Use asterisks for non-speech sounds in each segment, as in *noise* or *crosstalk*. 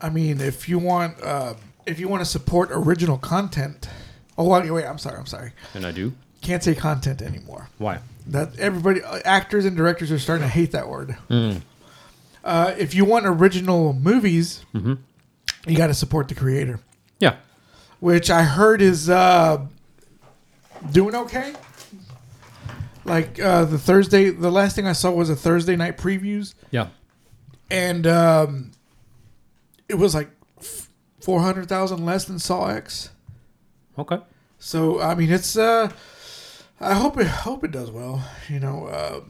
I mean, if you want, uh, if you want to support original content, oh wait, wait, I'm sorry, I'm sorry. And I do. Can't say content anymore. Why? That everybody, uh, actors and directors are starting to hate that word. Uh, if you want original movies, you got to support the creator, Yeah. which I heard is uh, doing okay. Like uh, the Thursday, the last thing I saw was a Thursday night previews, Yeah. and um, it was like four hundred thousand less than Saw X. Okay. So I mean, it's uh, I hope it hope it does well. You know, uh,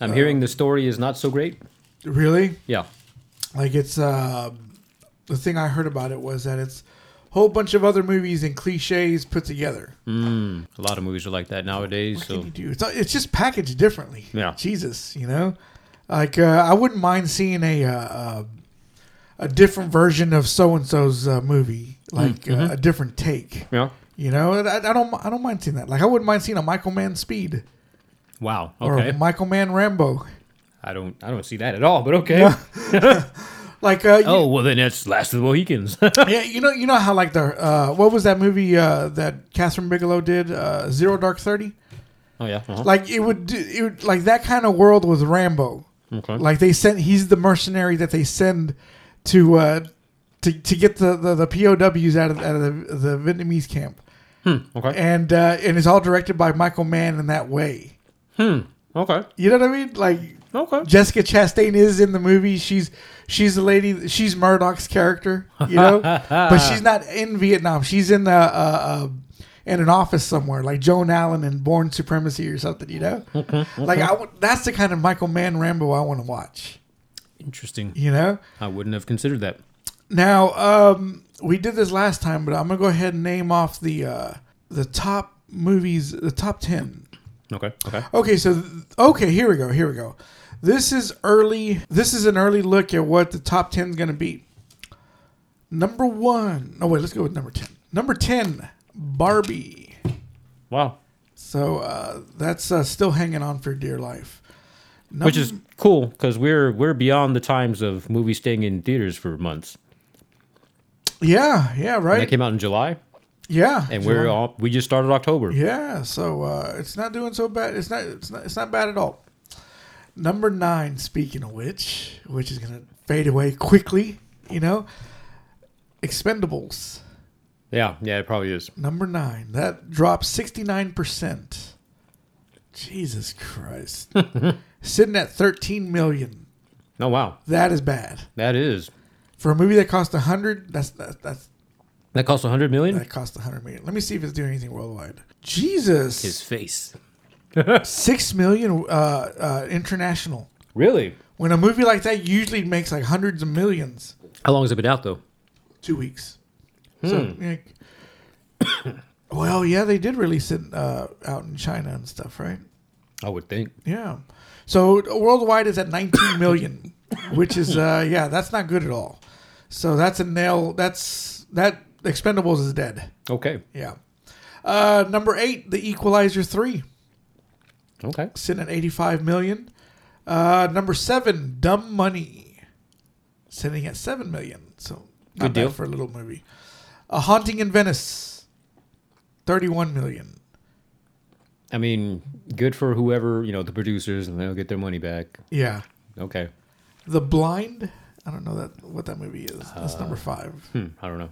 I'm hearing the story is not so great. really, Yeah. like it's uh, the thing I heard about it was that it's a whole bunch of other movies and cliches put together. Mm, a lot of movies are like that nowadays. What So can you do? It's, it's just packaged differently. Yeah. Jesus, you know, like uh, I wouldn't mind seeing a. Uh, uh, a different version of so and so's uh, movie, like uh, a different take. yeah. You know, And I, I don't, I don't mind seeing that. Like, I wouldn't mind seeing a Michael Mann Speed Wow. or Okay. a Michael Mann Rambo. I don't. I don't see that at all. But okay. *laughs* Like, uh, you- Oh well, then that's Last of the Mohicans. *laughs* *laughs* yeah, you know, you know how like the uh, what was that movie uh, that Catherine Bigelow did, uh, Zero Dark Thirty? oh yeah. uh-huh. Like it would, do, it would, like that kind of world with Rambo. Okay. Like they sent, he's the mercenary that they send to uh, to to get the, the, the POWs out of out of the, the Vietnamese camp, Hmm. okay. and uh, and it's all directed by Michael Mann in that way. Hmm. Okay. You know what I mean? Like Okay. Jessica Chastain is in the movie. She's she's the lady. She's Murdoch's character, you know. but she's not in Vietnam. She's in a, a, a in an office somewhere, like Joan Allen in Born Supremacy or something, you know. Like I, w- that's the kind of Michael Mann Rambo I want to watch, Interesting. you know. I wouldn't have considered that. Now um, we did this last time, but I'm gonna go ahead and name off the uh, the top movies, the top ten Okay. Okay. Okay, so th- okay, here we go. Here we go. This is early. This is an early look at what the top ten is going to be. Number one. No wait, let's go with number ten. Number ten, Barbie. Wow. So uh, that's uh, still hanging on for dear life. Num- Which is cool because we're we're beyond the times of movies staying in theaters for months. yeah, yeah, And that right, came out in July, yeah. and we're all we just started October. yeah. So uh, it's not doing so bad. It's not. It's not. It's not bad at all. Number nine. Speaking of which, which is going to fade away quickly, you know. Expendables. Yeah. Yeah. It probably is. Number nine. That dropped 69%. Jesus Christ. Sitting at 13 million. Oh wow. That is bad. That is. For a movie that cost 100, that's that, that's That costs 100 million. that cost 100 million. Let me see if it's doing anything worldwide. Jesus. face. 6 million uh, uh, international. Really? When a movie like that usually makes like hundreds of millions, How long has it been out though? two weeks. So, like, *coughs* well, yeah, they did release it uh, out in China and stuff, right? I would think. Yeah. So worldwide is at 19 million, which is uh yeah, that's not good at all. So that's a nail. That's that Expendables is dead. Okay. Yeah. Uh number 8, The Equalizer 3, Okay. sitting at 85 million. Uh number 7, Dumb Money, sitting at 7 million. So not Good deal. bad for a little movie. A Haunting in Venice, 31 million. I mean, good for whoever, you know, the producers, and they'll get their money back. Yeah. Okay. The Blind, I don't know that what that movie is. That's number 5. Hmm. I don't know.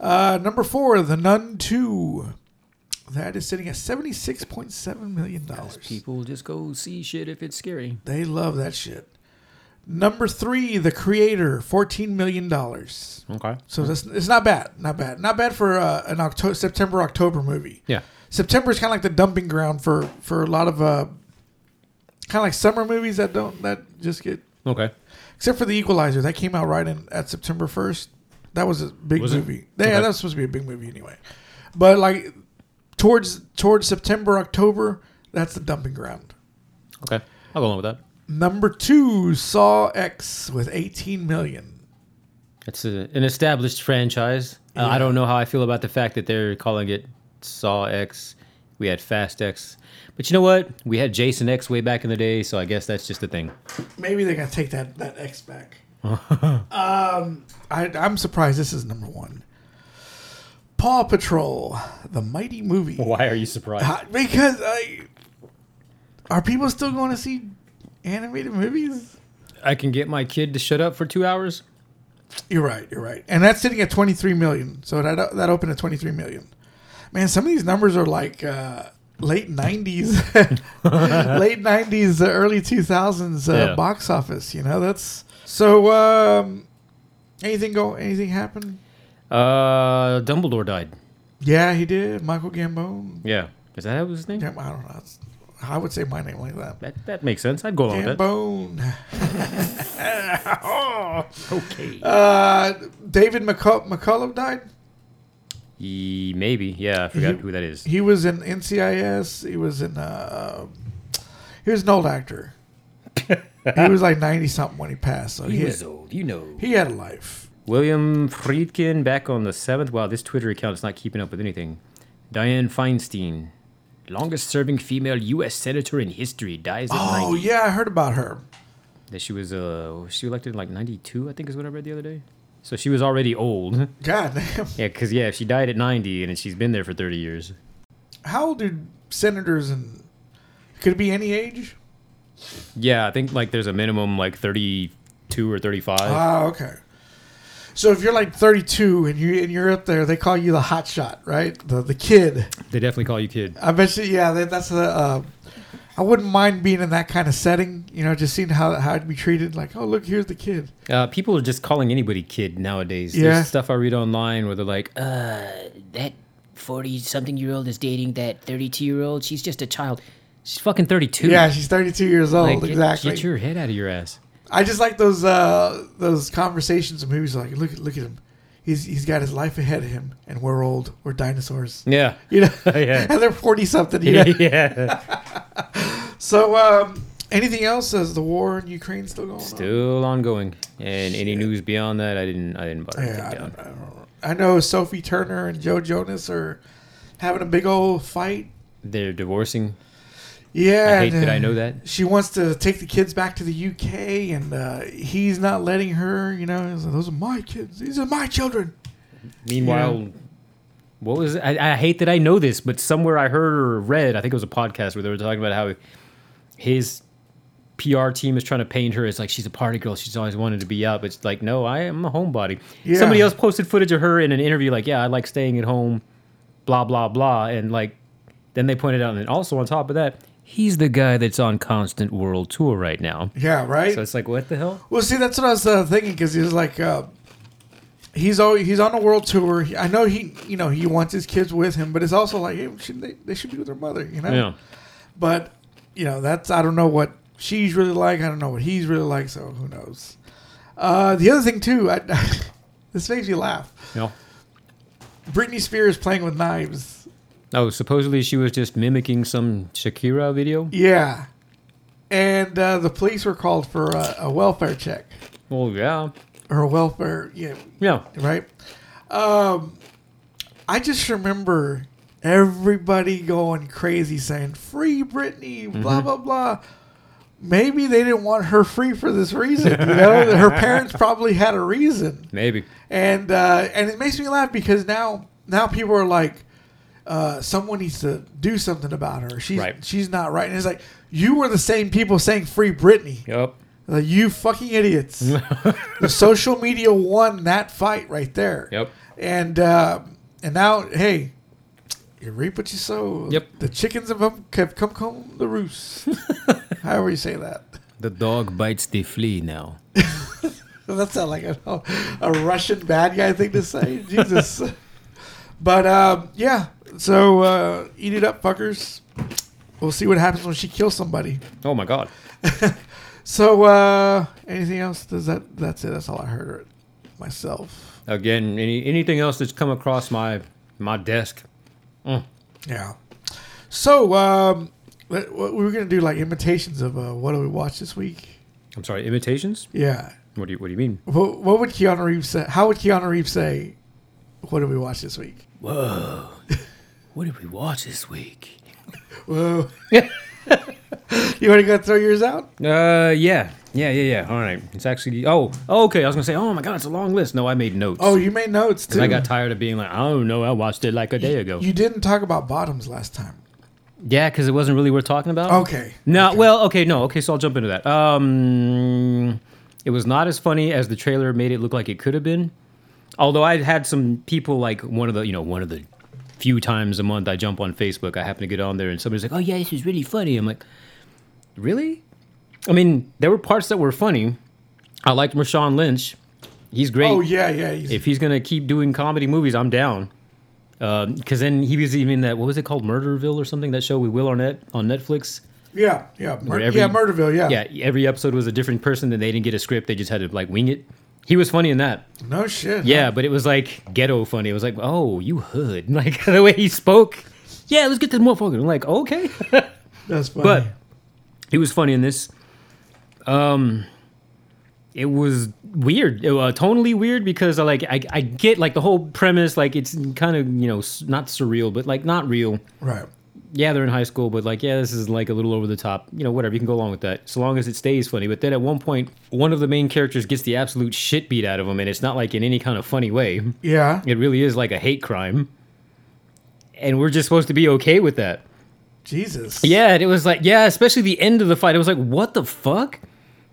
Uh, number four, The Nun Two. That is sitting at seventy-six point seven million dollars. People just go see shit if it's scary. They love that shit. Number three, The Creator, fourteen million dollars. Okay. So that's it's not bad, not bad, not bad for uh, an October, September, October movie. Yeah. September is kind of like the dumping ground for for a lot of uh, kind of like summer movies that don't that just get Okay. except for The Equalizer that came out right in at September first. That was a big Was it? movie. Yeah, Okay. that was supposed to be a big movie anyway. But like towards towards September October, that's the dumping ground. Okay. I'll go along with that. Number two, Saw X with 18 million. It's a, an established franchise. Uh, I don't know how I feel about the fact that they're calling it Saw X. We had Fast X. But you know what? *laughs* We had Jason X way back in the day, so I guess that's just a thing. Maybe they're gonna take that that X back. Um, I, I'm surprised this is number one. Paw Patrol, the mighty movie. Why are you surprised? Uh, Because I, are people still going to see animated movies? I can get my kid to shut up for two hours. You're right. You're right. And that's sitting at 23 million. So that that opened at 23 million. Man, some of these numbers are like uh, late 90s, *laughs* late 90s, uh, early 2000s uh, Yeah. box office. You know, that's so. Um, anything go? Anything happen? Uh, Dumbledore died. Yeah, he did. Michael Gambon. Yeah, is that his name? Gam- I don't know. It's- I would say my name like that. That that makes sense. I'd go along with that. Gambone. *laughs* okay. Oh. Uh, David McCu- McCullough died. Ye- maybe. Yeah, I forgot who that is. He was in NCIS. He was in. Uh, he was an old *laughs* actor. he was like ninety something when he passed. So he, He had- was old, you know. he had a life. William Friedkin back on the seventh. Wow, this Twitter account is not keeping up with anything. Diane Feinstein, longest-serving female U.S. senator in history, dies at Oh 90. yeah, I heard about her. That she was uh, was she elected in like ninety-two, I think is what I read the other day. So she was already old. *laughs* yeah, God damn. because yeah, she died at ninety, and she's been there for thirty years. How old do senators and could it be any age? Yeah, I think like there's a minimum like thirty-two or thirty-five. Ah, okay. So if you're like 32 and you and you're up there, they call you the hot shot, right? The the kid. they definitely call you kid. I bet you, yeah, that, that's a. Uh, I wouldn't mind being in that kind of setting, you know, just seeing how, how I'd be treated. Like, oh, look, here's the kid. Uh, people are just calling anybody kid nowadays. Yeah. There's stuff I read online where they're like, uh, that 40 something year old is dating that 32 year old. She's just a child. she's fucking 32. Yeah, she's 32 years old, Like, get- exactly. Get your head out of your ass. I just like those uh, those conversations and movies. Like, look, look at him. He's he's got his life ahead of him, and we're old. We're dinosaurs. *laughs* Yeah. You know, *laughs* Yeah. *laughs* and they're 40 something. You *laughs* know? *laughs* yeah. So, um, anything else? Is the war in Ukraine still going on? Still ongoing. And any news beyond that, I didn't. I didn't bother to Yeah, take I down. don't, I, don't, I know Sophie Turner and Joe Jonas are having a big old fight. They're divorcing. Yeah, I hate and, that I uh, know that. She wants to take the kids back to the UK, and uh, he's not letting her. You know, he's like, those are my kids. These are my children. Meanwhile, what was it? I, I hate that I know this, but somewhere I heard or read, I think it was a podcast where they were talking about how his PR team is trying to paint her as like she's a party girl. She's always wanted to be out, but it's like, no, I am a homebody. Yeah. Somebody else posted footage of her in an interview, like, yeah, I like staying at home, blah, blah, blah. And like, then they pointed out, and also on top of that, he's the guy that's on constant world tour right now. Yeah, right. So it's like, what the hell? well, see, that's what I was uh, thinking because he's like, uh, he's always, he's on a world tour. He- I know he, you know, he wants his kids with him, but it's also like, hey, should they, they should be with their mother, you know. Yeah. But you know, that's I don't know what she's really like. I don't know what he's really like. So who knows? Uh, the other thing too, I, *laughs* this makes you laugh. No. Britney Spears playing with knives. Oh, supposedly she was just mimicking some Shakira video. Yeah. And uh, the police were called for a, a welfare check Well, Oh, yeah. or a welfare, yeah, Yeah. right? Um, I just remember everybody going crazy saying, Free Britney, Mm-hmm. blah, blah, blah. Maybe they didn't want her free for this reason. You *laughs* know, her parents probably had a reason. Maybe. and uh, and it makes me laugh because now now people are like, uh, someone needs to do something about her. She's Right. she's not right. And it's like you were the same people saying free Britney. Yep. Like, you fucking *laughs* idiots. the social media won that fight right there. Yep. And uh, and now hey. You reap what you sow. Yep. The chickens have come, have come home the roost. However you say that. *laughs* The dog bites the flea now. That sounds like a, a Russian bad guy thing to say. Jesus. But um, yeah, so uh, eat it up, fuckers. We'll see what happens when she kills somebody. Oh my god. So uh, anything else? Does that? That's it. That's all I heard myself. Again, any anything else that's come across my my desk? Yeah. So um, what, what we were gonna do like imitations of uh, what do we watch this week? I'm sorry, imitations? Yeah. What do you what do you mean? What, what would Keanu Reeves say? How would Keanu Reeves say? What did we watch this week? What did we watch this week? *laughs* Whoa. you want to go throw yours out? Uh yeah. Yeah, yeah, yeah. All right. It's actually. Oh, oh, okay. I was gonna say. Oh my god, it's a long list. No, I made notes. Oh, you made notes too. I got tired of being like, I don't know. I watched it like a day ago. You didn't talk about bottoms last time. yeah, because it wasn't really worth talking about. Okay. No, well, okay, no, okay. So I'll jump into that. Um, it was not as funny as the trailer made it look like it could have been. Although I had some people like one of the, you know, one of the few times a month I jump on Facebook, I happen to get on there and somebody's like, "Oh yeah, this is really funny." I'm like, "Really?" I mean, there were parts that were funny. I liked Marshawn Lynch. He's great Oh yeah, yeah. he's- if he's gonna keep doing comedy movies, I'm down. Because then he was even in that what was it called, Murderville or something? That show with Will Arnett on Netflix. yeah, yeah, Mur- every- yeah. Murderville. Yeah. Yeah, every episode was a different person, and they didn't get a script. They just had to like wing it. He was funny in that. No shit. Yeah, but it was like ghetto funny. It was like, oh, you hood, *laughs* like the way he spoke. Yeah, let's get this motherfucker. I'm like, okay, *laughs* that's funny. but he was funny in this. Um, it was weird, it, uh, tonally weird because I like I, I get like the whole premise, like it's kind of you know s- not surreal, but like not real right. yeah, they're in high school, but like, yeah, this is like a little over the top. You know, whatever. You can go along with that, so long as it stays funny. But then at one point, one of the main characters gets the absolute shit beat out of him, and it's not like in any kind of funny way. Yeah. It really is like a hate crime, and we're just supposed to be okay with that. Jesus. Yeah, and it was like, yeah, especially the end of the fight. It was like, what the fuck?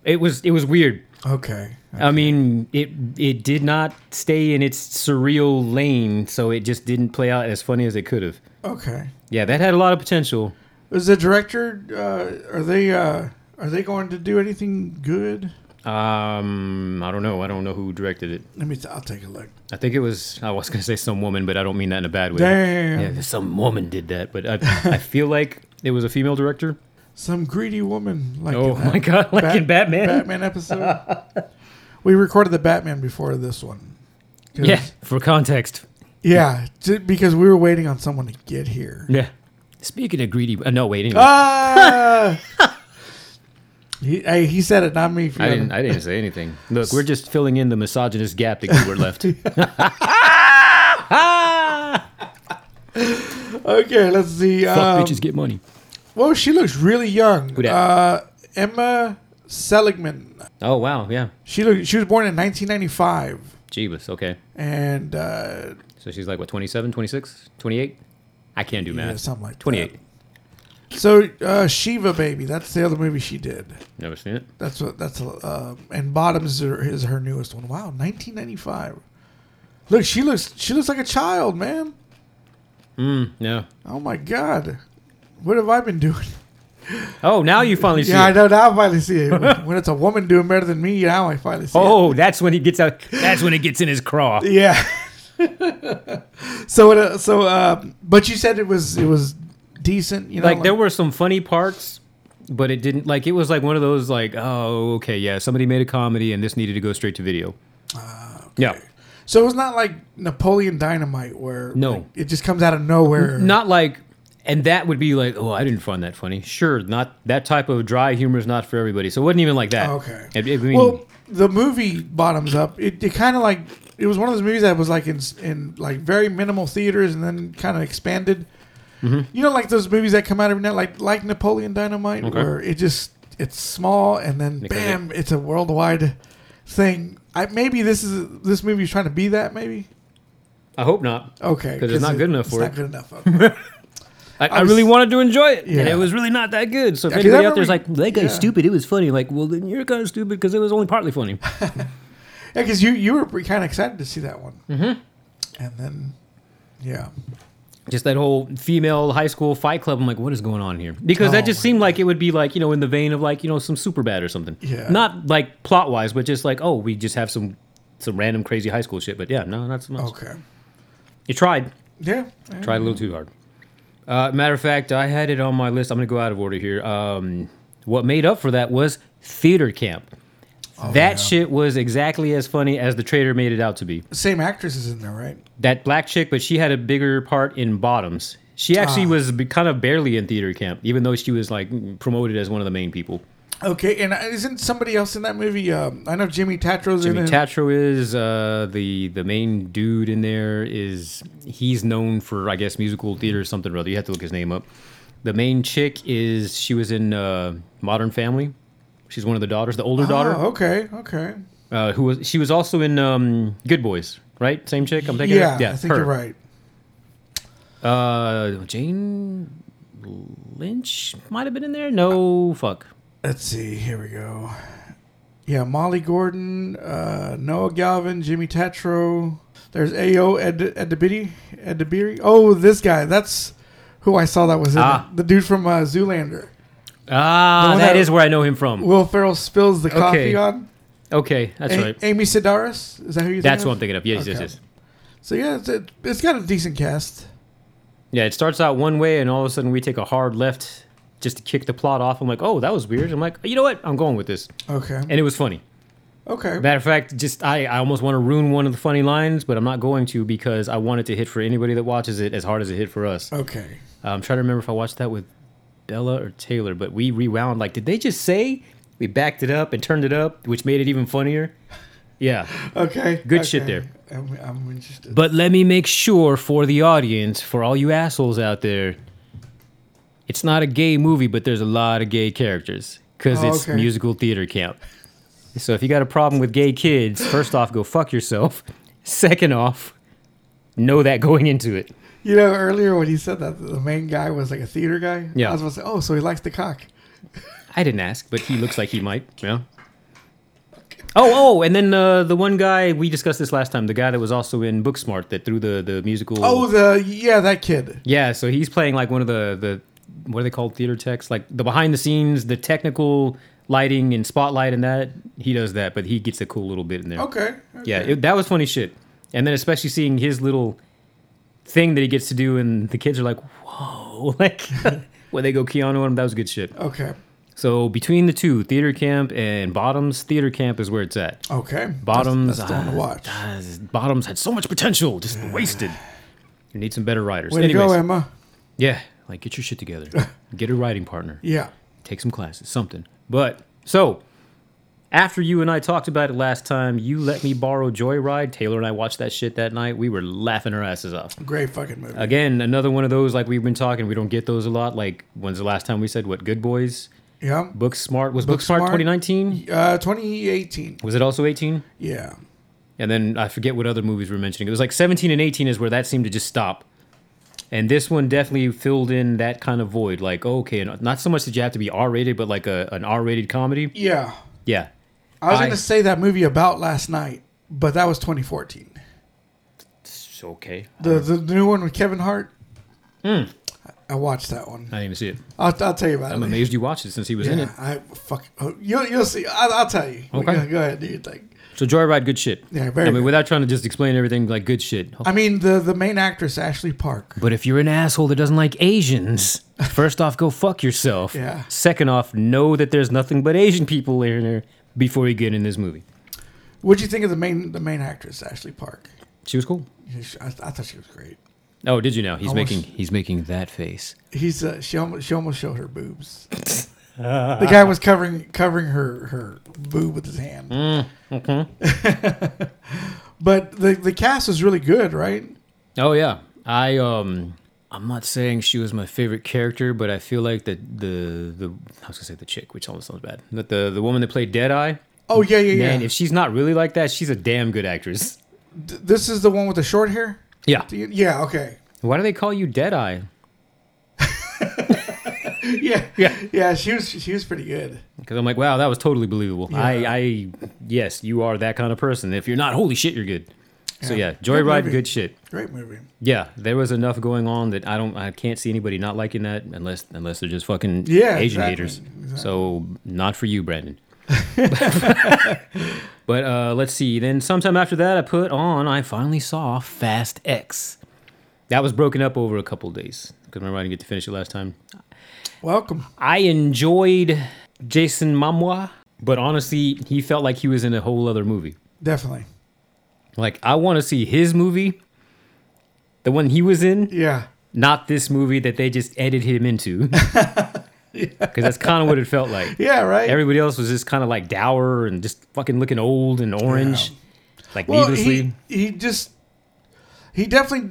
It was it was weird. Okay. I mean, it it did not stay in its surreal lane, so it just didn't play out as funny as it could have. Okay. Yeah, that had a lot of potential. Is the director? Uh, are they? Uh, are they going to do anything good? Um, I don't know. I don't know who directed it. Let me. T- I'll take a look. I think it was. I was gonna say some woman, but I don't mean that in a bad way. Damn. Yeah, some woman did that, but I, *laughs* I feel like it was a female director. Some greedy woman. Like Oh in that my god, *laughs* like Bat- in Batman. Batman *laughs* episode. we recorded the Batman before this one. 'Cause- Yeah, for context. Yeah. ju- because we were waiting on someone to get *laughs* here. Yeah. Speaking of greedy, uh, no wait. Anyway, Ah. he, hey, he said it, not me. I didn't. I didn't say anything. Look, we're just filling in the misogynist gap that you *laughs* were left. okay, let's see. Fuck Um, bitches get money. whoa, she looks really young. dat? Uh, Emma Seligman. Oh wow, yeah. She look, She was born in 1995, Jeebus. Okay. and uh, So she's like what, 27, 26, 28? I can't do yeah, math. something like that. 28. So uh, Shiva Baby, that's the other movie she did. Never seen it. That's what that's uh, and Bottoms are- is her newest one. Wow, 1995. Look, she looks she looks like a child, man. No. Oh my god, what have I been doing? Oh, now you finally see. Yeah, I it. know. Now I finally see *laughs* it. When, when it's a woman doing better than me, now I finally see it. Oh, that's when he gets out. That's when it gets in his craw. Yeah. *laughs* so it, uh, so uh, but you said it was it was decent. You know, Like there were some funny parts, but it didn't. Like it was like one of those like, oh, okay, yeah, somebody made a comedy and this needed to go straight to video. Ah, Yeah, So it was not like Napoleon Dynamite where No. like, it just comes out of nowhere. not like, and that would be like, oh, I didn't find that funny. Sure, not that type of dry humor is not for everybody. So it wasn't even like that. Okay. It- it- I mean, Well, the movie bottoms up. It, it kind of like it was one of those movies that was like in in like very minimal theaters and then kind of expanded. Mm-hmm. You know, like those movies that come out every night, like like Napoleon Dynamite, where it just it's small and then Because it- bam, it's a worldwide thing. I, maybe this is this movie's trying to be that. Maybe I hope not. okay, 'Cause it's not good enough it's for not it. good enough. Okay. I, I, was- really wanted to enjoy it, and Yeah. it was really not that good. So if 'cause I anybody out there's like, remember- that guy's yeah. stupid, it was funny. Like, well, then you're kind of stupid because it was only partly funny. Yeah, because you you were kind of excited to see that one, mm-hmm. and then yeah, just that whole female high school fight club. I'm like, what is going on here? Because that Oh just my seemed like it would be like, you know, in the vein of like, you know, some super bad or something. Yeah. Not like plot wise, but just like, oh, we just have some some random crazy high school shit. But yeah, no, not so much. okay, You tried. yeah, yeah. Tried a little too hard. Uh, matter of fact, I had it on my list. I'm gonna go out of order here. Um, what made up for that was theater camp. Oh, that shit was exactly as funny as the traitor made it out to be. same actress is in there, right? that black chick, but she had a bigger part in Bottoms. She Ah. actually was be- kind of barely in theater camp, even though she was like promoted as one of the main people. Okay, and uh, isn't somebody else in that movie? Um, I know Jimmy Tatro's Jimmy in it. Tatro is uh, the the main dude in there. Is he's known for I guess musical theater or something or other. You have to look his name up. The main chick is she was in uh, Modern Family. She's one of the daughters, the older daughter, Oh, okay, okay. uh, who was she was also in um, Good Boys, right? Same chick. I'm thinking. of? Yeah, I think her. you're right. Uh, Jane Lynch might have been in there. No, fuck. Let's see. Here we go. Yeah, Molly Gordon, uh, Noah Galvin, Jimmy Tatro. There's A.O. Ed Edebiri. Edebiri. Oh, this guy. That's who I saw that was in Ah. it. The dude from uh, Zoolander. The Ah, one that that- is where I know him from. Will Ferrell spills the coffee Okay. on. Okay, that's A- right. Amy Sedaris. Is that who you That's think what of? I'm thinking of. Yes, yes, Okay. yes. So, yeah, it's, it, it's got a decent cast. Yeah, it starts out one way, and all of a sudden we take a hard left just to kick the plot off. I'm like, oh, that was weird. I'm like, you know what? I'm going with this, Okay. and it was funny. Okay. Matter of fact, just I, I almost want to ruin one of the funny lines, but I'm not going to because I want it to hit for anybody that watches it as hard as it hit for us. okay. I'm trying to remember if I watched that with Bella or Taylor, but we rewound. Like, did they just say? We backed it up and turned it up, which made it even funnier. Yeah. Okay. Good shit okay. there. I'm, I'm interested. *laughs* But let me make sure for the audience, for all you assholes out there, it's not a gay movie, but there's a lot of gay characters because Oh, it's okay. musical theater camp. So if you got a problem with gay kids, first off, go fuck yourself. *laughs* Second off, know that going into it. You know, earlier when he said that the main guy was like a theater guy, Yeah. I was about to say, oh, so he likes the cock. I didn't ask, but he looks like he might. Yeah. Oh, oh, and then uh, the one guy we discussed this last time, the guy that was also in Booksmart that threw the the musical. Oh, the yeah, that kid. Yeah, so he's playing like one of the the what are they called theater techs, like the behind the scenes, the technical lighting and spotlight and that. He does that, but he gets a cool little bit in there. Okay. Yeah, it, that was funny shit. And then especially seeing his little thing that he gets to do, and the kids are like, "Whoa!" *laughs* Like when they go Keanu on him, that was good shit. Okay. So between the two, theater camp and Bottoms, theater camp is where it's at. Okay. That's- Bottoms, That's, the one to ah, watch. ah, Bottoms had so much potential, just wasted. You need some better writers. Way to go, Emma. Yeah, like get your shit together. *laughs* get a writing partner. Yeah. Take some classes, something. But so after you and I talked about it last time, you let me borrow Joyride. Taylor and I watched that shit that night. We were laughing our asses off. Great fucking movie. Again, another one of those like we've been talking. We don't get those a lot. Like when's the last time we said what? Good Boys, yeah. Book Smart was Book Smart Booksmart. 2019. Uh, 2018. Was it also 18? Yeah. And then I forget what other movies we were mentioning. It was like 17 and 18 is where that seemed to just stop. And this one definitely filled in that kind of void. Like, okay, and not so much that you have to be R rated, but like a, an R rated comedy. Yeah. Yeah. I was I- going to say that movie about last night, but that was 2014. It's okay. The the new one with Kevin Hart. I watched that one. I didn't even see it. I'll, I'll tell you about I'm it. amazed you watched it since he was in it. Yeah, I fuck. oh, You'll you'll see. I'll, I'll tell you. Okay. Yeah, Go ahead. Do your thing. So Joyride, good shit. Yeah, very I mean, good. without trying to just explain everything, like good shit. I mean, the the main actress Ashley Park. But if you're an asshole that doesn't like Asians, first off, go fuck yourself. Yeah. Second off, know that there's nothing but Asian people in there before you get in this movie. What'd you think of the main the main actress Ashley Park? She was cool. I, I thought she was great. Oh, did you now? He's Almost. making he's making that face. He's uh, she almost she almost showed her boobs. the guy was covering covering her her boob with his hand. Mm, *laughs* but the the cast is really good, right? Oh yeah, I um, I'm not saying she was my favorite character, but I feel like the the the I was gonna say the chick, which almost sounds bad, but the the woman that played Deadeye, Oh yeah yeah yeah. man, if she's not really like that, she's a damn good actress. Th- this is the one with the short hair. Yeah. Do you- Yeah okay. *laughs* Why do they call you Deadeye? Yeah Yeah. yeah. She was she was pretty good. Because I'm like, wow, that was totally believable. I I yes, you are that kind of person. If you're not, holy shit, you're good. So Yeah. yeah, Joyride, movie. good shit. Great movie. Yeah, there was enough going on that I don't, I can't see anybody not liking that unless unless they're just fucking Yeah, Asian exactly, haters. exactly. So not for you, *laughs* Brandon. *laughs* but uh, let's see. Then sometime after that, I put on. I finally saw Fast X. That was broken up over a couple days because remember I didn't get to finish it last time. Welcome. I enjoyed Jason Momoa, but honestly, he felt like he was in a whole other movie. Definitely. Like I want to see his movie, the one he was in Yeah. not this movie that they just edited *laughs* him into. *laughs* Because that's kind of what it felt like. Yeah. Right. Everybody else was just kind of like dour and just fucking looking old and orange, like needlessly. He, he just he definitely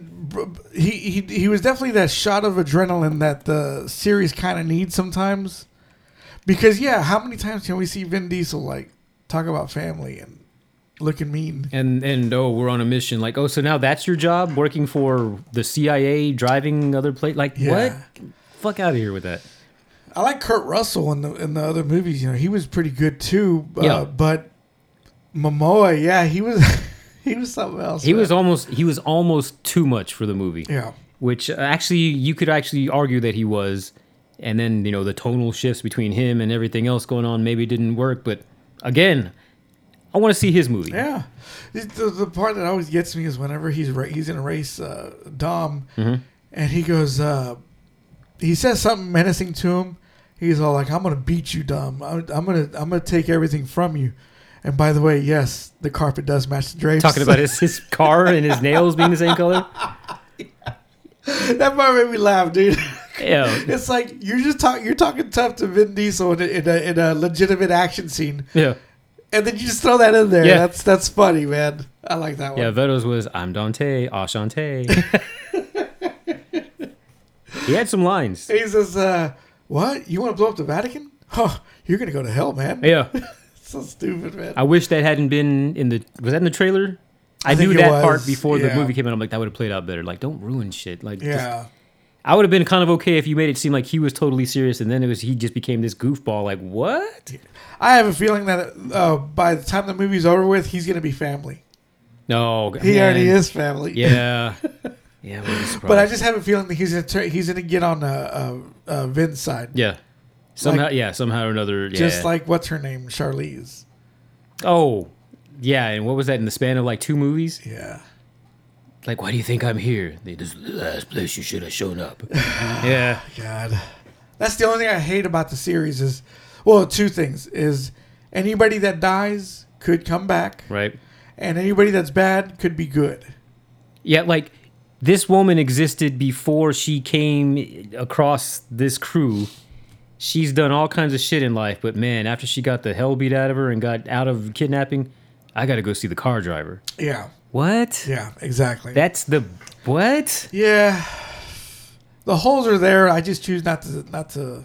he, he he was definitely that shot of adrenaline that the series kind of needs sometimes Because yeah, how many times can we see Vin Diesel like talk about family and looking mean? And and oh, we're on a mission. Like oh, so now that's your job, working for the CIA, driving other plate. Like Yeah. what? Fuck out of here with that. I like Kurt Russell in the in the other movies. You know, he was pretty good too. Uh, Yeah. But Momoa, yeah, he was *laughs* he was something else. He man. was almost he was almost too much for the movie. yeah. which uh, actually you could actually argue that he was and then you know the tonal shifts between him and everything else going on maybe didn't work but again i want to see his movie Yeah, It- the, the part that always gets me is whenever he's ra- he's in a race, uh, Dom, Mm-hmm. and he goes, uh, he says something menacing to him. He's all like, "I'm gonna beat you, Dom. I'm, I'm gonna I'm gonna take everything from you." And by the way, yes, the carpet does match the drapes. talking about his, his car and his nails being the same *laughs* color that part made me laugh, dude. *laughs* yeah it's like you're just talking you're talking tough to Vin Diesel in a, in a, in a legitimate action scene, yeah and then you just throw that in there. Yeah. That's that's funny, man. I like that one. yeah Vettos was i'm dante *laughs* ashante he had some lines He says, uh, "What? You want to blow up the Vatican? Huh? You're gonna go to hell, man. yeah So stupid, man. i wish that hadn't been in the was that in the trailer I, I knew think it that was, part before the yeah. movie came out. I'm like, that would have played out better. Like, don't ruin shit. Like, just yeah, I would have been kind of okay if you made it seem like he was totally serious, and then it was he just became this goofball. Like what? I have a feeling that uh, by the time the movie's over with, he's gonna be family. No, He man. already is family. Yeah, yeah. *laughs* What But I just have a feeling that he's gonna turn, he's gonna get on uh, uh, uh, Vin's side, yeah. Somehow, yeah, somehow or another, yeah. just like what's her name, Charlize. oh, yeah. And what was that in the span of like two movies? Yeah, Like, why do you think I'm here? They- This is the last place you should have shown *sighs* up. yeah, God, that's the only thing I hate about the series is, well, two things is anybody that dies could come back, right. and anybody that's bad could be good. Yeah, like this woman existed before she came across this crew. She's done all kinds of shit in life, but man, after she got the hell beat out of her and got out of kidnapping, I gotta go see the car driver. Yeah, What? yeah, exactly. That's the what? Yeah, the holes are there. I just choose not to not to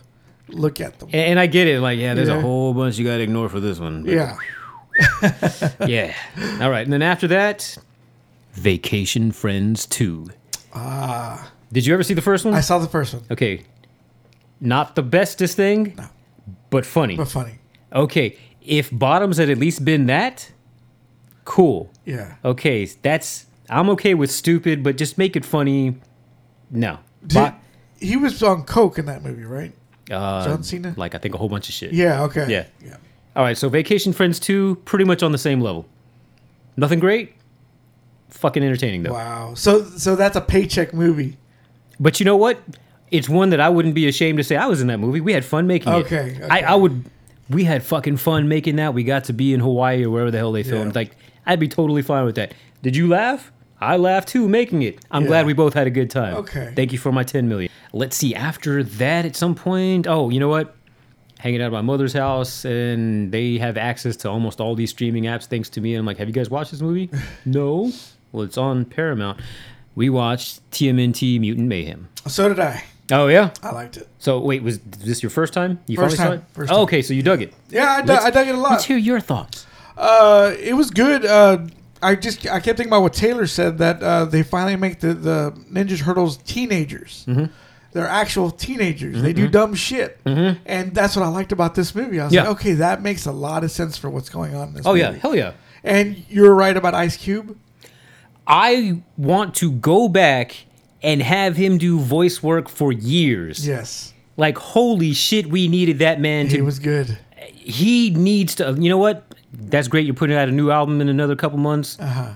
look at them. And, and I get it. Like, yeah, there's Yeah. a whole bunch you gotta ignore for this one. but- Yeah, yeah. All right, and then after that, Vacation Friends Two. Ah. Did you ever see the first one? I saw the first one, okay. Not the bestest thing, but funny. but funny. Okay, if Bottoms had at least been that, cool. Yeah. Okay, that's I'm okay with stupid, but just make it funny. No, Did, Bo- he was on coke in that movie, right? uh, John Cena? Like I think a whole bunch of shit. Yeah. Okay. Yeah. Yeah. All right, so Vacation Friends two, pretty much on the same level. Nothing great. Fucking entertaining though. Wow. So so that's a paycheck movie. But you know what? It's one that I wouldn't be ashamed to say I was in that movie. We had fun making it. Okay, okay. I, I would. We had fucking fun making that. We got to be in Hawaii or wherever the hell they filmed. Yeah. Like, I'd be totally fine with that. Did you laugh? I laughed too making it. I'm Yeah. glad we both had a good time. Okay. Thank you for my 10 million. Let's see. After that, at some point, oh, you know what? Hanging out at my mother's house, and they have access to almost all these streaming apps thanks to me. And I'm like, have you guys watched *laughs* this movie? no. Well, it's on Paramount. We watched TMNT Mutant Mayhem. So did I. Oh yeah. I liked it. So wait, was this your first time? You First time. finally saw it. First oh, time. okay, so you dug it. Yeah, I, dug Let's- I dug it a Let's lot. hear your thoughts. Uh, it was good. Uh, I just I kept thinking about what Taylor said that uh, they finally make the the Ninja Turtles teenagers. Mm-hmm. They're actual teenagers. They do dumb shit, and that's what I liked about this movie. I was Mm-hmm. Yeah. like, okay, that makes a lot of sense for what's going on. in this Oh yeah, movie. hell yeah. and you're right about Ice Cube. I want to go back and have him do voice work for years. Yes, Like holy shit, we needed that man he to. was good. He needs to. You know what? That's great. You're putting out a new album in another couple months. Uh huh.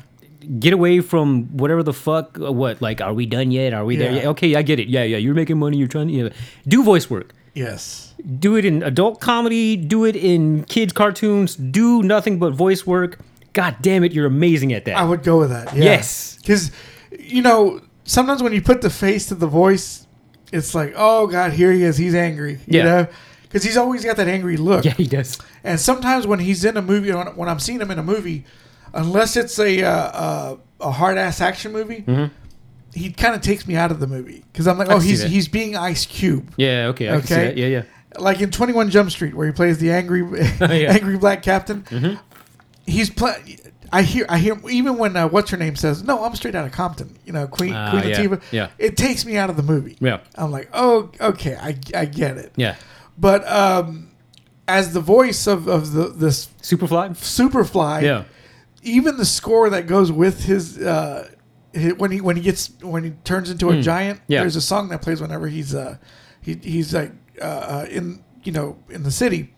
Get away from whatever the fuck. uh, What like? Are we done yet? Are we there? Yeah. Yet? Okay, I get it. Yeah, yeah. You're making money. You're trying to you know, do voice work. Yes, do it in adult comedy, do it in kids cartoons, do nothing but voice work. God damn it, you're amazing at that. I would go with that. Yeah. Yes. because you know sometimes when you put the face to the voice, it's like, oh god, here he is. He's angry. You Yeah. because he's always got that angry look. *laughs* yeah, he does. And sometimes when he's in a movie, when when I'm seeing him in a movie, unless it's a uh, uh, a hard ass action movie, he kind of takes me out of the movie because I'm like, oh, Mm-hmm. see he's that. he's being Ice Cube. Yeah, okay, I can see Okay. that. Yeah, yeah. like in Twenty One Jump Street, where he plays the *laughs* angry, *laughs* angry black captain. Mm-hmm. He's playing. I hear, I hear, even when uh, what's her name says, "No, I'm straight out of Compton," you know, Queen Ah, Queen yeah, Latifah. yeah. it takes me out of the movie. Yeah. I'm like, oh, okay, I, I get it. Yeah. But um, as the voice of of the this Superfly? Superfly, Yeah. even the score that goes with his, uh, hi- when he when he gets when he turns into a giant, Hmm. Yeah. there's a song that plays whenever he's uh, he, he's like uh, uh, in you know in the city.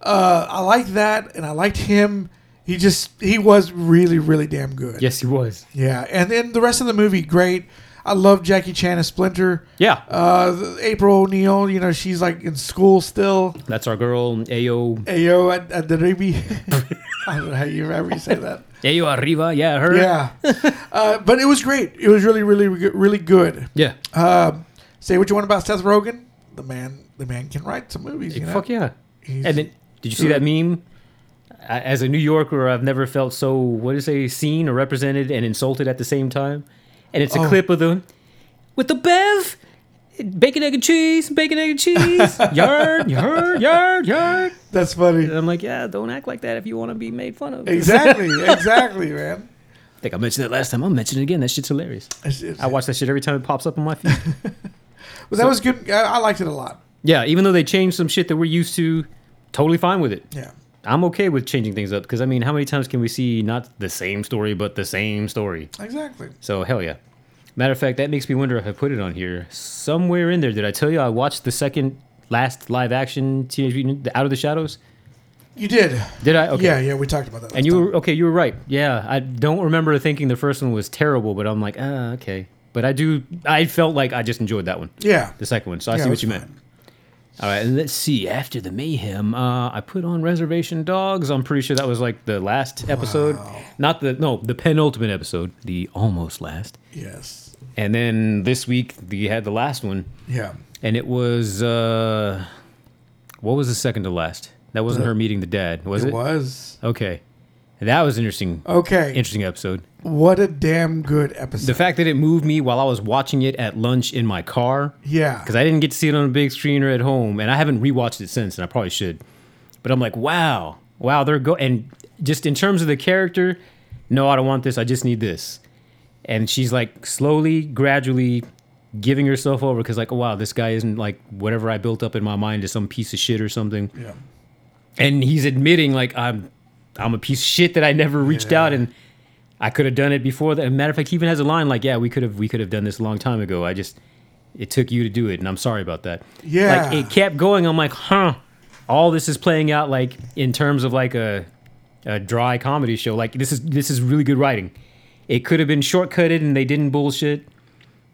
Uh, I like that, and I liked him. He just he was really really damn good. Yes, he was. Yeah, and then the rest of the movie great. I love Jackie Chan as Splinter. Yeah. Uh, the- April O'Neil, you know she's like in school still. That's our girl, Ayo. Ayo at, at the Ruby. *laughs* I don't know how you ever say that. Ayo Arriba. Yeah, her. Yeah, uh, but it was great. It was really, really, really good. Yeah. Um, say what you want about Seth Rogen, the man, the man can write some movies. You know? Fuck yeah. He's- And then, did you see that meme? I- As a New Yorker, I've never felt so what do you say, seen or represented and insulted at the same time. And it's a Oh. clip of them with the bev, bacon, egg, and cheese, bacon, egg, *laughs* and cheese, yard, yard, yard, yard. That's funny. And I'm like, yeah, don't act like that if you want to be made fun of. Exactly, exactly, man. I *laughs* think I mentioned that last time. I'll mention it again. That shit's hilarious. It's- it's- I watch that shit every time it pops up on my feed. *laughs* but that was good. I, I liked it a lot. yeah, even though they changed some shit that we're used to, totally fine with it. Yeah. I'm okay with changing things up because I mean, how many times can we see not the same story but the same story? Exactly. So hell yeah. Matter of fact, that makes me wonder if I put it on here somewhere in there. Did I tell you I watched the second last live action Teenage Mutant the Out of the Shadows? You did. Did I? Okay. Yeah, yeah. We talked about that. And you were okay. You were right. Yeah, I don't remember thinking the first one was terrible, but I'm like, ah, okay. But I do. I felt like I just enjoyed that one, Yeah. the second one. So I Yeah, see it what was you meant. All right, and let's see. After the mayhem, uh, I put on Reservation Dogs. I'm pretty sure that was like the last episode, not the no, the penultimate episode, the almost last. Yes. And then this week you had the last one, Yeah. and it was uh, what was the second to last? That wasn't her meeting the dad, was it? It was Okay, that was interesting. okay. Interesting episode. What a damn good episode. The fact that it moved me while I was watching it at lunch in my car, yeah. because I didn't get to see it on a big screen or at home, and I haven't rewatched it since, and I probably should. But I'm like, wow, wow, they're go and just in terms of the character, no, I don't want this. I just need this. And she's like slowly, gradually giving herself over because like, oh, wow, this guy isn't like whatever I built up in my mind is some piece of shit or something yeah. and he's admitting like I'm I'm a piece of shit that I never reached out and I could have done it before that. Matter of fact, he even has a line like, "Yeah, we could have we could have done this a long time ago. I just it took you to do it, and I'm sorry about that." Yeah. like it kept going. I'm like, huh. All this is playing out like in terms of like a a dry comedy show. Like this is this is really good writing. It could have been shortcutted, and they didn't bullshit.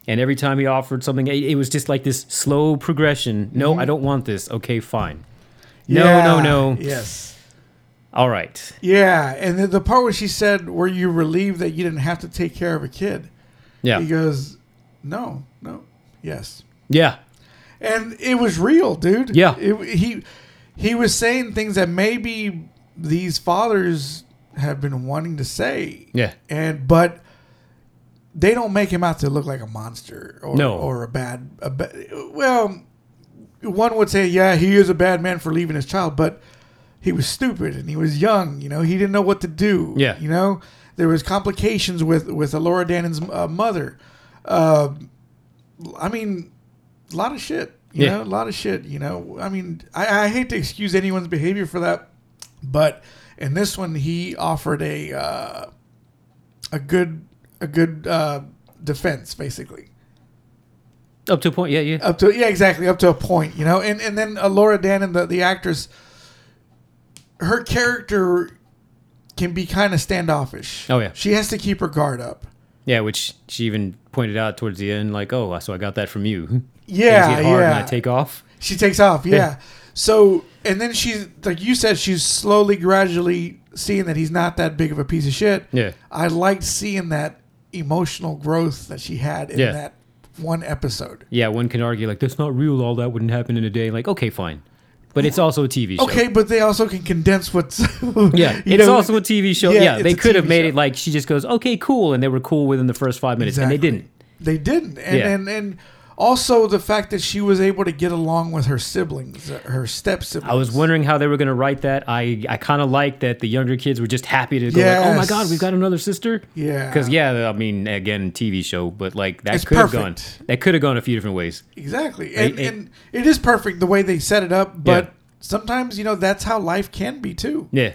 And every time he offered something, it, it was just like this slow progression. No, I don't want this. Okay, fine. No, Yeah. no, no. Yes. All right. Yeah, and the, the part where she said, "Were you relieved that you didn't have to take care of a kid?" Yeah. He goes, "No, no, yes," Yeah. and it was real, dude. Yeah. It- he he was saying things that maybe these fathers have been wanting to say. Yeah. and but they don't make him out to look like a monster or No. or a bad a ba- well one would say yeah he is a bad man for leaving his child but he was stupid and he was young you know he didn't know what to do Yeah. you know there was complications with with Laura Dannon's uh, mother uh, I mean a lot of shit you Yeah. know a lot of shit you know I mean I, I hate to excuse anyone's behavior for that but in this one he offered a uh, a good a good uh, defense basically Up to a point. Yeah, yeah. up to yeah exactly up to a point you know and and then uh, Laura Dannon the the actress her character can be kind of standoffish Oh, yeah. she has to keep her guard up Yeah, which she even pointed out towards the end, like, oh, so I got that from you. *laughs* Things yeah get hard yeah and I take off. she takes off yeah. Yeah. so and then she's like you said she's slowly gradually seeing that he's not that big of a piece of shit Yeah. I liked seeing that emotional growth that she had in Yeah. that one episode Yeah, one can argue, like, that's not real. All that wouldn't happen in a day. Like, okay, fine. But it's also a TV show. Okay, but they also can condense what's. *laughs* Yeah, you it's know, also a TV show. yeah, Yeah, it's they a could have TV made show. it like she just goes, okay, cool. And they were cool within the first five minutes, and they Exactly. didn't. They didn't, and Yeah. and and Also, the fact that she was able to get along with her siblings, her step siblings. I was wondering how they were going to write that. I, I kind of liked that the younger kids were just happy to go, like, oh my Yes. God, we've got another sister. Yeah. Because, yeah, I mean, again, TV show, but like that It's could have gone. perfect. That could have gone a few different ways. Exactly. And, it- and it is perfect the way they set it up, but Yeah. sometimes, you know, that's how life can be too. Yeah.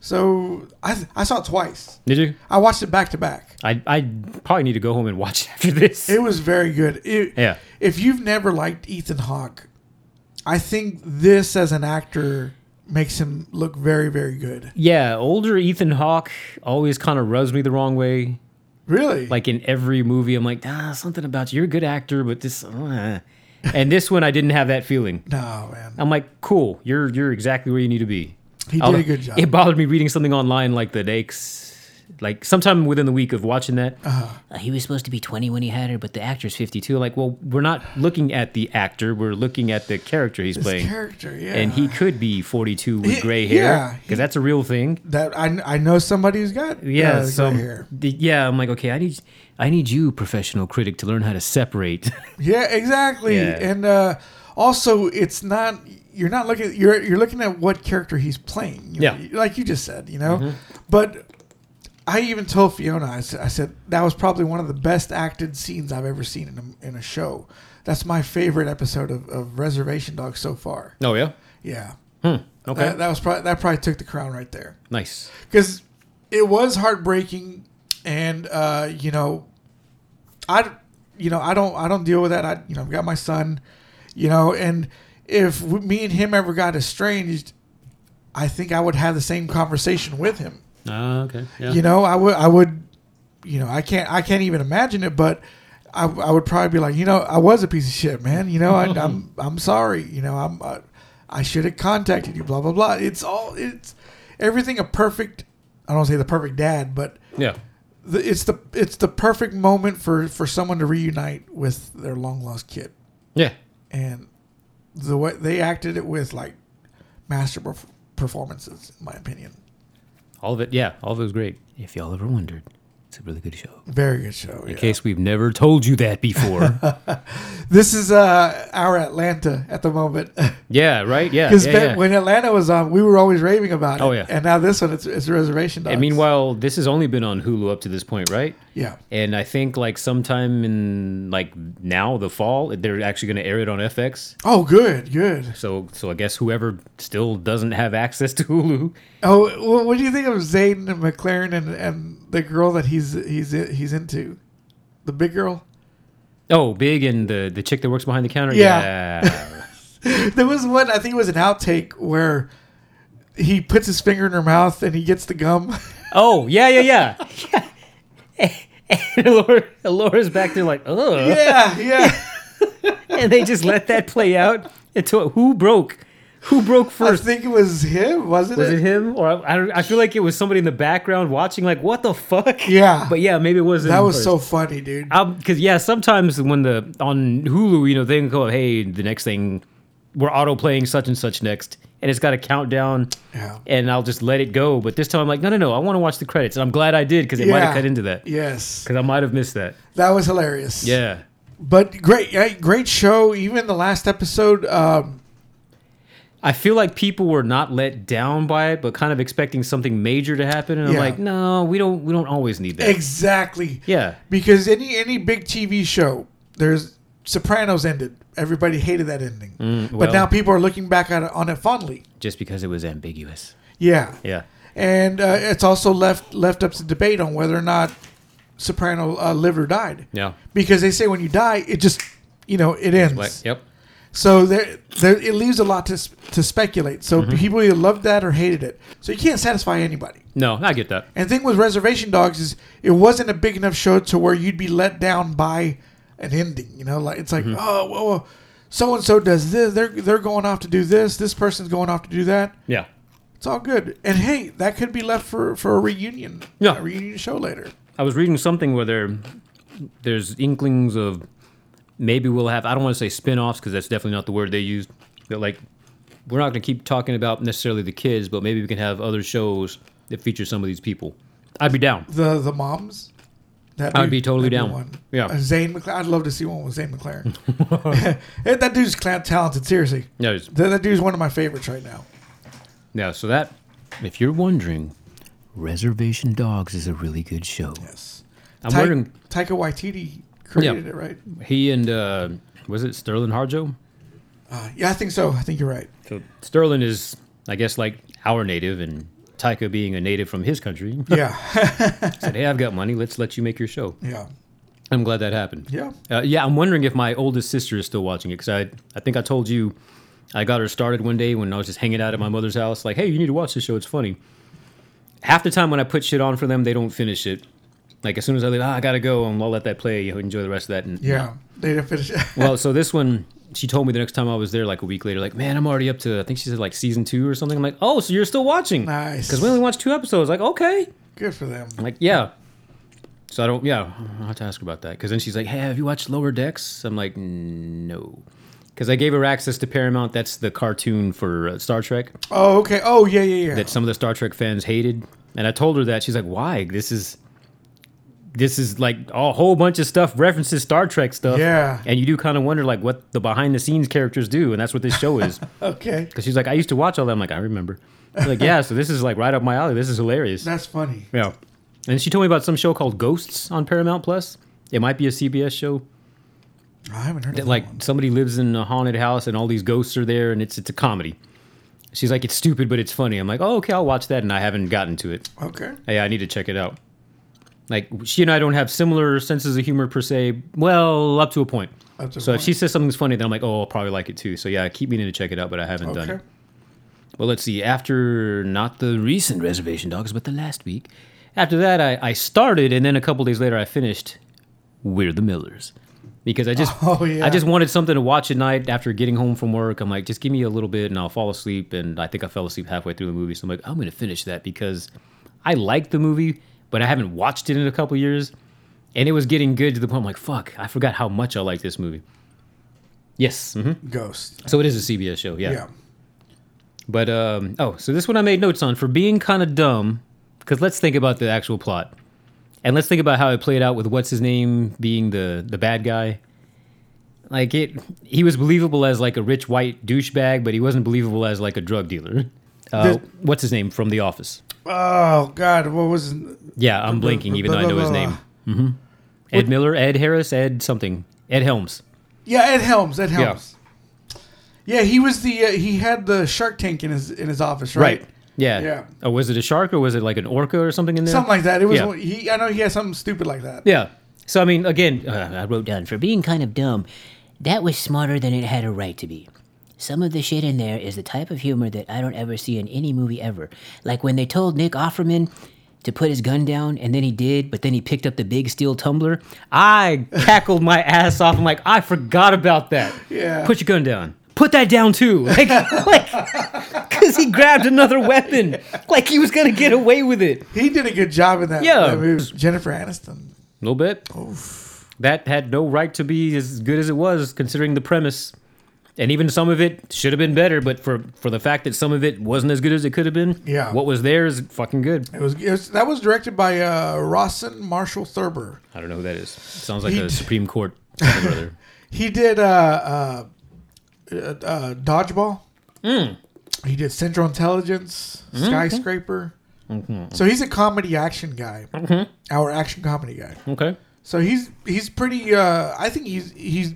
So I, I saw it twice. Did you? I watched it back to back. I, I probably need to go home and watch *laughs* after this. It was very good. It- Yeah. If you've never liked Ethan Hawke, I think this as an actor makes him look very, very good. yeah, older Ethan Hawke always kind of rubs me the wrong way. Really? Like in every movie, I'm like, ah, something about you. You're a good actor, but this. uh." And this one, I didn't have that feeling. no, man. I'm like, cool. You're you're exactly where you need to be. He did a good job. It bothered me reading something online like the next, like sometime within the week of watching that. Uh, he was supposed to be 20 when he had her, but the actress 50. 52. Like, well, we're not looking at the actor. We're looking at the character he's His playing. character, yeah. And he could be 42 with He- gray hair yeah, because that's a real thing. that I, I know somebody who's got Yeah. uh, so gray hair. d- yeah, I'm like, okay, I need I need you, professional critic, to learn how to separate. Yeah, exactly. Yeah. And uh, also, it's not you're not looking you're you're looking at what character he's playing. You know, Yeah. Mm-hmm. like you just said, you know. But I even told Fiona, I said, I said that was probably one of the best acted scenes I've ever seen in a, in a show. That's my favorite episode of, of Reservation Dogs so far. oh yeah. Yeah, Hmm, Okay. that, that was probably that probably took the crown right there nice. because it was heartbreaking, and uh, you know, I, you know, I don't, I don't deal with that. I, you know, I've got my son, you know, and if w- me and him ever got estranged, I think I would have the same conversation with him. Ah, okay. Yeah. You know, I would, I would, you know, I can't, I can't even imagine it, but. I, I would probably be like, you know, I was a piece of shit, man. You know, I, I'm I'm sorry. You know, I'm I, I should have contacted you. Blah blah blah. It's all it's everything a perfect. I don't say the perfect dad, but yeah. the, it's the it's the perfect moment for for someone to reunite with their long lost kid, Yeah. and the way they acted it with like master perf- performances, in my opinion. All of it. Yeah. All of it was great. If y'all ever wondered, it's a really good show. Very good show. In yeah. case we've never told you *laughs* that before. This is uh our Atlanta at the moment *laughs* yeah. Right. Yeah. because yeah, yeah. when Atlanta was on, we were always raving about it. Oh, yeah. and now this one it's, it's Reservation Dogs. And meanwhile, this has only been on Hulu up to this point, right? yeah, And I think like sometime in like now, the fall, they're actually going to air it on FX. oh good, good. So, so I guess whoever still doesn't have access to Hulu, Oh, wh- what do you think of Zayn and McLaren and, and the girl that he's he's he's into, the big girl? *laughs* oh, big and the the chick that works behind the counter, Yeah. yeah. There was one I think it was an outtake where he puts his finger in her mouth and he gets the *laughs* gum. *laughs* oh, yeah, yeah, yeah. *laughs* And Laura, Laura's back there like, oh, yeah, *laughs* yeah. and they just let that play out until who broke, who broke I first? think it was him, wasn't Was it? it him or I, I don't- I feel like it was somebody in the background watching, like what the fuck? Yeah. but yeah, maybe it was. That him was first. so funny, dude. because yeah, sometimes when the on Hulu, you know, they can go, hey, the next thing we're auto playing such and such next, and it's got a countdown, Yeah. and I'll just let it go. But this time, I'm like, no, no, no, I want to watch the credits, and I'm glad I did because it might Yeah. have cut into that because Yes, I might have missed that. that was hilarious. Yeah, but great, yeah, great show. Even the last episode, um, I feel like people were not let down by it, but kind of expecting something major to happen, and Yeah. I'm like, no, we don't, we don't always need that. exactly. yeah, because any any big TV show, there's Sopranos ended. Everybody hated that ending, but Mm, well. now people are looking back on it, on it fondly. just because it was ambiguous. Yeah, Yeah, and uh, it's also left left up to debate on whether or not Soprano uh, lived or died. yeah, because they say when you die, it just you know it ends. like, yep. So there, there it leaves a lot to s- to speculate. So people either loved that or hated it. So you can't satisfy anybody. No, I get that. And the thing with Reservation Dogs is it wasn't a big enough show to where you'd be let down by an ending. You know, like it's like oh well, so and so does this. They're they're going off to do this. This person's going off to do that. Yeah. It's all good. And hey, that could be left for for a reunion. Yeah. a reunion show later. I was reading something where there, there's inklings of maybe we'll have. I don't want to say spin-offs because that's definitely not the word they used. But like, we're not going to keep talking about necessarily the kids, but maybe we can have other shows that feature some of these people. I'd be down. The the moms. That I would be totally that'd down. Yeah. Uh, Zane McLaren. I'd love to see one with Zane McLaren. *laughs* Eh, that dude's clown talented. Seriously, Yeah, it's- that, that dude's one of my favorites right now. yeah. So that, if you're wondering, Reservation Dogs is a really good show. Yes, I'm Ta- wondering, Taika Waititi created Yeah. it, right? he and uh, was it Sterling Harjo? Uh, yeah, I think so. I think you're right. So Sterling is, I guess, like our native, and Taika being a native from his country Yeah, *laughs* said, "Hey, I've got money. Let's let you make your show." yeah, I'm glad that happened. yeah. Uh, yeah, I'm wondering if my oldest sister is still watching it because I, I think I told you I got her started one day when I was just hanging out at my mother's house, like, hey, you need to watch this show. It's funny. Half the time when I put shit on for them, they don't finish it. Like, as soon as I leave, ah, I gotta go, and I'll let that play. You enjoy the rest of that. And, Yeah, they didn't finish. Well, so this one, she told me the next time I was there, like a week later, like, man, I'm already up to, I think she said like season two or something. I'm like, oh, so you're still watching? Nice. Because we only watched two episodes. Like, okay. *laughs* Good for them. I'm like, yeah. So I don't, yeah, I'll have to ask her about that. Because then she's like, hey, have you watched Lower Decks? I'm like, no. Because I gave her access to Paramount. That's the cartoon for uh, Star Trek Oh, okay. Oh, yeah, yeah, yeah. that some of the Star Trek fans hated. And I told her that. She's like, why? This is. This is like a whole bunch of stuff references Star Trek stuff. Yeah. And you do kind of wonder like what the behind the scenes characters do, and that's what this show is. okay, Because she's like, I used to watch all that. I'm like, I remember. She's like, yeah. So this is like right up my alley. This is hilarious. that's funny. Yeah. And she told me about some show called Ghosts on Paramount Plus. It might be a CBS show. I haven't heard of That, that like one. somebody lives in a haunted house and all these ghosts are there and it's it's a comedy. She's like, it's stupid, but it's funny. I'm like, oh, okay, I'll watch that. And I haven't gotten to it. Okay. Hey, I need to check it out. Like, she and I don't have similar senses of humor per se. Well, up to a point. Up to a so if point. she says something's funny, then I'm like, oh, I'll probably like it too. So yeah, I keep meaning to check it out, but I haven't done Okay. it. Well, let's see. After not the recent reservation dogs, but the last week. After that, I, I started, and then a couple days later, I finished. We're the Millers, because I just *laughs* Oh, yeah. I just wanted something to watch at night after getting home from work. I'm like, just give me a little bit, and I'll fall asleep. And I think I fell asleep halfway through the movie, so I'm like, I'm gonna finish that because I like the movie, but I haven't watched it in a couple years, and it was getting good to the point. I'm like, fuck, I forgot how much I like this movie. Yes, hmm Ghost. so it is a CBS show. Yeah. But um, oh, so this one I made notes on for being kind of dumb, because let's think about the actual plot, and let's think about how it played out with what's his name being the the bad guy. Like it, he was believable as like a rich white douchebag, but he wasn't believable as like a drug dealer. Uh, This- what's his name from The Office? Oh God, what was? Yeah, I'm blinking, even though I know his name. hmm Ed Miller, Ed Harris, Ed something, Ed Helms. Yeah, Ed Helms. Ed Helms. Yeah, he was the uh, he had the Shark Tank in his in his office, right? Yeah. Yeah. Oh, was it a shark or was it like an orca or something in there? Something like that. It was Yeah. he. I know he had something stupid like that. Yeah. So I mean, again, uh, I wrote down. Done for being kind of dumb. That was smarter than it had a right to be. Some of the shit in there is the type of humor that I don't ever see in any movie ever. Like when they told Nick Offerman to put his gun down, and then he did, but then he picked up the big steel tumbler. I cackled my ass off. I'm like, I forgot about that. Yeah. Put your gun down. Put that down too. *laughs* Like, like, because he grabbed another weapon. Like he was gonna get away with it. A He did a good job in that. Yeah. that movie. Jennifer Aniston. little bit. That had no right to be as good as it was, considering the premise. And even some of it should have been better, but for for the fact that some of it wasn't as good as it could have been, Yeah. what was there is fucking good. It was, it was that was directed by uh, Rawson Marshall Thurber. I don't know who that is. Sounds like He a d- Supreme Court. something or other. He did uh, uh, uh, uh, Dodgeball. Mm. He did Central Intelligence, Mm-hmm. Skyscraper. So he's a comedy action guy, Mm-hmm. our action comedy guy. *laughs* Okay. So he's he's pretty. Uh, I think he's he's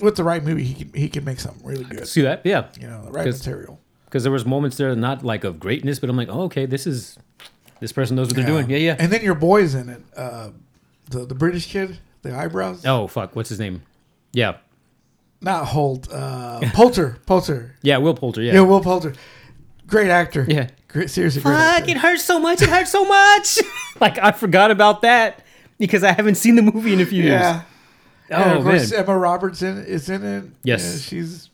with the right movie. He can he can make something really good. See that? Yeah. You know, the right 'Cause- material. because there was moments there not like of greatness, but I'm like, oh, okay, this is this person knows what they're doing. Yeah, yeah. And then your boy's in it. Uh, the the British kid, the eyebrows. oh fuck, what's his name? Yeah, Not Holt. *laughs* Uh, Poulter. Poulter. yeah, Will Poulter. Yeah, Yeah, Will Poulter. Great actor. Yeah. Great, seriously. Great fuck, actor. it hurts so much. It hurts so much. *laughs* like I forgot about that because I haven't seen the movie in a few Yeah. years. and Oh of course, uh, man. Emma Robertson is in it. Yes. Yeah, she's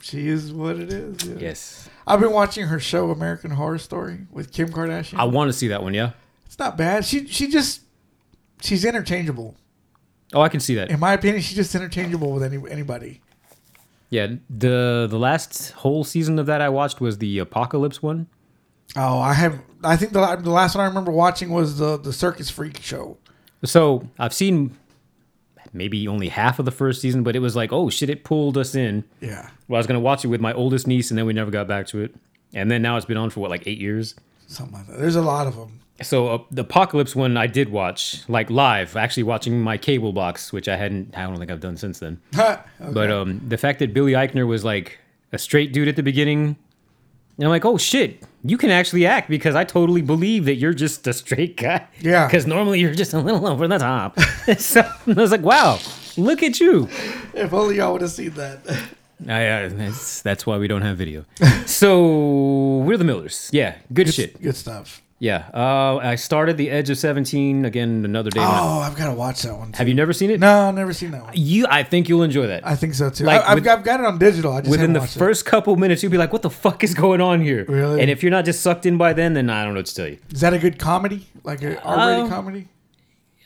she is what it is. yeah. Yes, I've been watching her show American Horror Story with Kim Kardashian. I want to see that one. Yeah. it's not bad. She she just she's interchangeable. Oh, I can see that. In my opinion, she's just interchangeable with any anybody. Yeah. the The last whole season of that I watched was the Apocalypse one. Oh, I have. I think the, the last one I remember watching was the the Circus Freak show. So I've seen maybe only half of the first season, but it was like, oh shit, it pulled us in. Yeah. Well, I was gonna watch it with my oldest niece, and then we never got back to it. And then now it's been on for what, like eight years. Something like that. There's a lot of them. So uh, the apocalypse one I did watch, like live, actually watching my cable box, which I hadn't. I don't think I've done since then. But um, the fact that Billy Eichner was like a straight dude at the beginning, and I'm like, oh shit, you can actually act because I totally believe that you're just a straight guy. *laughs* Yeah. Because normally you're just a little over the top. *laughs* so I was like, wow, look at you. *laughs* if only y'all would have seen that. I, uh, that's, that's why we don't have video. *laughs* so we're the Millers. Yeah, good *laughs* shit. Good stuff. Yeah. Uh, I started The Edge of 17 again another day. when I- Oh, I've got to watch that one. Too. have you never seen it? No, I've never seen that one. You, I think you'll enjoy that. I think so too. Like, I, I've, with- got- I've got it on digital. I just Within haven't the watched it. first couple minutes, you'll be like, "What the fuck is going on here?" Really? And if you're not just sucked in by then, then I don't know what to tell you. Is that a good comedy? Like a R-rated Uh, comedy,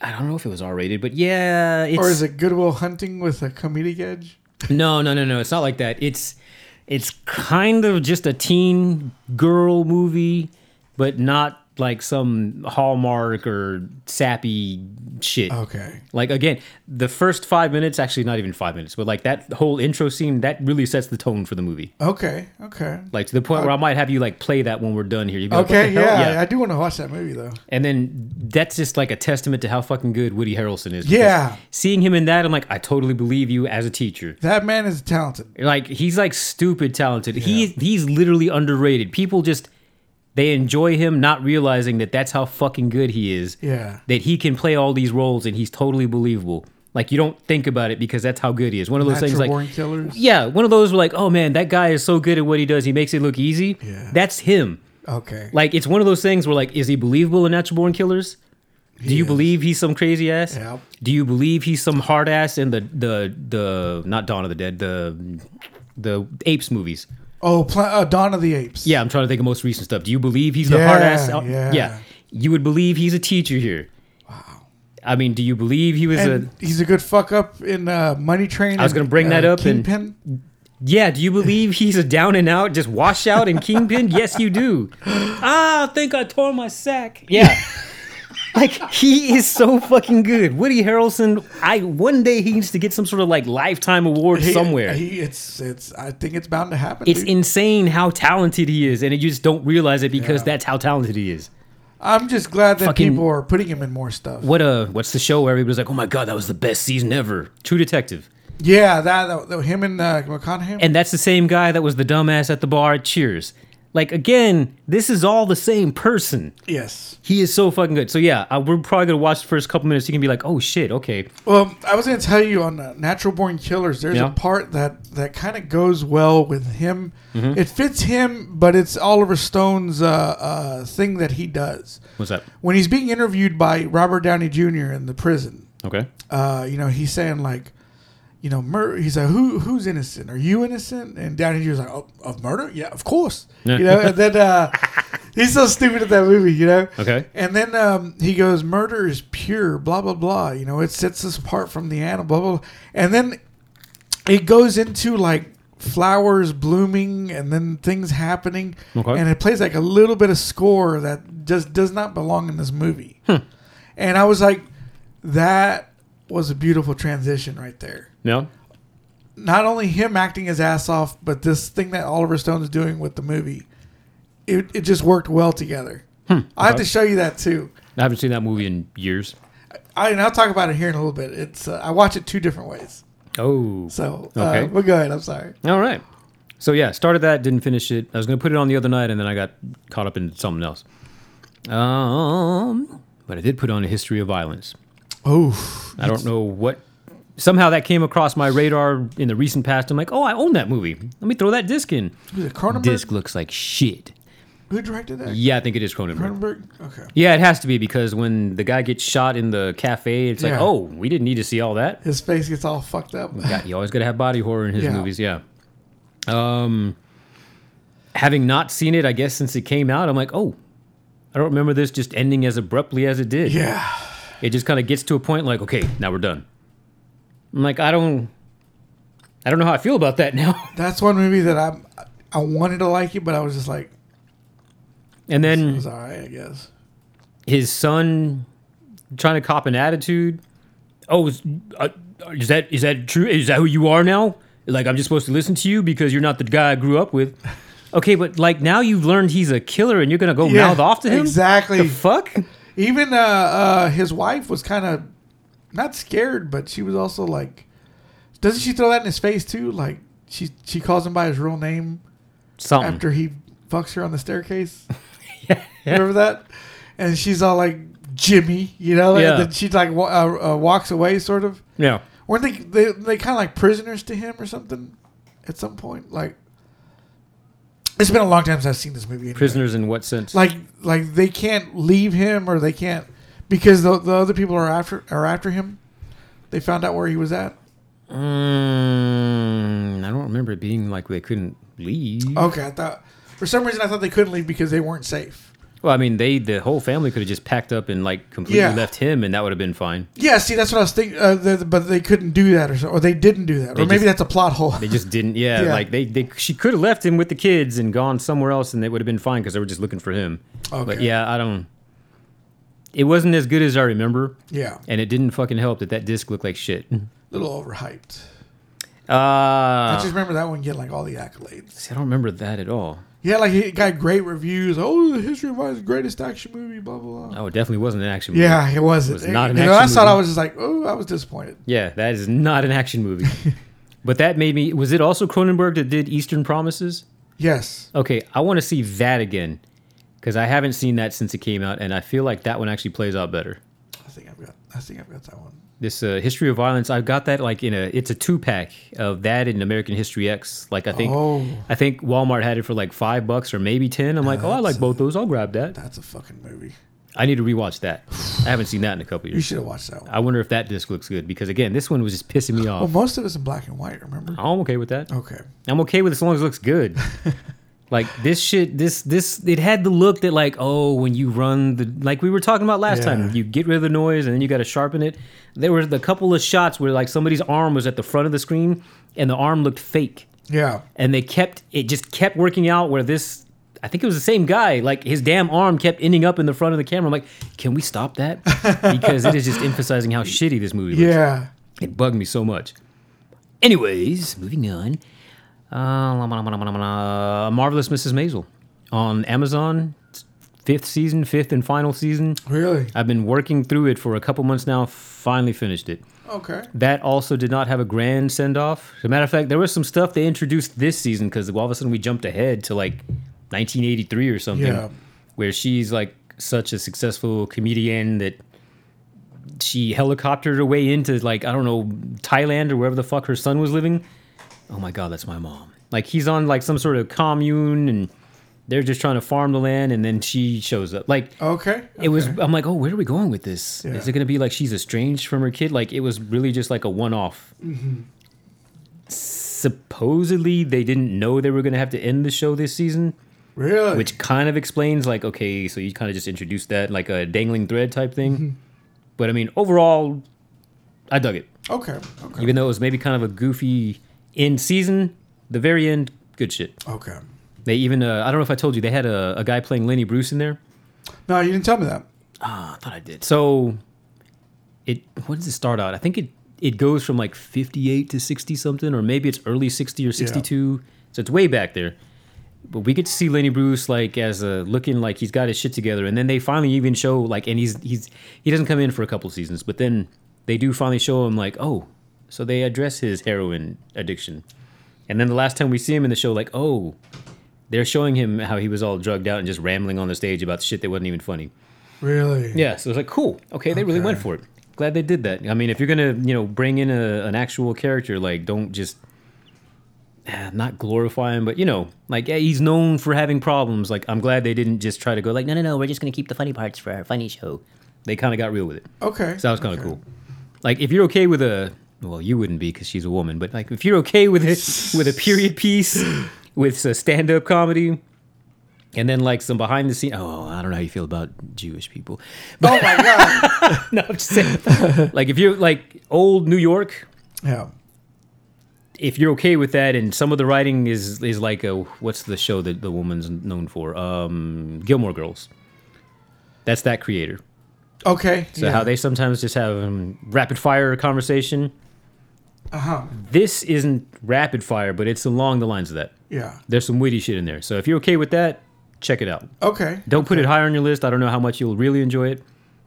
I don't know if it was R-rated, but yeah, it's or is it Goodwill Hunting with a comedic edge? No, no, no, no. It's not like that. It's it's kind of just a teen girl movie, but not like some Hallmark or sappy shit. Okay. Like again, the first five minutes, actually not even five minutes, but like that whole intro scene, that really sets the tone for the movie. Okay. Okay. Like to the point where I might have you like play that when we're done here. You'd be like, what Okay. the hell? Yeah, I do want to watch that movie though. And then that's just like a testament to how fucking good Woody Harrelson is. because Yeah. Seeing him in that, I'm like, I totally believe you as a teacher. That man is talented. Like he's like stupid talented. He's he's literally underrated. People just they enjoy him, not realizing that that's how fucking good he is. Yeah. That he can play all these roles and he's totally believable. Like you don't think about it because that's how good he is. One of those Natural things like born killers. yeah, one of those where like oh man, that guy is so good at what he does. He makes it look easy. Yeah. That's him. Okay. Like it's one of those things where like is he believable in Natural Born Killers? Do you is. believe he's some crazy ass? Yep. Do you believe he's some hard ass in the the the not Dawn of the Dead the the apes movies? oh, Pla- uh, Dawn of the Apes. Yeah, I'm trying to think of most recent stuff. Do you believe he's the Yeah, hard ass? oh, yeah. you would believe he's a teacher here. Wow. I mean, do you believe he was And a he's a good fuck up in uh, Money Train. I was and, uh, gonna bring that up and- Kingpin. yeah? Do you believe he's a down and out, just washout and kingpin? yes, you do. *laughs* Ah, I think I tore my sack. Yeah. *laughs* Like he is so fucking good, Woody Harrelson. I one day he needs to get some sort of like lifetime award He- somewhere. He, it's it's. I think it's bound to happen. it's dude. insane how talented he is, and you just don't realize it because Yeah. that's how talented he is. I'm just glad that Fucking- people are putting him in more stuff. What a what's the show where everybody's like, "Oh my god, that was the best season ever." True Detective, Yeah, that, that, that- him and uh, McConaughey. and that's the same guy that was the dumbass at the bar at Cheers. Like again, this is all the same person. yes. He is so fucking good. So yeah, I, we're probably gonna watch the first couple minutes. You can be like, "Oh shit, okay." Well, I was going to tell you on uh, Natural Born Killers. There's Yeah. a part that that kind of goes well with him. It fits him, but it's Oliver Stone's uh, uh, thing that he does What's that? when he's being interviewed by Robert Downey Jr. in the prison. Okay. uh, you know, he's saying like, you know, mur- he's like, who who's innocent? Are you innocent? And Downey Jr. was like, oh, of murder? Yeah, of course. You know, and then uh, he's so stupid at that movie, you know. Okay. And then um, he goes, murder is pure, blah blah blah. You know, it sets us apart from the animal, blah blah. blah. And then it goes into like flowers blooming and then things happening Okay. and it plays like a little bit of score that just does not belong in this movie Hmm. and i was like that was a beautiful transition right there No. not only him acting his ass off but this thing that oliver stone is doing with the movie it, it just worked well together Hmm. i have to show you that too I haven't seen that movie in years. I, and i'll talk about it here in a little bit it's uh, i watch it two different ways Oh. so uh, Okay. but go ahead i'm sorry All right. So yeah, started that, didn't finish it. I was gonna put it on the other night, and then I got caught up in something else. Um, but I did put on a history of violence. oh I don't know what. Somehow that came across my radar in the recent past. I'm like, oh, I own that movie. Let me throw that disc in. was it cronenberg Disc looks like shit. who directed that Yeah, I think it is Cronenberg. Cronenberg? Okay. Yeah, it has to be because when the guy gets shot in the cafe, it's like, Yeah. oh, we didn't need to see all that. His face gets all fucked up. Yeah, you always got to have body horror in his Yeah. movies. Yeah. Um, having not seen it, I guess since it came out, I'm like, oh, I don't remember this just ending as abruptly as it did. Yeah. It just kind of gets to a point like, okay, now we're done. I'm like, I don't, I don't know how I feel about that *laughs* now. That's one movie that I'm I wanted to like it, but I was just like, And it then was alright, I guess. his son trying to cop an attitude. Oh, is, uh, is that is that true? Is that who you are now? Like I'm just supposed to listen to you because you're not the guy I grew up with. *laughs* Okay, but like now you've learned he's a killer and you're gonna go Yeah, mouth off to him. exactly. The fuck. Even uh, uh, his wife was kind of not scared, but she was also like, doesn't she throw that in his face too? Like she she calls him by his real name Something. after he fucks her on the *laughs* staircase. Remember that? And she's all like Jimmy, you know. Yeah. And then she like wa- uh, uh, walks away, sort of. yeah. Weren't they they, they kind of like prisoners to him or something at some point? Like it's been a long time since I've seen this movie. anyway Prisoners in what sense? like like they can't leave him or they can't because the, the other people are after are after him. They found out where he was at. Mm, I don't remember it being like they couldn't leave. Okay, I thought for some reason I thought they couldn't leave because they weren't safe. Well, I mean, they the whole family could have just packed up and like completely Yeah. left him, and that would have been fine. Yeah, see, that's what I was thinking. Uh, the, the- but they couldn't do that, or so, or they didn't do that, They or maybe just- that's a plot hole. They just didn't. Yeah, Yeah. like they, they she could have left him with the kids and gone somewhere else, and they would have been fine because they were just looking for him. Okay. But yeah, I don't. It wasn't as good as I remember, yeah, and it didn't fucking help that that disc looked like shit. a little overhyped. Mm-hmm. I Uh, just remember that one getting like all the accolades. see, I don't remember that at all. Yeah, like it got great reviews. Oh, the history of I's greatest action movie. Blah blah. blah. Oh, it definitely wasn't an action. movie. Yeah, it wasn't. was not an you know, I action thought I movie. was just like, oh, I was disappointed. Yeah, that is not an *laughs* action movie. but that made me. Was it also Cronenberg that did Eastern Promises? Yes, Okay, I want to see that again because I haven't seen that since it came out, and I feel like that one actually plays out better. I think I've got. I think I've got that one. This uh, History of Violence, I got that like in a. It's a two pack of that and American History X. Like I think, Oh. I think Walmart had it for like five bucks or maybe ten. I'm like, oh, I that's like both those. I'll grab that. That's a fucking movie. I need to rewatch that. I haven't seen that in a couple You years. should have watched that one. I wonder if that disc looks good because again, this one was just pissing me Well, off. most of it's in black and white. Remember? I'm okay with that. Okay. I'm okay with it as long as it looks good. like this shit, this this it had the look that like oh when you run the like we were talking about last Yeah. time you get rid of the noise and then you got to sharpen it. There were the couple of shots where like somebody's arm was at the front of the screen and the arm looked fake Yeah. and they kept it just kept working out where this I think it was the same guy like his damn arm kept ending up in the front of the camera. I'm like, can we stop that because it is just emphasizing how shitty this movie looks. Yeah. It bugged me so much. Anyways, moving on. Uh, la- la- la- la- la- la- Marvelous Mrs. Maisel on Amazon. It's Fifth season, fifth and final season. Really? I've been working through it for a couple months now. Finally finished it. Okay. That also did not have a grand send off. As a matter of fact, there was some stuff they introduced this season because all of a sudden we jumped ahead to like 1983 or something, Yeah. where she's like such a successful comedian that she helicoptered her way into like I don't know Thailand or wherever the fuck her son was living. Oh my god, that's my mom. Like he's on like some sort of commune and they're just trying to farm the land, and then she shows up. Like Okay. it was i'm like oh where are we going with this Yeah. is it going to be like she's estranged from her kid like it was really just like a one-off Mm-hmm. supposedly they didn't know they were going to have to end the show this season really. which kind of explains like okay so you kind of just introduced that like a dangling thread type thing Mm-hmm. but i mean overall i dug it okay. Okay. even though it was maybe kind of a goofy end season the very end good shit okay. they even uh, i don't know if i told you they had a, a guy playing lenny bruce in there No, you didn't tell me that. Ah, I thought I did. So it what does it start out? I think it it goes from like 58 to 60 something or maybe it's early 60 or 62. So it's way back there. But we get to see Lenny Bruce like as a looking like he's got his shit together and then they finally even show like and he's he's he doesn't come in for a couple seasons, but then they do finally show him like, "Oh, so they address his heroin addiction." And then the last time we see him in the show like, "Oh, they're showing him how he was all drugged out and just rambling on the stage about shit that wasn't even funny." Really. Yeah, so it's like cool. Okay, they really went for it. Glad they did that. I mean, if you're gonna you know bring in a, an actual character, like don't just ah, not glorify him, but you know, like yeah, he's known for having problems. Like I'm glad they didn't just try to go like no, No, no. no, no. We're just gonna keep the funny parts for our funny show. They kind of got real with it. Okay. So that was kind of cool. Like if you're okay with a well, you wouldn't be because she's a woman, but like if you're okay with it with a period piece with a stand up comedy. And then like some behind the scene. Oh, I don't know how you feel about Jewish people. Oh *laughs* my god. no, I'm just saying. like if you're like old New York, yeah. if you're okay with that, and some of the writing is is like a what's the show that the woman's known for? Um, Gilmore Girls. That's that creator. Okay. So how they sometimes just have um, rapid fire conversation. Uh huh. This isn't rapid fire, but it's along the lines of that. Yeah. There's some witty shit in there. So if you're okay with that, check it out. Okay. Don't put it high on your list. I don't know how much you'll really enjoy it,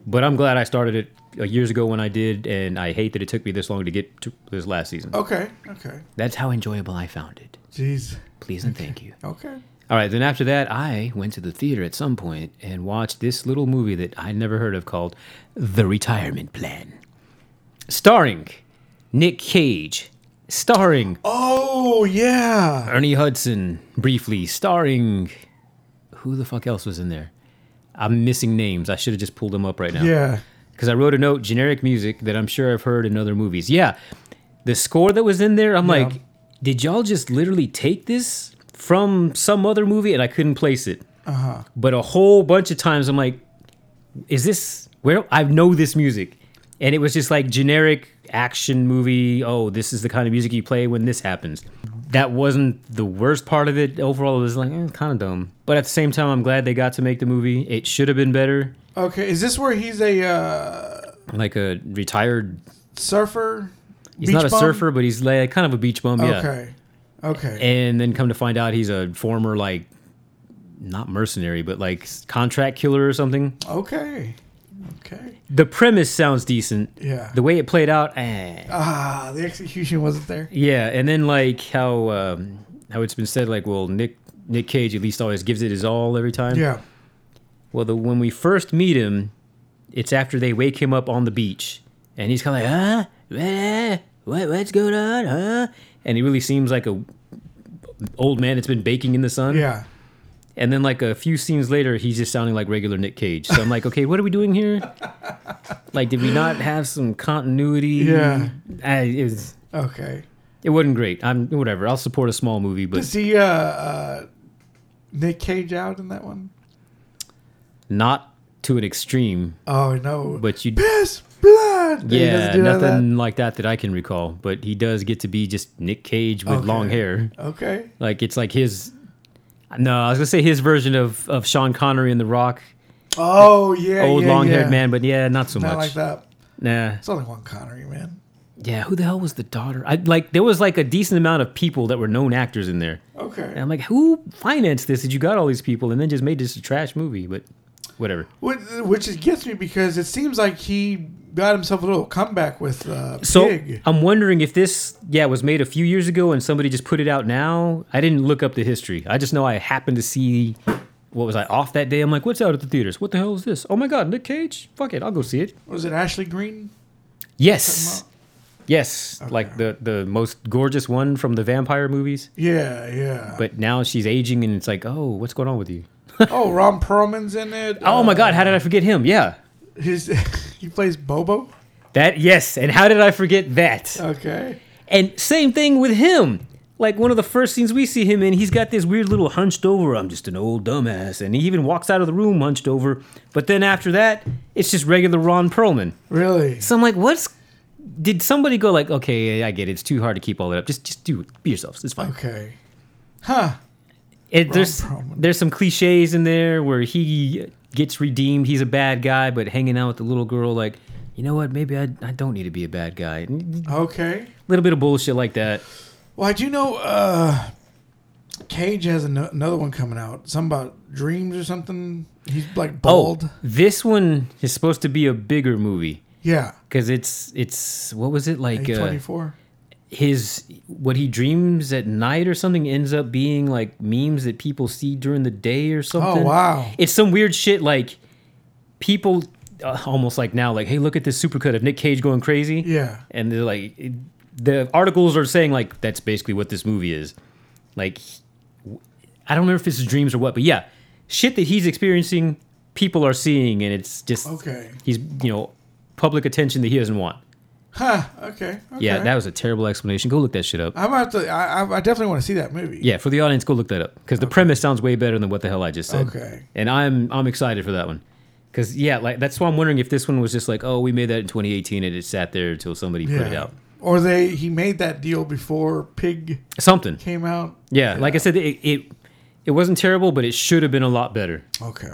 but I'm glad I started it uh, years ago when I did, and I hate that it took me this long to get to this last season. Okay. Okay. That's how enjoyable I found it. Jeez. Please and thank you. Okay. All right, then after that, I went to the theater at some point and watched this little movie that I'd never heard of called The Retirement Plan. Starring Nick Cage, starring Oh yeah. Ernie Hudson, briefly, starring. Who the fuck else was in there? I'm missing names. I should have just pulled them up right now. Yeah. because I wrote a note, generic music that I'm sure I've heard in other movies. Yeah, the score that was in there, I'm like, did y'all just literally take this from some other movie? And I couldn't place it. Uh-huh. But a whole bunch of times, I'm like, is this where I know this music? And it was just like generic action movie. Oh, this is the kind of music you play when this happens. That wasn't the worst part of it. Overall, it was like eh, kind of dumb. But at the same time, I'm glad they got to make the movie. It should have been better. Okay. Is this where he's a uh, Like a retired surfer? He's not a surfer, but he's like kind of a beach bum, yeah. Okay. Okay. And then come to find out, he's a former like not mercenary, but like s- contract killer or something. Okay. Okay. The premise sounds decent. Yeah. The way it played out, eh. Ah, the execution wasn't there. yeah. And then like how um, how it's been said, like well, Nick Nick Cage at least always gives it his all every time. Yeah. Well, the, when we first meet him, it's after they wake him up on the beach, and he's kind of like, Huh? What, what? What's going on? Huh? and he really seems like a old man that's been baking in the sun. Yeah. And then like a few scenes later, he's just sounding like regular Nick Cage. So I'm like, okay, what are we doing here? *laughs* Like, did we not have some continuity? Yeah. I, it, was, Okay. it wasn't great. I'm whatever. I'll support a small movie, Is but he uh, uh, Nick Cage out in that one? not to an extreme. Oh no. But you, Piss blood. He yeah, doesn't do none of that? nothing like that that I can recall. But he does get to be just Nick Cage with Okay. long hair. Okay. Like it's like his. No, I was gonna say his version of of Sean Connery and The Rock, Oh yeah. old yeah, long haired yeah. man. But yeah, not so Not much. like that. Nah. It's only one Connery man. Yeah, who the hell was the daughter? I like there was like a decent amount of people that were known actors in there. Okay. And I'm like, who financed this? That you got all these people and then just made this a trash movie? But whatever. Which, which it gets me because it seems like he got himself a little comeback with uh, So Pig. I'm wondering if this, yeah, was made a few years ago and somebody just put it out now. I didn't look up the history. I just know I happened to see what was I off that day. I'm like, what's out at the theaters? What the hell is this? Oh my god, Nick Cage? Fuck it, I'll go see it. Was it Ashley Green? Yes. Yes, like the the most gorgeous one from the vampire movies. Yeah, yeah. But now she's aging and it's like, oh, what's going on with you? oh, Ron Perlman's in it. Oh Uh, my God, how did I forget him? Yeah. His *laughs* he plays Bobo. That, yes. And how did I forget that? Okay. And same thing with him. Like one of the first scenes we see him in, he's got this weird little hunched over, I'm just an old dumbass. And he even walks out of the room hunched over. But then after that, it's just regular Ron Perlman. Really? So I'm like, what's. Did somebody go like, okay, I get it. It's too hard to keep all that up. Just, just do it. Be yourselves. It's fine. Okay. Huh. It, there's Perlman. there's some cliches in there where he gets redeemed. He's a bad guy, but hanging out with the little girl, like, you know what? Maybe I, I don't need to be a bad guy. A Okay. little bit of bullshit like that. Well, I do know uh, Cage has an- another one coming out. Something about dreams or something. He's like bald. Oh, this one is supposed to be a bigger movie Yeah. because it's it's what was it like? Uh, 824. his what he dreams at night or something ends up being like memes that people see during the day or something. Oh, wow. It's some weird shit like people uh, almost like now like hey look at this supercut of Nick Cage going crazy. Yeah. And they're like it- the articles are saying like that's basically what this movie is. Like I don't remember if it's his dreams or what, but yeah, shit that he's experiencing people are seeing and it's just Okay. he's you know public attention that he doesn't want. Huh. Okay. okay. Yeah, that was a terrible explanation. Go look that shit up. I'm gonna have to. I, I- I definitely want to see that movie. Yeah, for the audience, go look that up because the premise sounds way better than what the hell I just said. Okay. And I'm I'm excited for that one because yeah, like that's why I'm wondering if this one was just like, oh, we made that in 2018 and it sat there until somebody put it out. Or they he made that deal before Pig Something. came out. Yeah, like I said, it, it it wasn't terrible, but it should have been a lot better. Okay.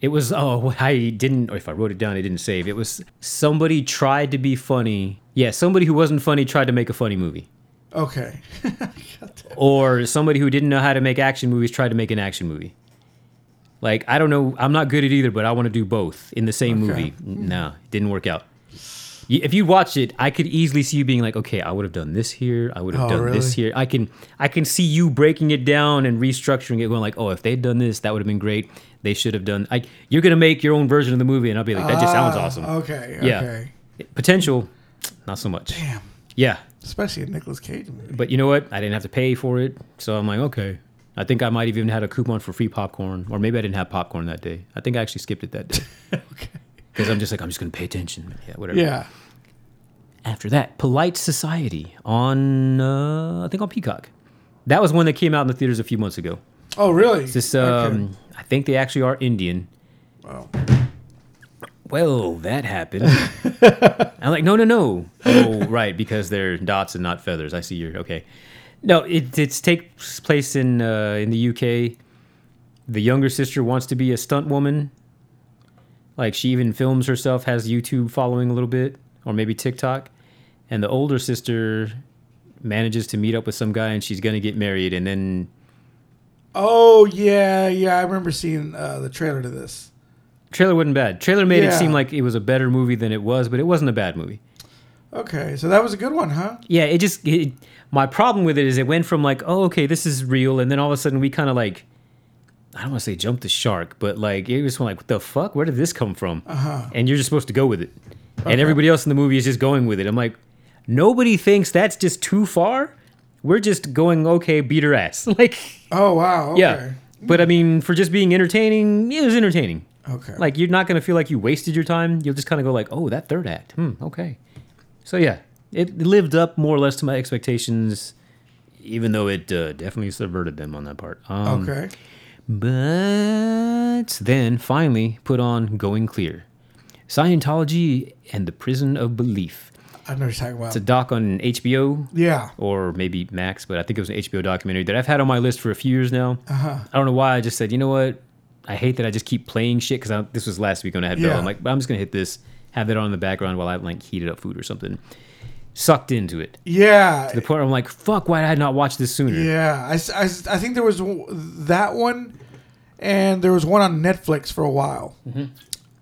It was oh *laughs* I didn't or if I wrote it down I didn't save. It was somebody tried to be funny. Yeah, somebody who wasn't funny tried to make a funny movie. Okay. Or somebody who didn't know how to make action movies tried to make an action movie. Like I don't know, I'm not good at either, but I want to do both in the same Okay. movie. N- No, it didn't work out. Y- If you watch it, I could easily see you being like, "Okay, I would have done this here. I would have Oh, done this really? here." I can, I can see you breaking it down and restructuring it, going like, "Oh, if they'd done this, that would have been great. They should have done." Like you're gonna make your own version of the movie, and I'll be like, *laughs* "That just sounds Ah, awesome." Okay. Yeah. Okay. Potential, not so much. Damn. Yeah, Especially a Nicolas Cage movie. but you know what? I didn't have to pay for it, so I'm like, okay. I think I might have even had a coupon for free popcorn, or maybe I didn't have popcorn that day. I think I actually skipped it that day *laughs* Okay. because I'm just like, I'm just gonna pay attention. Yeah, whatever. Yeah. After that, Polite Society on uh, I think on Peacock. That was one that came out in the theaters a few months ago. Oh, really? It's This um, I think they actually are Indian. Wow. Well, that happened. I'm like, no, no, no. Oh, right, because they're dots and not feathers. I see you're okay. No, it it's takes place in uh, in the UK. The younger sister wants to be a stunt woman. Like she even films herself, has YouTube following a little bit, or maybe TikTok. And the older sister manages to meet up with some guy, and she's gonna get married. And then Oh yeah, yeah. I remember seeing uh, the trailer to this. trailer wasn't bad. Trailer made it Yeah. seem like it was a better movie than it was, but it wasn't a bad movie. Okay, so that was a good one, huh? yeah it just it, my problem with it is it went from like oh okay this is real and then all of a sudden we kind of like i don't want to say jump the shark but like it was like what the fuck where did this come from uh-huh. and you're just supposed to go with it and everybody else in the movie is just going with it i'm like nobody thinks that's just too far we're just going okay beat her ass *laughs* like Oh wow. Okay. yeah but i mean for just being entertaining it was entertaining Okay. like you're not gonna feel like you wasted your time. You'll just kind of go like, oh, that third act. Hmm. Okay. So yeah, it lived up more or less to my expectations, even though it uh, definitely subverted them on that part. Um, okay. But then finally put on Going Clear, Scientology and the Prison of Belief. I know what you're talking about. It's a doc on HBO yeah. or maybe Max, but I think it was an HBO documentary that I've had on my list for a few years now. Uh-huh. I don't know why. I just said, you know what? I hate that I just keep playing shit because this was last week when I had Bell. Yeah. I'm like, I'm just gonna hit this, have that on in the background while I like heated up food or something. Sucked into it. Yeah. The point where I'm like, fuck, why did I not watch this sooner? Yeah. I, s- I s- I think there was w- that one, and there was one on Netflix for a while. Mm-hmm.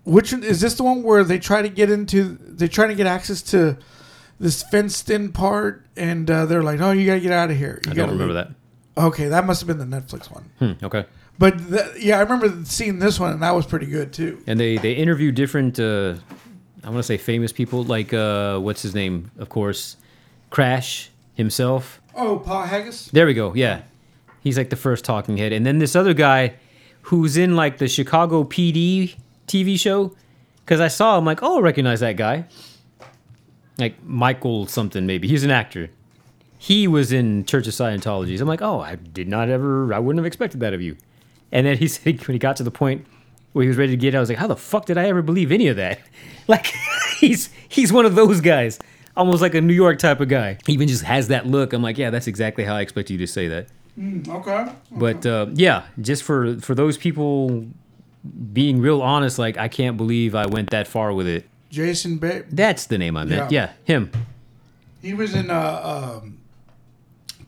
Which one- is this the one where they try to get into? They try to get access to this fenced-in part, and uh, they're like, "No, you gotta get out of here." You I don't remember that. Okay, that must have been the Netflix one. that. Hmm, okay. But th- yeah, I remember seeing this one, and that was pretty good too. And they they interview different, uh, I want to say famous people like uh, what's his name, of course, Crash himself. Oh, Paul Haggis. There we go. Yeah. He's like the first talking head. And then this other guy who's in like the Chicago PD TV show. Cause I saw him like, oh, I recognize that guy. Like Michael something, maybe. He's an actor. He was in Church of Scientologies. I'm like, oh, I did not ever, I wouldn't have expected that of you. And then he *laughs* said, when he got to the point where he was ready to get out, I was like, how the fuck did I ever believe any of that? *laughs* Like, he's he's one of those guys, almost like a New York type of guy. He even just has that look. I'm like, yeah, that's exactly how I expect you to say that. Okay. But uh, yeah, just for for those people being real honest, like I can't believe I went that far with it. Jason Bay. That's the name I meant. Yeah, Yeah. him. He was in uh, um,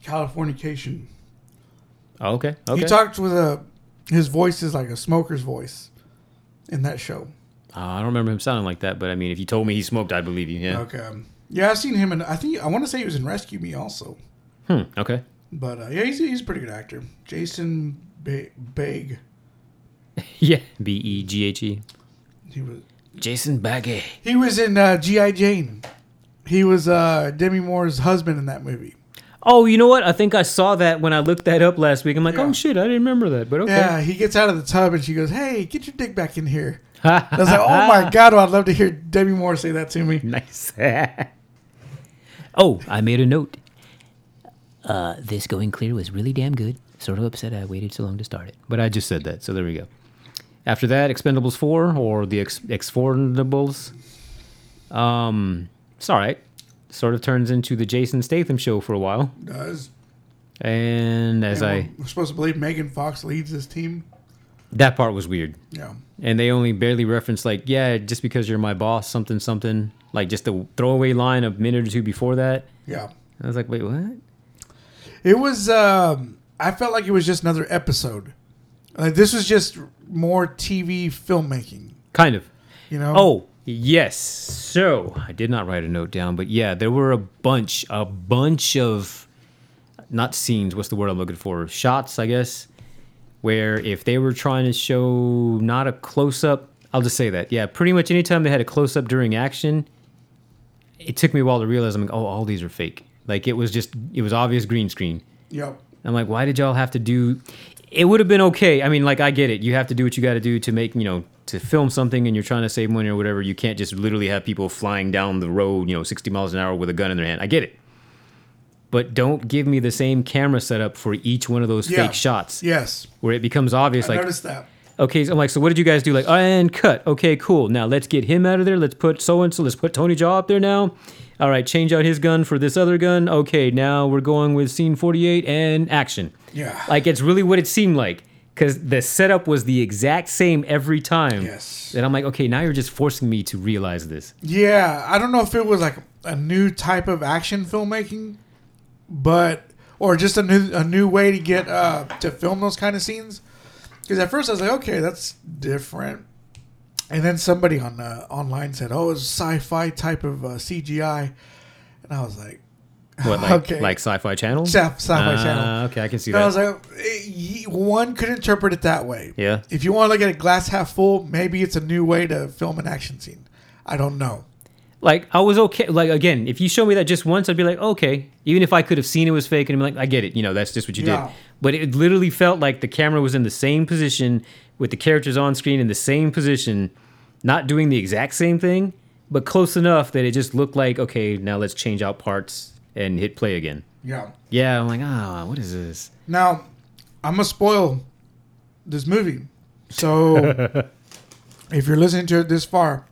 Californication. Oh, okay. Okay. He talked with a. His voice is like a smoker's voice, in that show. Uh, I don't remember him sounding like that, but I mean, if you told me he smoked, I'd believe you. Yeah. Okay. um, Yeah, I've seen him, and I think I want to say he was in Rescue Me also. Hmm. Okay. But uh, yeah, he's, he's a pretty good actor. Jason ba- Beg. *laughs* Yeah. B e g h e. He was. Jason Baggy. He was in uh, GI Jane. He was uh, Demi Moore's husband in that movie. Oh, you know what? I think I saw that when I looked that up last week. I'm like, Yeah. oh shit, I didn't remember that. But okay. Yeah, he gets out of the tub and she goes, "Hey, get your dick back in here." I was like, "Oh my god, well, I'd love to hear Debbie Moore say that to me." *laughs* Nice. *laughs* oh, I made a note. Uh, this going clear was really damn good. Sort of upset I waited so long to start it. But I just said that, so there we go. After that, Expendables 4 or the Ex- Exfordables. Um, it's all right. Sort of turns into the Jason Statham show for a while. Does And as And I. we're, we're supposed to believe Megan Fox leads this team? That part was weird. Yeah. And they only barely referenced like, yeah, just because you're my boss, something, something. Like just the throwaway line a minute or two before that. Yeah. I was like, wait, what? It was. Um, I felt like it was just another episode. Like this was just more TV filmmaking. Kind of. You know. Oh, yes. So I did not write a note down, but yeah, there were a bunch, a bunch of not scenes, what's the word I'm looking for? Shots, I guess, where if they were trying to show not a close up, I'll just say that. Yeah, pretty much anytime they had a close up during action, it took me a while to realize I'm like, oh, all these are fake. Like it was just, it was obvious green screen. Yep. I'm like, why did y'all have to do? It would have been okay. I mean, like, I get it. You have to do what you got to do to make, you know, to film something, and you're trying to save money or whatever. You can't just literally have people flying down the road, you know, 60 miles an hour with a gun in their hand. I get it, but don't give me the same camera setup for each one of those Yeah. fake shots, Yes. where it becomes obvious. I like, noticed that. okay, so I'm like, so what did you guys do? Like, and cut. Okay, cool. Now let's get him out of there. Let's put so and so. Let's put Tony Jaw up there now. All right, change out his gun for this other gun. Okay, now we're going with scene 48 and action. Yeah. Like it's really what it seemed like because the setup was the exact same every time. Yes. And I'm like, okay, now you're just forcing me to realize this. Yeah, I don't know if it was like a new type of action filmmaking, but or just a new a new way to get uh, to film those kind of scenes. Because at first I was like, okay, that's different, and then somebody on uh, online said, oh, it's sci-fi type of uh, CGI, and I was like, What *laughs* like Okay. like Sci-Fi Channel? Sci- Sci-Fi Channel. Ah, Okay, I can see and I was that. like, eh, y- one could interpret it that way. Yeah. If you want to look at it glass half full, maybe it's a new way to film an action scene. I don't know. Like I was okay. Like again, if you show me that just once, I'd be like, okay. Even if I could have seen it was fake, and I'm like, I get it. You know, that's just what you Yeah. did. But it literally felt like the camera was in the same position with the characters on screen in the same position, not doing the exact same thing, but close enough that it just looked like okay. Now let's change out parts and hit play again. Yeah. Yeah, I'm like, ah, what is this? Now, I'm gonna spoil this movie. *laughs* So, if you're listening to it this far,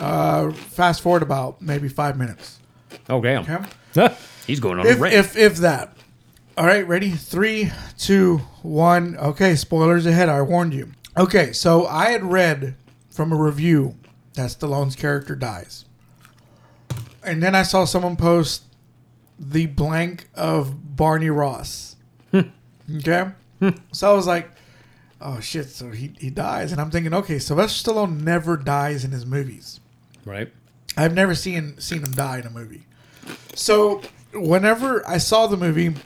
uh, fast forward about maybe five minutes. Oh damn, Okay, *laughs* he's going on a if rant. if if that. All right, ready? Three, two, one. Okay, spoilers ahead. I warned you. Okay, so I had read from a review that Stallone's character dies, and then I saw someone post the blank of Barney Ross. okay, so I was like, "Oh shit!" So he he dies, and I'm thinking, "Okay, Sylvester Stallone never dies in his movies." right? I've never seen seen him die in a movie. So whenever I saw the movie,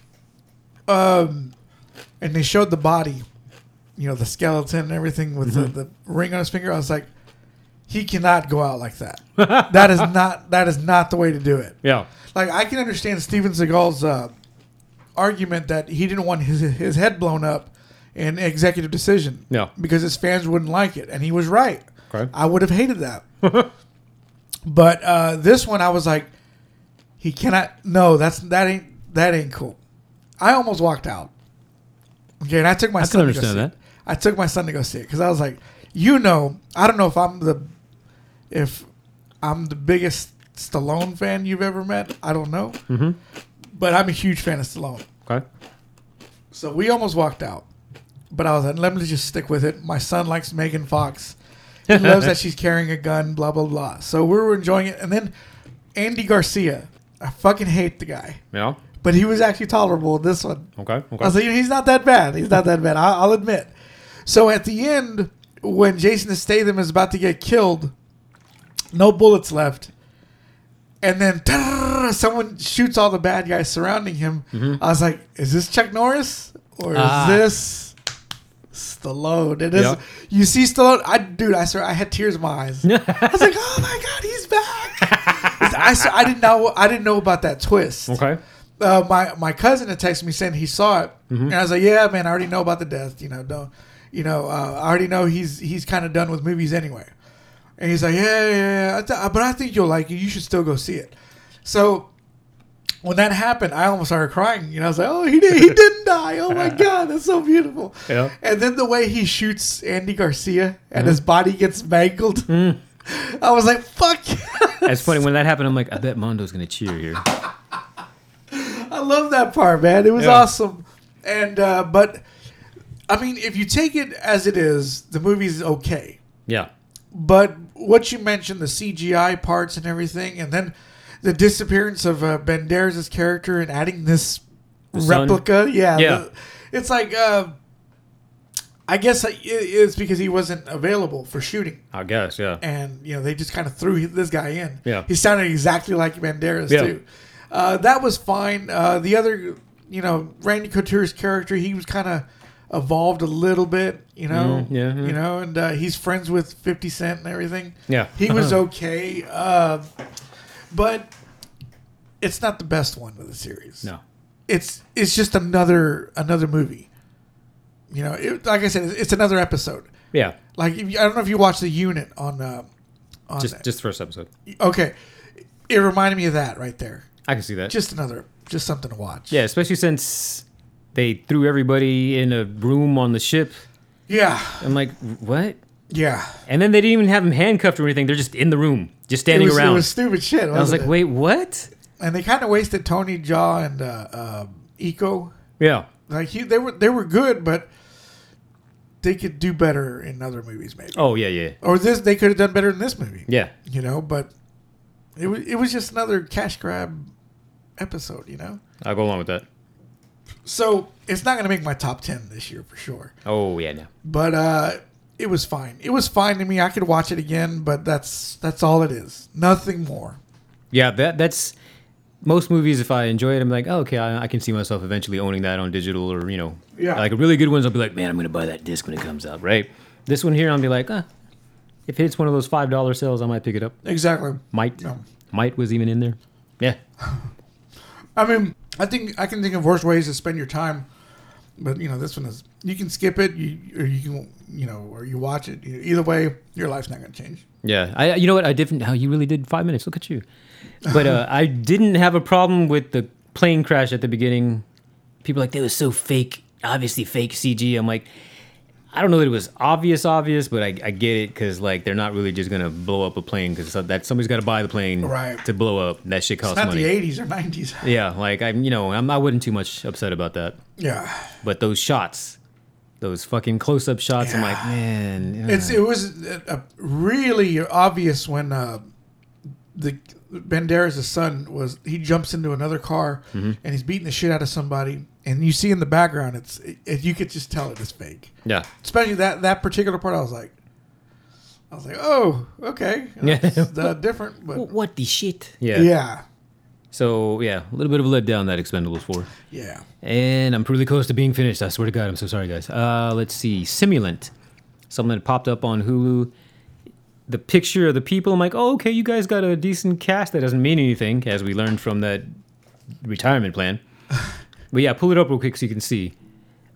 um, and they showed the body, you know, the skeleton and everything with the, the ring on his finger, I was like, he cannot go out like that. *laughs* that is not that is not the way to do it. Yeah. Like I can understand Steven Seagal's uh, argument that he didn't want his his head blown up in executive decision. Yeah. Because his fans wouldn't like it, and he was right. Okay. I would have hated that. *laughs* but uh, this one, I was like, he cannot. No, that's that ain't that ain't cool. I almost walked out. Okay, and I took my can son. to go understand see that. It. I took my son to go see it because I was like, you know, I don't know if I'm the if I'm the biggest Stallone fan you've ever met. I don't know, mm-hmm. but I'm a huge fan of Stallone. Okay. So we almost walked out, but I was like, let me just stick with it. My son likes Megan Fox. He loves that she's carrying a gun, blah, blah, blah. So we were enjoying it. And then Andy Garcia. I fucking hate the guy, Yeah. but he was actually tolerable in this one. Okay. Okay. I was like, he's not that bad. He's not that bad. I'll, I'll admit. So at the end, when Jason Statham is about to get killed, no bullets left, and then "Tarrr," someone shoots all the bad guys surrounding him. I was like, is this Chuck Norris or is Mm-hmm. Ah. this Stallone? It is. Yeah. You see Stallone? I dude, I swear, I had tears in my *laughs* eyes. I was like, oh my god, he's back. *laughs* I, swear, I didn't know. I didn't know about that twist okay. uh, my my cousin had texted me saying he saw it, and I was like, "Yeah, man, I already know about the death. You know, don't, you know, uh, I already know he's he's kind of done with movies anyway." And he's like, "Yeah, yeah, yeah, I th- but I think you'll like it. You should still go see it." So when that happened, I almost started crying. You know, I was like, "Oh, he did, he didn't die. Oh my god, that's so beautiful." Yeah. And then the way he shoots Andy Garcia and his body gets mangled, *laughs* I was like, "Fuck." *laughs* That's funny. When that happened, I'm like, I bet Mondo's gonna cheer here. I love that part, man. It was Yeah. awesome. And uh, but I mean, if you take it as it is, the movie's okay. Yeah. But what you mentioned, the CGI parts and everything, and then the disappearance of uh, Banderas' character and adding this son? replica. Yeah. Yeah. the- it's like, uh, I guess it- it's because he wasn't available for shooting. I guess. Yeah. And, you know, they just kind of threw this guy in. Yeah. He sounded exactly like Banderas, Yeah. too. Uh, that was fine. Uh, the other, you know, Randy Couture's character, he was kind of evolved a little bit, you know. Mm, yeah, yeah. You know, and uh, he's friends with 50 Cent and everything Yeah. Uh-huh. he was okay, uh, but it's not the best one of the series. no. it's it's just another another movie. You know, it, like I said, it's, it's another episode. Yeah. Like if you, I don't know if you watched the unit on uh, on Just just first episode. okay. It reminded me of that right there. I can see that. Just another, just something to watch. yeah, especially since they threw everybody in a room on the ship. yeah, I'm like, what? yeah. And then they didn't even have them handcuffed or anything. They're just in the room, just standing it was, around. It was stupid shit. I was like, it? wait, what? and they kind of wasted Tony Jaw and uh, um Eco. Yeah. Like he, they were they were good, but they could do better in other movies, maybe. Oh yeah, yeah, Or this, they could have done better in this movie. yeah. You know, but it was it was just another cash grab episode. You know, I'll go along with that. so it's not going to make my top ten this year for sure. Oh yeah, no. But uh, it was fine. It was fine to me. I could watch it again, but that's that's all it is. Nothing more. Yeah, that that's most movies. If I enjoy it, I'm like, oh, okay, I, I can see myself eventually owning that on digital or you know, Yeah. Like really good ones, I'll be like, man, I'm gonna buy that disc when it comes out, right? This one here, I'll be like, ah, if it's one of those five dollar sales, I might pick it up. Exactly. Might, No. might was even in there. Yeah, I mean, I think I can think of worse ways to spend your time, but you know, this one is you can skip it, you or you can you know, or you watch it. You- Either way, your life's not going to change. yeah. I, you know what? I didn't. How you really did five minutes? Look at you. But uh, *laughs* I didn't have a problem with the plane crash at the beginning. People are like that was so fake, obviously fake CG. I'm like, I don't know that it was obvious, obvious, but I, I get it because like they're not really just gonna blow up a plane because that somebody's got to buy the plane Right. to blow up. That shit costs It's not money. the '80s or '90s. yeah, like I'm, you know, I'm, I wasn't too much upset about that. Yeah, But those shots, those fucking close-up shots, I'm like, Yeah. man, ugh." it's it was uh uh really obvious when uh, the Banderas' son was he jumps into another car Mm-hmm. and he's beating the shit out of somebody, and you see in the background, it's it, it, you could just tell it is fake. yeah, especially that that particular part. I was like, I was like, oh, *laughs* okay, Yeah. that's uh, different, but Wh- What the shit? yeah, yeah, So yeah, a little bit of a letdown that Expendables four, yeah, and I'm really close to being finished. I swear to God, I'm so sorry, guys. Uh, let's see, Simulant, something that popped up on Hulu. The picture of the people, I'm like, oh, okay, you guys got a decent cast. That doesn't mean anything, as we learned from that retirement plan. but yeah, pull it up real quick so you can see.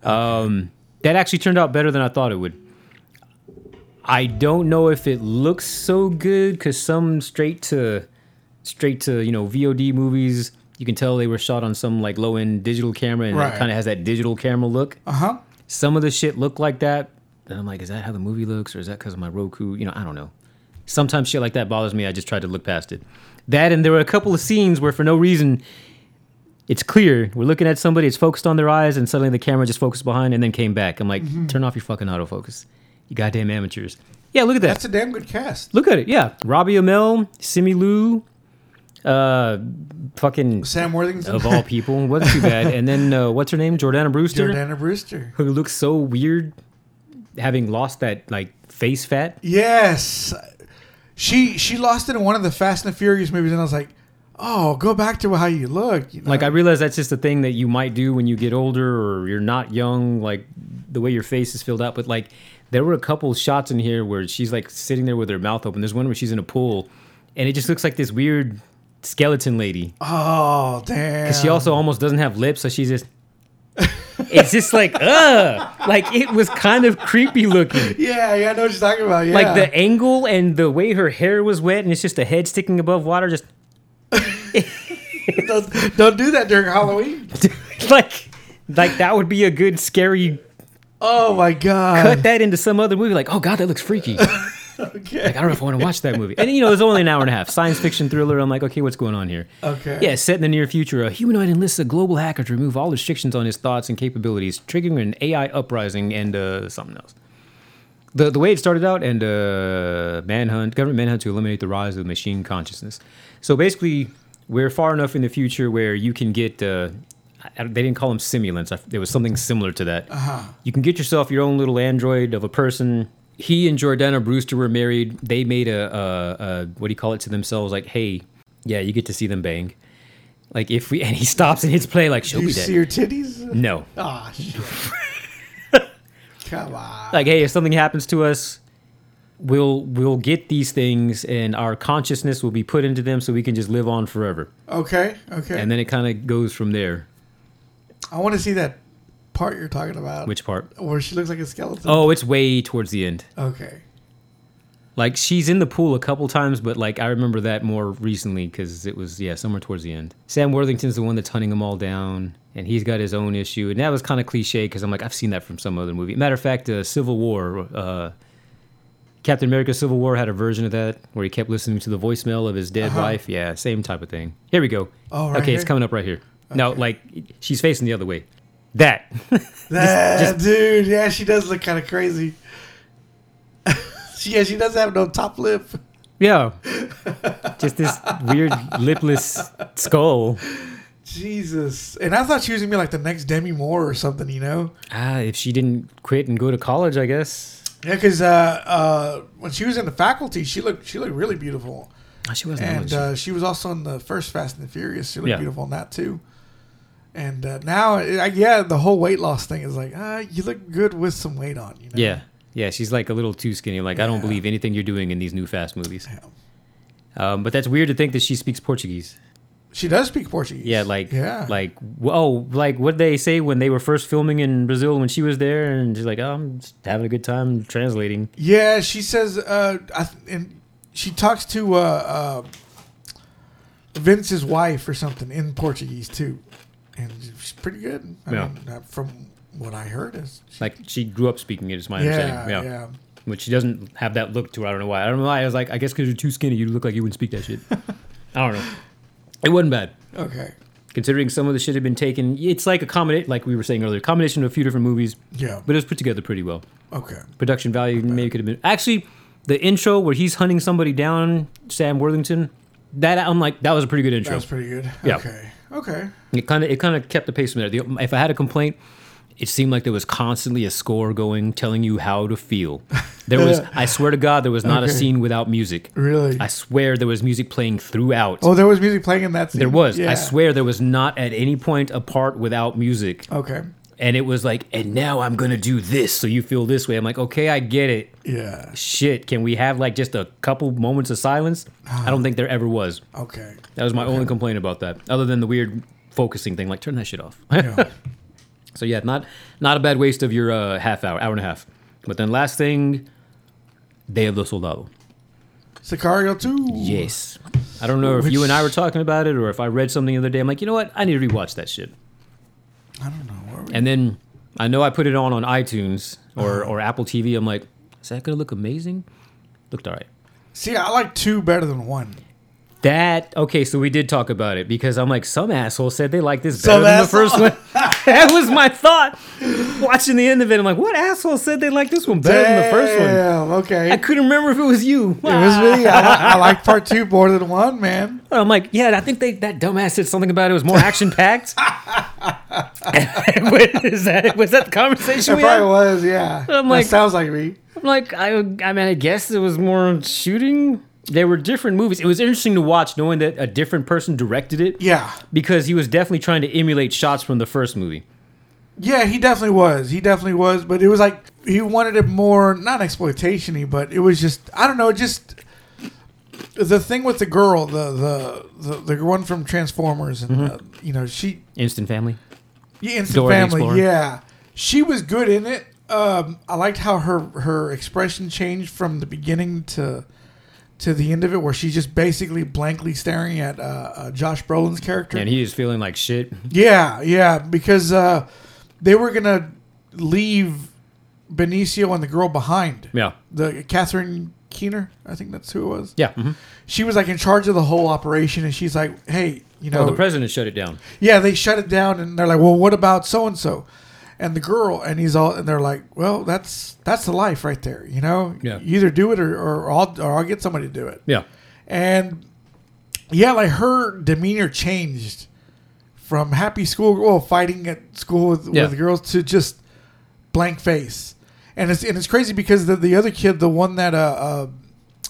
Um, that actually turned out better than I thought it would. I don't know if it looks so good because some straight to straight to you know VOD movies, you can tell they were shot on some like low end digital camera, and Right. it kind of has that digital camera look. uh huh, Some of the shit looked like that. Then I'm like, is that how the movie looks, or is that because of my Roku? You know, I don't know. Sometimes shit like that bothers me. I just try to look past it. That and there were a couple of scenes where for no reason. It's clear. We're looking at somebody. It's focused on their eyes, and suddenly the camera just focused behind, and then came back. I'm like, turn off your fucking autofocus, you goddamn amateurs. Yeah, look at that. that's a damn good cast. Look at it. Yeah. Robbie Amell, Simi Lou, uh, fucking Sam Worthington, of all people. Wasn't too bad. And then uh, what's her name? Jordana Brewster, Jordana Brewster. who looks so weird having lost that like face Uh-huh. fat. Yes, she she lost it in one of the Fast and the Furious movies, and I was like, oh, go back to how you look. You know? Like I realize that's just a thing that you might do when you get older or you're not young, like the way your face is filled out. But like there were a couple shots in here where she's like sitting there with her mouth open. There's one where she's in a pool and it just looks like this weird skeleton lady. oh damn, She also almost doesn't have lips, so she's just. *laughs* it's just like, ugh. Like, it was kind of creepy looking. yeah, yeah, I know what you're talking about. Yeah, Like, the angle and the way her hair was wet, and it's just a head sticking above water, just *laughs* don't, don't do that during Halloween. *laughs* like, like that would be a good, scary. Oh my god, Cut that into some other movie. Like, oh, God, that looks freaky. *laughs* Okay. Like, I don't know if I want to watch that movie. And you know, it's only an hour and a half. Science fiction thriller. I'm like, okay, what's going on here? Okay. Yeah, set in the near future, a humanoid enlists a global hacker to remove all restrictions on his thoughts and capabilities, triggering an AI uprising and uh, something else. The, the way it started out and uh, manhunt, government manhunt to eliminate the rise of machine consciousness. So basically, we're far enough in the future where you can get. Uh, I- I- they didn't call them simulants. I- There was something similar to that. Uh-huh. You can get yourself your own little android of a person. He and Jordana Brewster were married. They made a, a, a what do you call it to themselves? Like, hey, yeah, you get to see them bang. Like if we *laughs* and he stops and hits play, like she'll Do you be dead. see her *laughs* titties? no, Ah, shit. Come on. like hey if something happens to us we'll we'll get these things and our consciousness will be put into them so we can just live on forever Okay. Okay. and then it kind of goes from there I want to see that part you're talking about. which part Where she looks like a skeleton. oh it's way towards the end Okay. like she's in the pool a couple times but like i remember that more recently because it was yeah somewhere towards the end sam worthington's the one that's hunting them all down and he's got his own issue and that was kind of cliche because i'm like i've seen that from some other movie matter of fact uh, civil war uh, captain america civil war had a version of that where he kept listening to the voicemail of his dead wife yeah same type of thing here we go Uh-huh. Oh, right okay it's here? coming up right here no like she's facing the other way that *laughs* That dude. Yeah, she does look kind of crazy. *laughs* She- yeah, she does have no top lip. yeah just this weird lipless skull Jesus. And I thought she was gonna be like the next Demi Moore or something. You know. Ah, if she didn't quit and go to college, I guess. Yeah, because uh, uh, when she was in the faculty, she looked she looked really beautiful, Ah, she wasn't. and uh, she was also in the first Fast and the Furious. She looked Yeah. beautiful in that too. And uh, now, I, yeah, the whole weight loss thing is like, uh, you look good with some weight on. You know? yeah, yeah, she's like a little too skinny. Like I don't believe anything you're doing in these new fast movies. Yeah. Um, but that's weird to think that she speaks Portuguese. She does speak Portuguese. Yeah, like yeah, like w- oh, like what they say when they were first filming in Brazil when she was there, and she's like, oh, I'm just having a good time translating. yeah. She says, uh, I th- and she talks to uh, uh, Vince's wife or something in Portuguese too, and she's pretty good. I Yeah. mean, uh, from what I heard is, she, Like she grew up speaking it, is my yeah, understanding. yeah. which she doesn't have that look to her. I don't know why. I don't know why. I was like, I guess because you're too skinny, you look like you wouldn't speak that shit. *laughs* I don't know. It wasn't bad. Okay. considering some of the shit had been taken. It's like a combination, like we were saying earlier, combination of a few different movies, Yeah. but it was put together pretty well. Okay. Production value maybe could have been actually the intro where he's hunting somebody down, Sam Worthington. That I'm like, that was a pretty good That intro. was pretty good. Yeah. Okay. Okay. It kind of it kind of kept the pace from there. The, if I had a complaint, it seemed like there was constantly a score going, telling you how to feel. *laughs* There was, I swear to God, there was not a scene without music. Really? I swear there was music playing throughout. oh, there was music playing in that scene. there was. Yeah. I swear there was not at any point a part without music. Okay. and it was like, and now I'm gonna do this, so you feel this way. I'm like, okay, I get it. Yeah. Shit, can we have like just a couple moments of silence? I don't think there ever was. Okay. That was my only complaint about that, other than the weird focusing thing. Like, turn that shit off. *laughs* Yeah. so yeah, not not a bad waste of your uh, half hour, hour and a half. But then last thing, Day of the Soldado. Sicario too. Yes, I don't know if you Which- and I were talking about it or if I read something the other day. I'm like, you know what? I need to rewatch that shit. I don't know. Where we- And then I know I put it on on iTunes or, Uh-huh. or Apple TV. I'm like, is that going to look amazing? Looked all right. See, I like two better than one. That, okay, so we did talk about it because I'm like, some asshole said they like this better Some than asshole. the first one. *laughs* that was my thought watching the end of it. I'm like, what asshole said they like this one better than the first one? Damn, Okay. I couldn't remember if it was you. it was me. I, li- I like part two more than one, man. *laughs* I'm like, yeah, I think they, that dumbass said something about it was more *laughs* action *laughs* packed. was, that, was that the conversation It we had? probably was. Yeah. Oh, I'm That like- sounds like me. Like I, I mean, I guess it was more shooting. They were different movies. It was interesting to watch, knowing that a different person directed it. Yeah. Because he was definitely trying to emulate shots from the first movie. Yeah, he definitely was. He definitely was. But it was like he wanted it more not exploitationy, but it was just I don't know, just the thing with the girl, the the the, the one from Transformers, and uh, Mm-hmm. you know she Instant Family. yeah, Instant Dora the Family, Explorer. yeah, she was good in it. Um, I liked how her her expression changed from the beginning to to the end of it, where she's just basically blankly staring at uh, uh, Josh Brolin's character. And he is feeling like shit. Yeah, yeah, because uh, they were gonna leave Benicio and the girl behind. Yeah. The Catherine Keener, I think that's who it was. Yeah. mhm. She was like in charge of the whole operation, and she's like, "Hey, you know, Well, the president shut it down. yeah, they shut it down, and they're like, well, what about so and so, and the girl, and he's all, and they're like, well, that's that's the life right there, you know. Yeah. You either do it, or, or I'll or I'll get somebody to do it. Yeah. And yeah, like her demeanor changed from happy school, well, fighting at school with, Yeah. with the girls to just blank face. And it's and it's crazy because the, the other kid, the one that uh, uh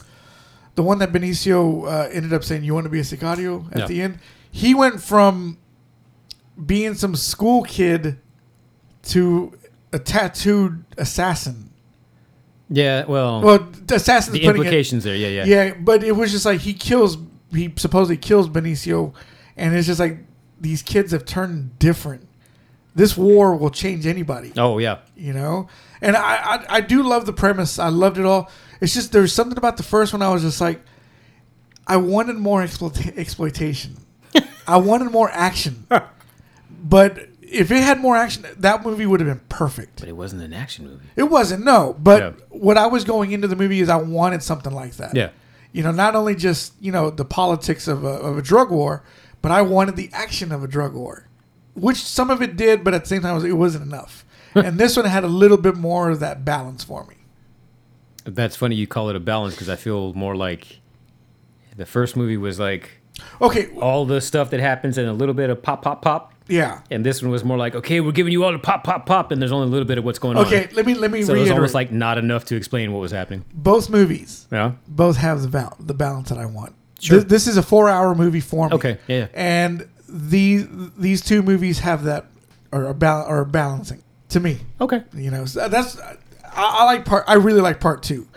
the one that Benicio uh, ended up saying, "You want to be a sicario?" at Yeah. the end, he went from being some school kid to a tattooed assassin. Yeah. Well, Well, assassins the putting it, implications there. Yeah, yeah. yeah, but it was just like he kills. He supposedly kills Benicio, and it's just like these kids have turned different. This war will change anybody, Oh, yeah. you know. And I, I, I do love the premise. I loved it all. It's just there's something about the first one. I was just like, I wanted more exploit- exploitation. I wanted more action. But if it had more action, that movie would have been perfect. But it wasn't an action movie. It wasn't no, but Yeah. what I was going into the movie is I wanted something like that. Yeah. you know, not only just you know the politics of a, of a drug war, but I wanted the action of a drug war, which some of it did, but at the same time it was- it wasn't *laughs* enough. and this one had a little bit more of that balance for me. That's funny you call it a balance because I feel more like the first movie was like Okay, w- all the stuff that happens and a little bit of pop, pop, pop. yeah, And this one was more like, okay, we're giving you all the pop, pop, pop, and there's only a little bit of what's going on. okay. Let me let me So it was reiterate. almost like not enough to explain what was happening. both movies, Yeah. both have the val- the balance that I want. Sure. Th- this is a four hour movie for me. Okay. Yeah. yeah. and these these two movies have that or are, bal- are balancing to me. Okay. you know so uh, that's I, I like part i really like part two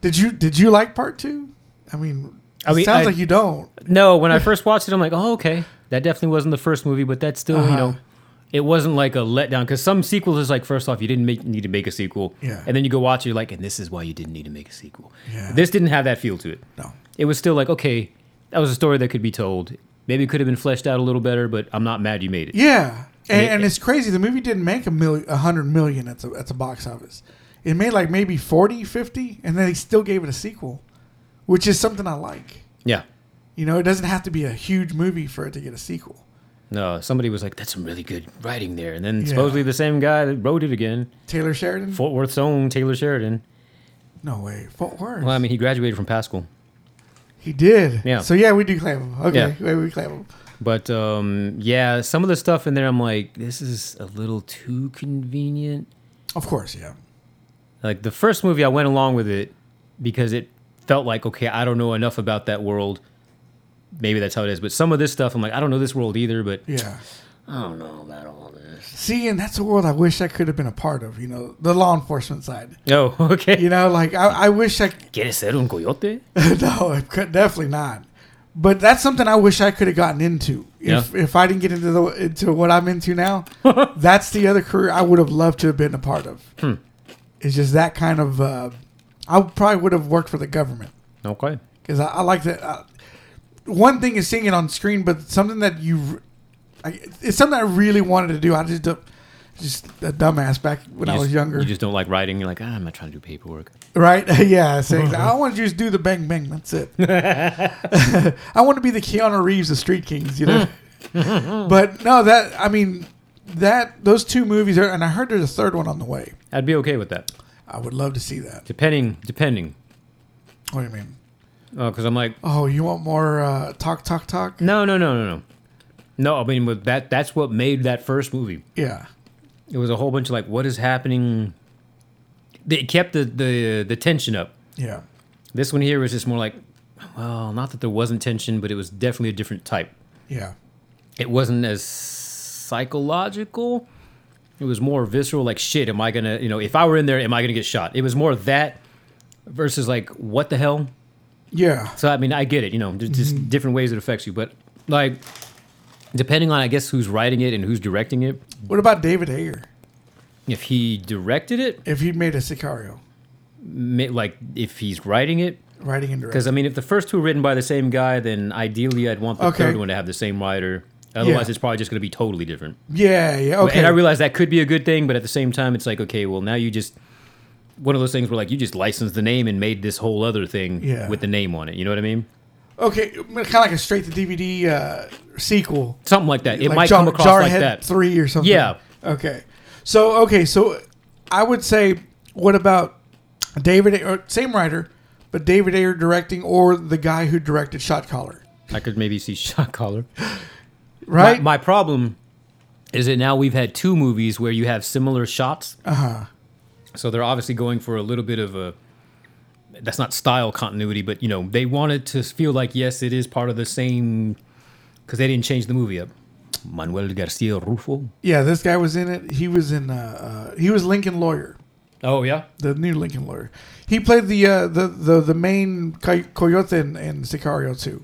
did you did you like part two i mean I mean, it sounds I- like you don't No, when I first watched it, I'm like, oh, okay. That definitely wasn't the first movie, but that's Uh-huh. still, you know, it wasn't like a letdown. Because some sequels is like, first off, you didn't make, need to make a sequel. Yeah. And then you go watch it, you're like, and this is why you didn't need to make a sequel. Yeah. This didn't have that feel to it. no It was still like, okay, that was a story that could be told. Maybe it could have been fleshed out a little better, but I'm not mad you made it. yeah and, it- and it's crazy the movie didn't make a million a hundred million at the, at the box office it made like maybe 40 50 and then they still gave it a sequel which is something i like Yeah. you know it doesn't have to be a huge movie for it to get a sequel No, somebody was like, that's some really good writing there. And then Yeah. supposedly the same guy that wrote it again, taylor sheridan Fort Worth's own Taylor Sheridan. no way fort worth Well, I mean, he graduated from Pascal. he did Yeah. so yeah we do claim him okay Yeah. yeah. we claim him But um, yeah, some of the stuff in there, I'm like, this is a little too convenient. of course yeah Like the first movie, I went along with it because it felt like, okay, I don't know enough about that world. Maybe that's how it is. But some of this stuff, I'm like, I don't know this world either. But yeah I don't know about all this. See, and that's a world I wish I could have been a part of. You know, the law enforcement side. *laughs* oh, okay. You know, like I, I wish I *laughs* ¿Quieres ser un coyote? *laughs* no, I could, definitely not. But that's something I wish I could have gotten into. If if I didn't get into the into what I'm into *laughs* now, that's the other career I would have loved to have been a part of. Hmm. It's just that kind of. Uh, I probably would have worked for the government Okay. because I, I like that. Uh, one thing is seeing it on screen, but something that you, I, it's something I really wanted to do. I just, don't- just a dumbass back when You I just- was younger, You just don't like writing. You're like, ah, I'm not trying to do paperwork. right? *laughs* yeah, so exa- I want to just do the bang bang. That's it. *laughs* I want to be the Keanu Reeves of Street Kings, you *laughs* know. but no, that I mean, that those two movies are, and I heard there's a third one on the way. I'd be okay with that. I would love to see that. Depending, depending. What do you mean? Because I'm like, Oh, you want more uh, talk, talk, talk? no, no, no, no, no. No, I mean, with that, that's what made that first movie. Yeah, it was a whole bunch of like what is happening They kept the the the tension up yeah, this one here was just more like well not that there wasn't tension but it was definitely a different type yeah, it wasn't as psychological it was more visceral like shit am i gonna you know if i were in there am i gonna get shot it was more that versus like what the hell yeah. so I mean, I get it. You know, there's just Mm-hmm. different ways it affects you. But like, depending on I guess who's writing it and who's directing it. What about David Ayer? If he directed it, If he made a Sicario, ma- like if he's writing it, writing and Because directing. I mean, if the first two are written by the same guy, then ideally I'd want the Okay. third one to have the same writer. Otherwise, Yeah. it's probably just going to be totally different. Yeah, yeah, okay. And I realize that could be a good thing, but at the same time, it's like, okay, well now you just one of those things where like you just licensed the name and made this whole other thing Yeah. with the name on it. You know what I mean? Okay, kind of like a straight to DVD uh, sequel. Something like that. It like might Jar- come across Jarhead like that. Three or something. Yeah. Okay. So okay, so I would say, what about David? A- Or same writer, but David Ayer directing, or the guy who directed Shot Collar, I could maybe see *laughs* shot collar. right? My, my problem is that now we've had two movies where you have similar shots. Uh huh. Uh-huh. So they're obviously going for a little bit of a. That's not style continuity, but you know they wanted to feel like yes, it is part of the same, because they didn't change the movie up. Manuel Garcia Rufo. yeah, this guy was in it. He was in. Uh, uh, he was Lincoln Lawyer, Oh yeah. the new Lincoln Lawyer. He played the uh, the, the the main coy- coyote in, in Sicario too,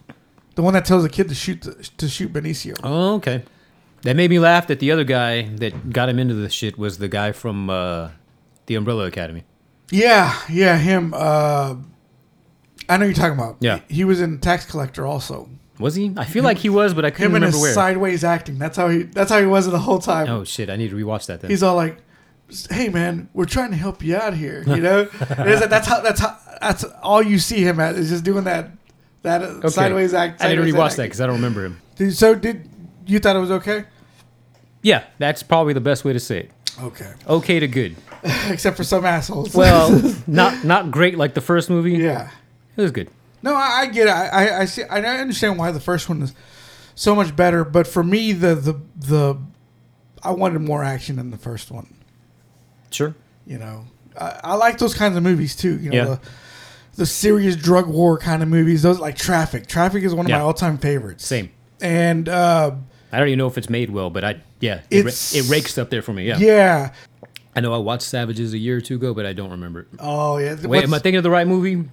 the one that tells the kid to shoot the, to shoot Benicio. Oh okay. That made me laugh. That the other guy that got him into this shit was the guy from uh, the Umbrella Academy. Yeah, yeah, him. Uh, I know you're talking about. Yeah. he, he was in Tax Collector also. Was he? I feel like he was, but I couldn't Him and remember his where. sideways acting. That's how he. That's how he was the whole time. oh shit! I need to rewatch that then. He's all like, "Hey man, we're trying to help you out here," you know. And it's like, that's how. That's how. That's all you see him at is just doing that. That uh sideways act. I need to sideways rewatch that acting. because I don't remember him. Dude, so did you thought it was okay? Yeah, that's probably the best way to say it. Okay, Okay to good. *laughs* except for some assholes. Well, *laughs* not not great like the first *laughs* movie. yeah. it was good. No, I, I get it. I, I, I see. I understand why the first one is so much better. But for me, the the the I wanted more action in the first one. Sure. You know, I, I like those kinds of movies too. You know, Yeah. the, the serious drug war kind of movies. Those like Traffic. Traffic is one of Yeah. my all time favorites. Same. And uh, I don't even know if it's made well, but I yeah, it, ra- It's- it rakes up there for me. Yeah. yeah. I know I watched Savages a year or two ago, but I don't remember. It. Oh yeah. Wait, What's- am I thinking of the right movie?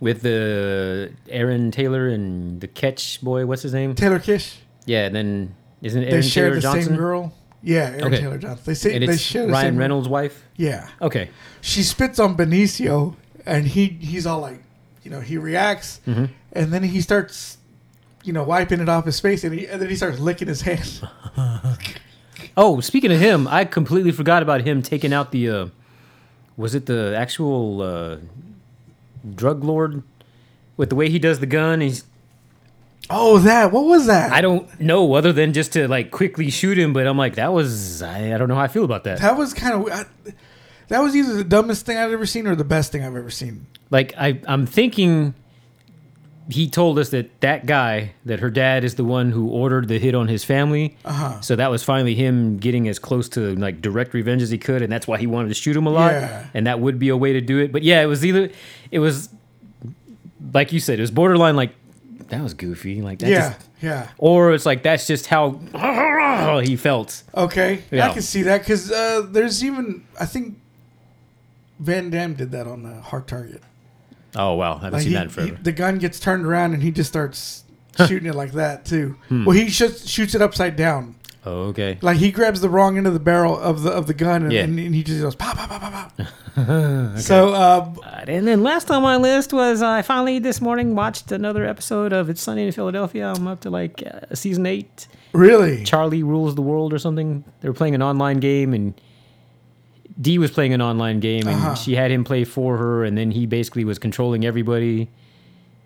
With the Aaron Taylor and the Catch boy, what's his name? Taylor Kish. Yeah, and then isn't it They Aaron share Taylor the Johnson? same girl. Yeah, Aaron Okay. Taylor Johnson. They say And they it's share the Ryan same Reynolds' wife. Yeah. Okay, she spits on Benicio, and he he's all like, you know, he reacts, Mm-hmm. and then he starts, you know, wiping it off his face, and, he, and then he starts licking his hand. Oh, speaking of him, I completely forgot about him taking out the. Uh, was it the actual uh, drug lord with the way he does the gun? He's Oh, that what was that? I don't know other than just to like quickly shoot him, but I'm like that was I, I don't know how I feel about that. that was kind of that was either the dumbest thing I've ever seen or the best thing I've ever seen. Like I I'm thinking he told us that that guy that her dad is the one who ordered the hit on his family. Uh-huh. So that was finally him getting as close to like direct revenge as he could and that's why he wanted to shoot him a lot. Yeah. And that would be a way to do it. But yeah, it was either it was like you said, it was borderline like that was goofy. Like that yeah, just- yeah, or it's like that's just how *laughs* he felt. okay, I Yeah. can see that because uh, there's even I think Van Damme did that on uh, Hard Target. Oh wow, I haven't Like seen he- that in forever. he- the gun gets turned around and he just starts *laughs* shooting it like that too. Hmm. Well, he shoots shoots it upside down. oh, okay. Like he grabs the wrong end of the barrel of the of the gun and, Yeah. and, and he just goes pop pop pop pop *laughs* pop. So uh, And then last on my list was uh, I finally this morning watched another episode of It's Sunny in Philadelphia. I'm up to like uh, season eight. really, Charlie rules the world or something. They were playing an online game and Dee was playing an online game and Uh-huh. she had him play for her and then he basically was controlling everybody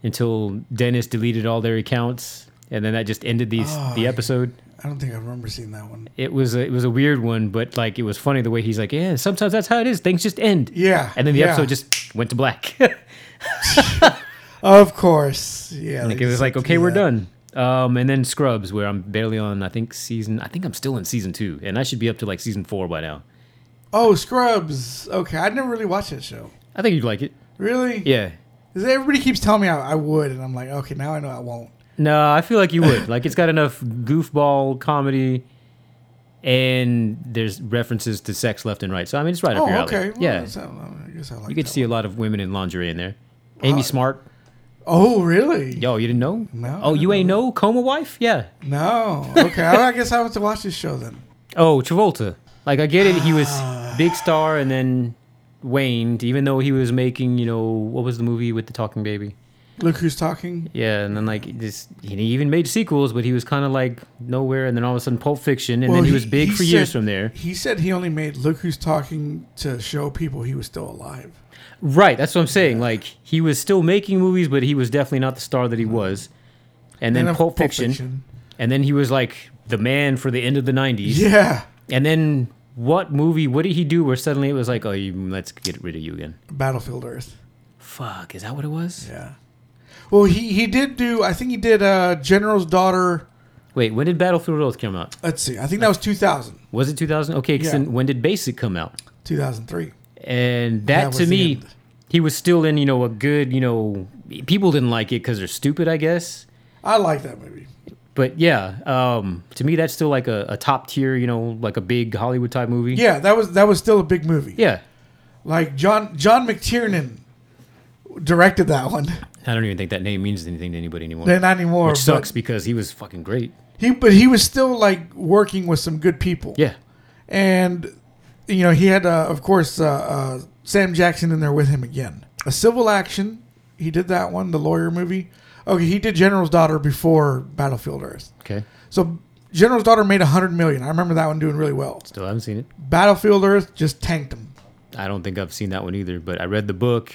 until Dennis deleted all their accounts and then that just ended the Oh, the episode. I don't think I remember seeing that one. It was a, it was a weird one, but like it was funny the way he's like, yeah, sometimes that's how it is. Things just end. Yeah, And then the yeah. episode just went to black. *laughs* of course, yeah. like they it was just like, have to okay, do we're that. done. Um, and then Scrubs, where I'm barely on. I think season. I think I'm still in season two, and I should be up to like season four by now. Oh, Scrubs. Okay, I never really watched that show. I think you'd like it. Really? Yeah. 'Cause Everybody keeps telling me I, I would, and I'm like, okay, now I know I won't. No, I feel like you would. like it's got enough goofball comedy, and there's references to sex left and right. So I mean, it's right up your Oh, alley. okay. Well, yeah. that's- I don't know. I guess I like You could that see a lot of women in lingerie in there. Uh, Amy Smart. one. Oh, really? Yo, you didn't know? No, Oh, I you ain't know Coma Wife? Yeah. No. Okay. I, I guess I have to watch this show then. Oh, Travolta. Like I get it, he was Ah. big star and then waned, even though he was making, you know, what was the movie with the talking baby? Look who's talking. Yeah, and then like this, he even made sequels, but he was kind of like nowhere, and then all of a sudden Pulp Fiction, and Well, then he, was big for said- years from there. He said he only made Look Who's Talking to show people he was still alive. Right, that's what I'm saying. Like he was still making movies, but he was definitely not the star that he was. And Mm-hmm. then And, uh, Pulp, Fiction, and then he was like the man for the end of the '90s. Yeah. And then what movie? What did he do? Where suddenly it was like, oh, you, let's get rid of you again. Battlefield Earth. Fuck, is that what it was? Yeah. Well, he, he did do, I think he did uh, General's Daughter. Wait, when did Battlefield Earth come out? Let's see. I think that was 2000, Was it 2000? Okay, 'cause Yeah. then when did Basic come out? 2003. And that, That to was the me, end. he was still in, you know, a good, you know, people didn't like it because they're stupid, I guess. I like that movie. But yeah, um, to me, that's still like a, a top tier, you know, like a big Hollywood type movie. Yeah, that was that was still a big movie. Yeah. Like John John McTiernan directed that *laughs* one. I don't even think that name means anything to anybody anymore. Not anymore. which sucks But because he was fucking great. he but he was still like working with some good people. Yeah. and you know he had uh, of course uh, uh, sam jackson in there with him again a civil action he did that one the lawyer movie okay he did general's daughter before battlefield earth Okay. so general's daughter made 100 million i remember that one doing really well Still haven't seen it. battlefield earth just tanked him I don't think I've seen that one either, but I read the book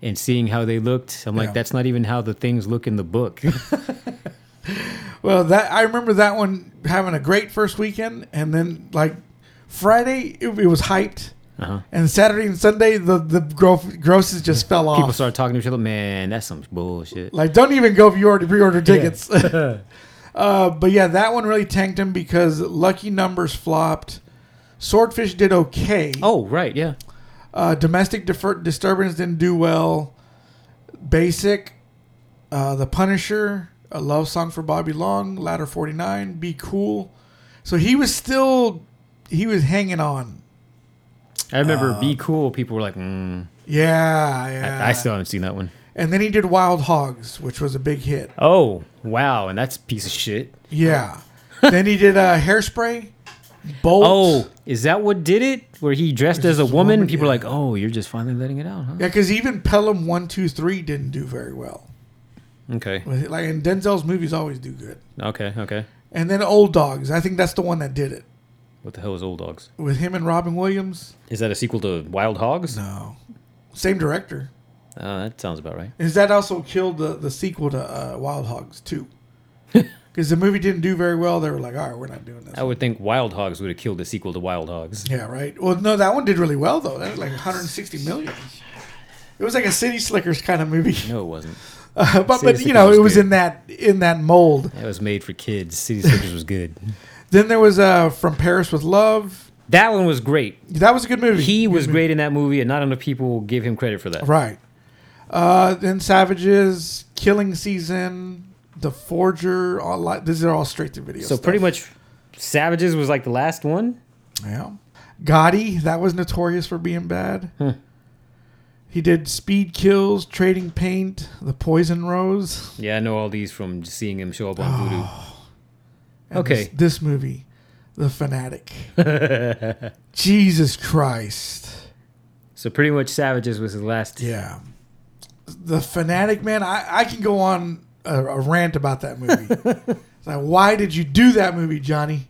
and seeing how they looked, I'm like, Yeah. that's not even how the things look in the book. *laughs* well that i remember that one having a great first weekend and then like friday it, it was hyped Uh-huh. and saturday and sunday the, the growth grosses just fell off People start talking to each other, man, that's some bullshit. Like, don't even go if you already pre-order tickets. uh, but yeah, that one really tanked him because Lucky Numbers flopped. Swordfish did okay. *laughs* Oh, right, yeah. Uh, Domestic Defer- Disturbance didn't do well. Basic, uh, The Punisher, A Love Song for Bobby Long, Ladder 49, Be Cool. So he was still, he was hanging on. I remember Be Cool, people were like, mm, Yeah, Um, yeah. I, I still haven't seen that one. and then he did Wild Hogs, which was a big hit. Oh, wow, and that's a piece of shit. Yeah. *laughs* then he did uh, Hairspray, Bolt. Oh, is that what did it? Where he dressed as a just a woman? woman, People are yeah. like, oh, you're just finally letting it out, huh? Yeah, because even Pelham One Two Three didn't do very well. Okay, With- Like, and Denzel's movies always do good. okay, okay. And then Old Dogs, I think that's the one that did it What the hell is Old Dogs? with him and Robin Williams. Is that a sequel to Wild Hogs? No, same director. Uh, that sounds about right. Is that also killed the the sequel to uh, Wild Hogs *laughs* too? Because the movie didn't do very well. They were like, all right, we're not doing this. I would think Wild Hogs would have killed the sequel to Wild Hogs. Yeah, right. Well, no, that one did really well though. That was like 160 million. It was like a City Slickers kind of movie, No, it wasn't. *laughs* but but Slickers you know was it was good. in that in that mold. That was made for kids. *laughs* City Slickers was good. Then there was uh From Paris with Love. That one was great. That was a good movie. He was Good movie. great in that movie, and not enough people give him credit for that. Right. Uh, then Savages, Killing Season, The Forger. All li- these are all straight to video. So pretty much, Savages was like the last one. yeah. Gotti, that was notorious for being bad. He did Speed Kills, Trading Paint, The Poison Rose. Yeah, I know all these from just seeing him show up on *gasps* Voodoo. and Okay. This, this movie, The Fanatic. Jesus Christ. So pretty much, Savages was the last. Yeah. The Fanatic, man, I, I can go on a, a rant about that movie. It's like, why did you do that movie, Johnny?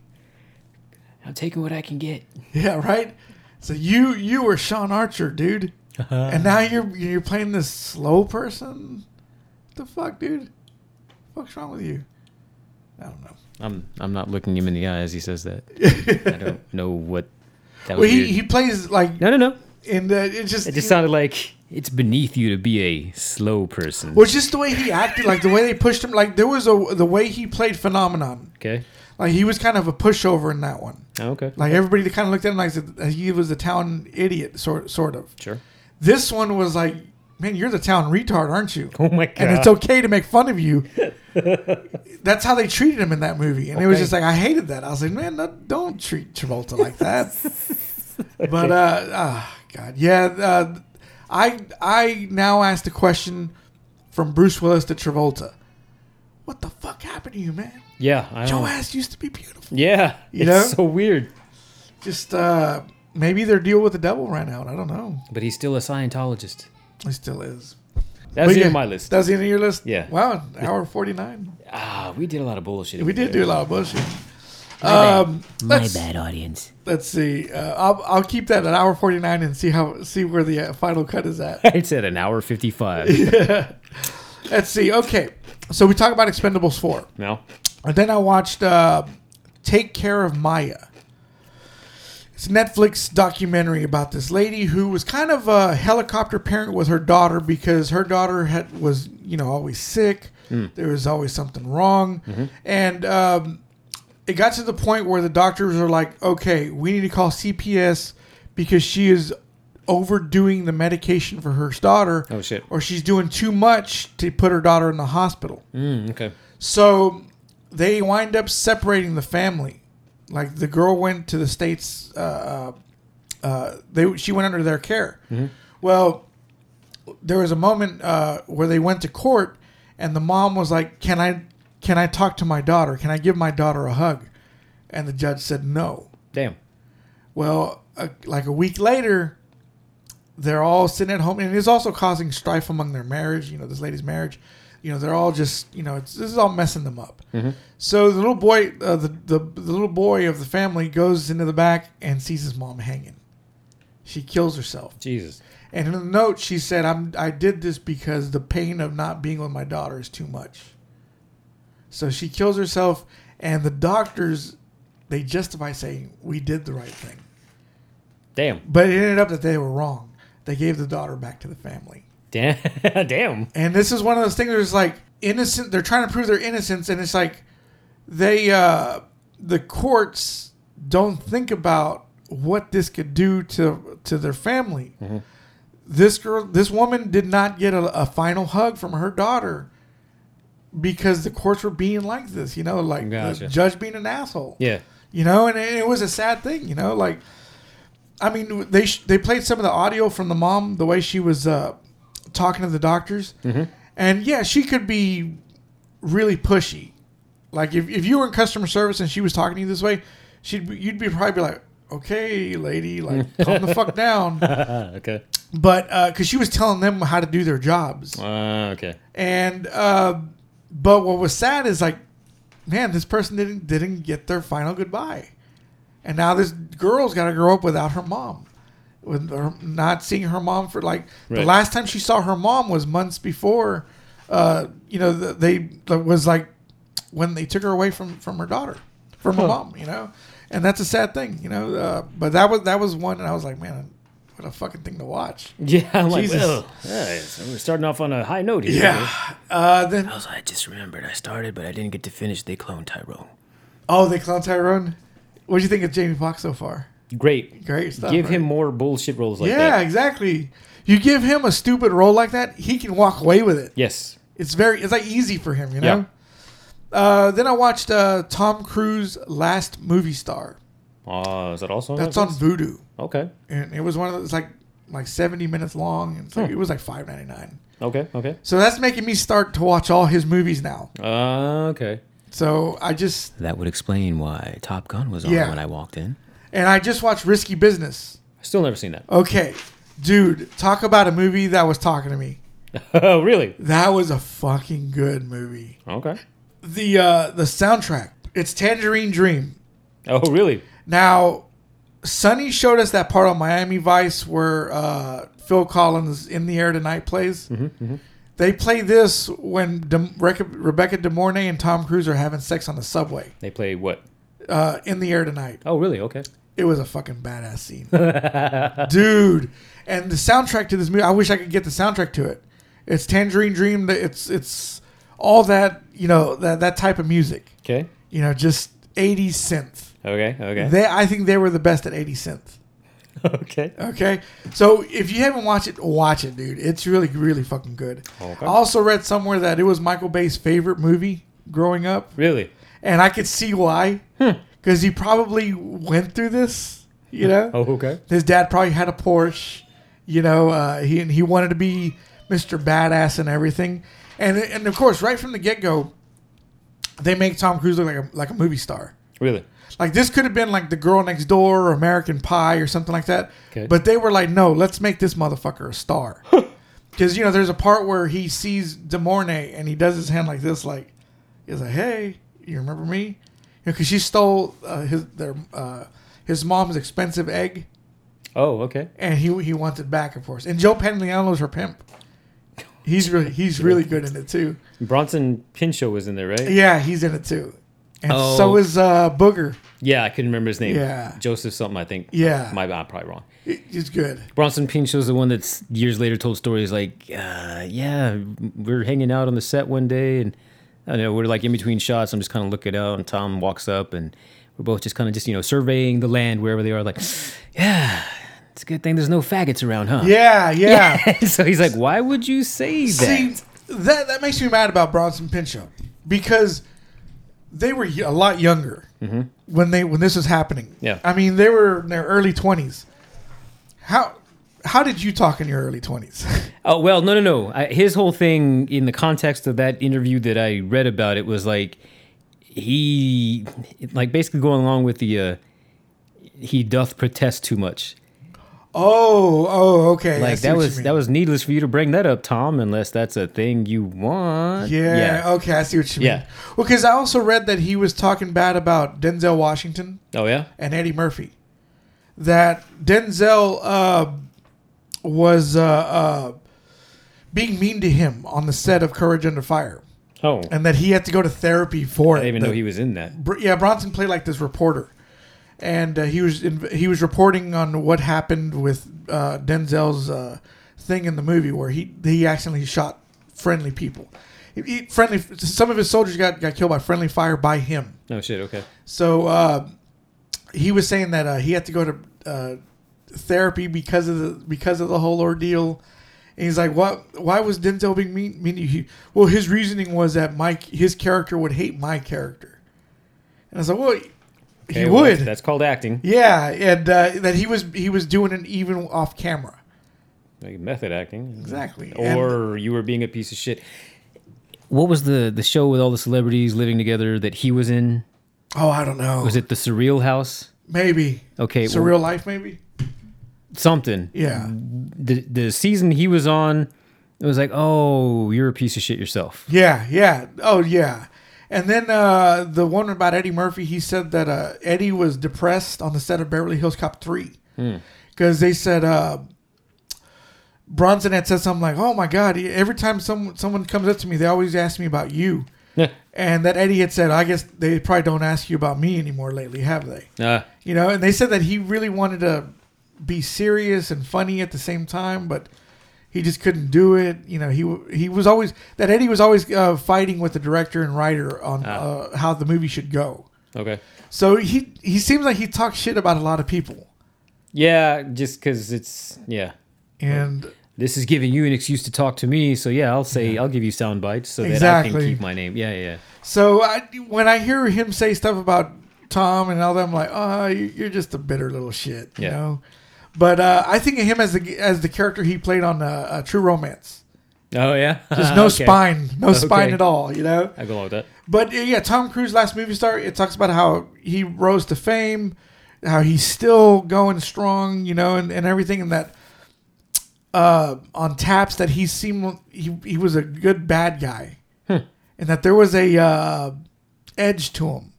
I'm taking what I can get. *laughs* Yeah, right? So you you were Sean Archer, dude. And now you're you're playing this slow person? What the fuck, dude? fuck's wrong with you? I don't know. I'm I'm not looking him in the eye as he *laughs* says that. I don't know what. That Well was he, weird. he plays like no, no, no. in the it just, It just sounded like it's beneath you to be a slow person. well, just the way he acted, like the way they pushed him, like there was a the way he played Phenomenon, Okay. like he was kind of a pushover in that one. Oh, okay. Like everybody kind of looked at him like said- he was a town idiot, sort sort of. Sure. *laughs* This one was like, man, you're the town retard, aren't you? Oh my god. And it's okay to make fun of *laughs* you. That's how they treated him in that movie, and it was Okay. just like I hated that. I was like, man, no, don't treat Travolta like *laughs* that. But uh, ah, God, yeah, uh, I I now ask the question from Bruce Willis to Travolta, what the fuck happened to you, man? Yeah, I Your don't. ass used to be beautiful. Yeah, it's know? so weird. Just uh, maybe their deal with the devil ran out. I don't know. But he's still a Scientologist. It still is. But That's the end yeah, of my list. That's the end of your list. Yeah. Wow, hour forty nine. Ah, we did a lot of bullshit. We did do a lot of bullshit. Um, My let's, bad, audience. Let's see. Uh, I'll, I'll keep that at hour forty nine and see how see where the uh, final cut is at. *laughs* It's at an hour *laughs* fifty-five. let's see. Okay, so we talk about Expendables four. no, And then I watched uh, Take Care of Maya. It's a Netflix documentary about this lady who was kind of a helicopter parent with her daughter because her daughter had was you know always sick. Hmm. There was always something wrong, Mm-hmm. and um, it got to the point where the doctors are like, "Okay, we need to call CPS because she is overdoing the medication for her daughter. Oh, shit. Or she's doing too much to put her daughter in the hospital." mm, okay. So they wind up separating the family. Like the girl went to the states. Uh, uh, they she went under their care. Well, there was a moment uh, where they went to court, and the mom was like, "Can I can I talk to my daughter? Can I give my daughter a hug?" And the judge said no. Damn. Well, uh, like a week later, they're all sitting at home, and it's also causing strife among their marriage. You know, this lady's marriage. You know, they're all just you know, it's, this is all messing them up. So the little boy, uh, the, the the little boy of the family, goes into the back and sees his mom hanging. She kills herself, Jesus. and in the note she said, "I'm I did this because the pain of not being with my daughter is too much." So she kills herself, and the doctors they justify saying we did the right thing. Damn. But it ended up that they were wrong. They gave the daughter back to the family. Damn. *laughs* Damn. And this is one of those things where it's like innocent. They're trying to prove their innocence, and it's like they, uh, the courts, don't think about what this could do to to their family. This girl, this woman, did not get a, a final hug from her daughter because the courts were being like this. You know, like Gotcha. the judge being an asshole Yeah. you know and it, it was a sad thing you know like i mean they sh- they played some of the audio from the mom the way she was uh, talking to the doctors and yeah she could be really pushy like if, if you were in customer service and she was talking to you this way she'd be, you'd be probably be like okay lady like calm the fuck down Ah, *laughs* okay. but because she was telling them how to do their jobs Ah, okay. and uh, but what was sad is like, man, this person didn't didn't get their final goodbye, and now this girl's got to grow up without her mom, with her, not seeing her mom for like the Right. last time she saw her mom was months before. Uh, you know, th- they that was like when they took her away from from her daughter, from her mom. You know, and that's a sad thing. You know, uh, but that was that was one, and I was like, man, what a fucking thing to watch. Yeah. I'm like, Jesus. well, yeah, so we're starting off on a high note here. Uh, then Also, I just remembered I started, but I didn't get to finish. They cloned Tyrone. Oh, they clone Tyrone. What do you think of Jamie Foxx so far? Great. Great stuff. Give right? him more bullshit roles like yeah, that. exactly. You give him a stupid role like that, he can walk away with it. Yes. It's very, it's like easy for him, you know. Uh, then I watched uh, Tom Cruise Last Movie Star. Uh, is that also on That's on Netflix? Vudu, Okay. and it was one of those like like seventy minutes long, and it's Hmm. like, it was like five ninety nine. Okay. Okay. So that's making me start to watch all his movies now. Uh, okay. So I just That would explain why Top Gun was on Yeah. when I walked in. and I just watched Risky Business. Still never seen that. *laughs* Okay, dude, talk about a movie that was talking to me. Oh, really? That was a fucking good movie. Okay. The uh the soundtrack. It's Tangerine Dream. Oh, really? Now, Sonny showed us that part on Miami Vice where uh, Phil Collins "In the Air Tonight" plays. They play this when De- Rec- Rebecca De Mornay and Tom Cruise are having sex on the subway. They play what? Uh, "In the Air Tonight." Oh, really? Okay. It was a fucking badass scene, dude. And the soundtrack to this movie, I wish I could get the soundtrack to it. It's Tangerine Dream. that It's it's all that you know that that type of music. Okay. You know, just 80s synth. Okay. Okay. They, I think they were the best at 80 synth. *laughs* okay. Okay, so if you haven't watched it, watch it, dude. It's really really fucking good. Okay. I also read somewhere that it was Michael Bay's favorite movie growing up, Really? and I could see why, because he probably went through this. You know. Oh, okay. His dad probably had a Porsche, you know. Uh, he and he wanted to be Mr. Badass and everything, and and of course, right from the get go, they make Tom Cruise look like a like a movie star. Really? Like this could have been like The Girl Next Door or American Pie or something like that, Okay. but they were like, no, let's make this motherfucker a star. Because you know, there's a part where he sees De Mornay and he does his hand like this, like he's like, "Hey, you remember me?" Because she stole uh, his their uh, his mom's expensive egg, Oh, okay. and he he wants it back, of course. And Joe Pantoliano's her pimp. He's really he's really good in it too. Bronson Pinchot was in there, right? Yeah, Yeah, he's in it too, and Oh. so is uh, Booger. I couldn't remember his name. Yeah. Joseph something, I think. Yeah. My, I'm probably wrong. He- He's good. Bronson Pinchot's the one that's years later told stories like, uh, yeah, we were hanging out on the set one day and I don't know, we're like in between shots. I'm just kind of looking out and Tom walks up and we're both just kind of just, you know, surveying the land wherever they are. Like, yeah, it's a good thing there's no faggots around, huh? Yeah, yeah. *laughs* so he's like, why would you say See, that? that that makes me mad about Bronson Pinchot because they were y- a lot younger when they when this was happening. Mm-hmm. Yeah. I mean they were in their early twenties. How how did you talk in your early twenties? *laughs* Oh well, no, no, no. I, his whole thing in the context of that interview that I read about it was like he, like basically going along with the uh, he doth protest too much. oh, oh, okay. I Like see that what you was mean. that was needless for you to bring that up, Tom, unless that's a thing you want. Yeah, Okay, I see what you mean. Uh, Yeah. Well, because I also read that he was talking bad about Denzel Washington Oh yeah. and Eddie Murphy. That Denzel uh, was uh, uh, being mean to him on the set of Courage Under Fire, Oh, I and that he had to go to therapy for it. didn't even The- know he was in that. Br- yeah, Bronson played like this reporter, and uh, he was in, he was reporting on what happened with uh, Denzel's uh, thing in the movie where he he accidentally shot friendly people. He- he- friendly, some of his soldiers got got killed by friendly fire by him. Oh shit. Okay. So uh, he was saying that uh, he had to go to uh, therapy because of the because of the whole ordeal. And he's like, "What? Why was Denzel being mean?" mean to you?" He, well, his reasoning was that my his character would hate my character. And I was like, "Well, Okay, he well, would, That's called acting. yeah." And uh, that he was he was doing it even off camera. Like method acting. Exactly. And- Or you were being a piece of shit. What was the the show with all the celebrities living together that he was in? oh, I don't know. Was it the Surreal House? maybe Okay, surreal well, Mm, life? Maybe. something. Yeah. The the season he was on, it was like, oh, you're a piece of shit yourself. Yeah, yeah. Oh, yeah. And then uh, the one about Eddie Murphy, he said that uh, Eddie was depressed on the set of Beverly Hills Cop 3. Because they said uh, Bronson had said something like, oh my God, every time some, someone comes up to me, they always ask me about you. Yeah. and that Eddie had said, I guess they probably don't ask you about me anymore lately, have they? Uh, You know, and they said that he really wanted to be serious and funny at the same time, but he just couldn't do it. You know, he w- he was always that Eddie was always uh, fighting with the director and writer on uh, how the movie should go. okay. So he he seems like he talks shit about a lot of people, Yeah, just because it's yeah. and This is giving you an excuse to talk to me, so yeah, I'll say I'll give you sound bites so that I Exactly. can keep my name. Yeah, yeah. so I, when I hear him say stuff about Tom and all that, I'm like, oh, you- you're just a bitter little shit, you Yeah. know. But uh, I think of him as the as the character he played on uh, uh, True Romance. yeah. Oh yeah. There's no *laughs* Okay. spine, no spine Okay. at all, you know. I go along with that. But uh, yeah, Tom Cruise, last movie star, it talks about how he rose to fame, how he's still going strong, you know, and, and everything, and that uh, on taps that he seemed he, he was a good bad guy, and that there was a uh, edge to him.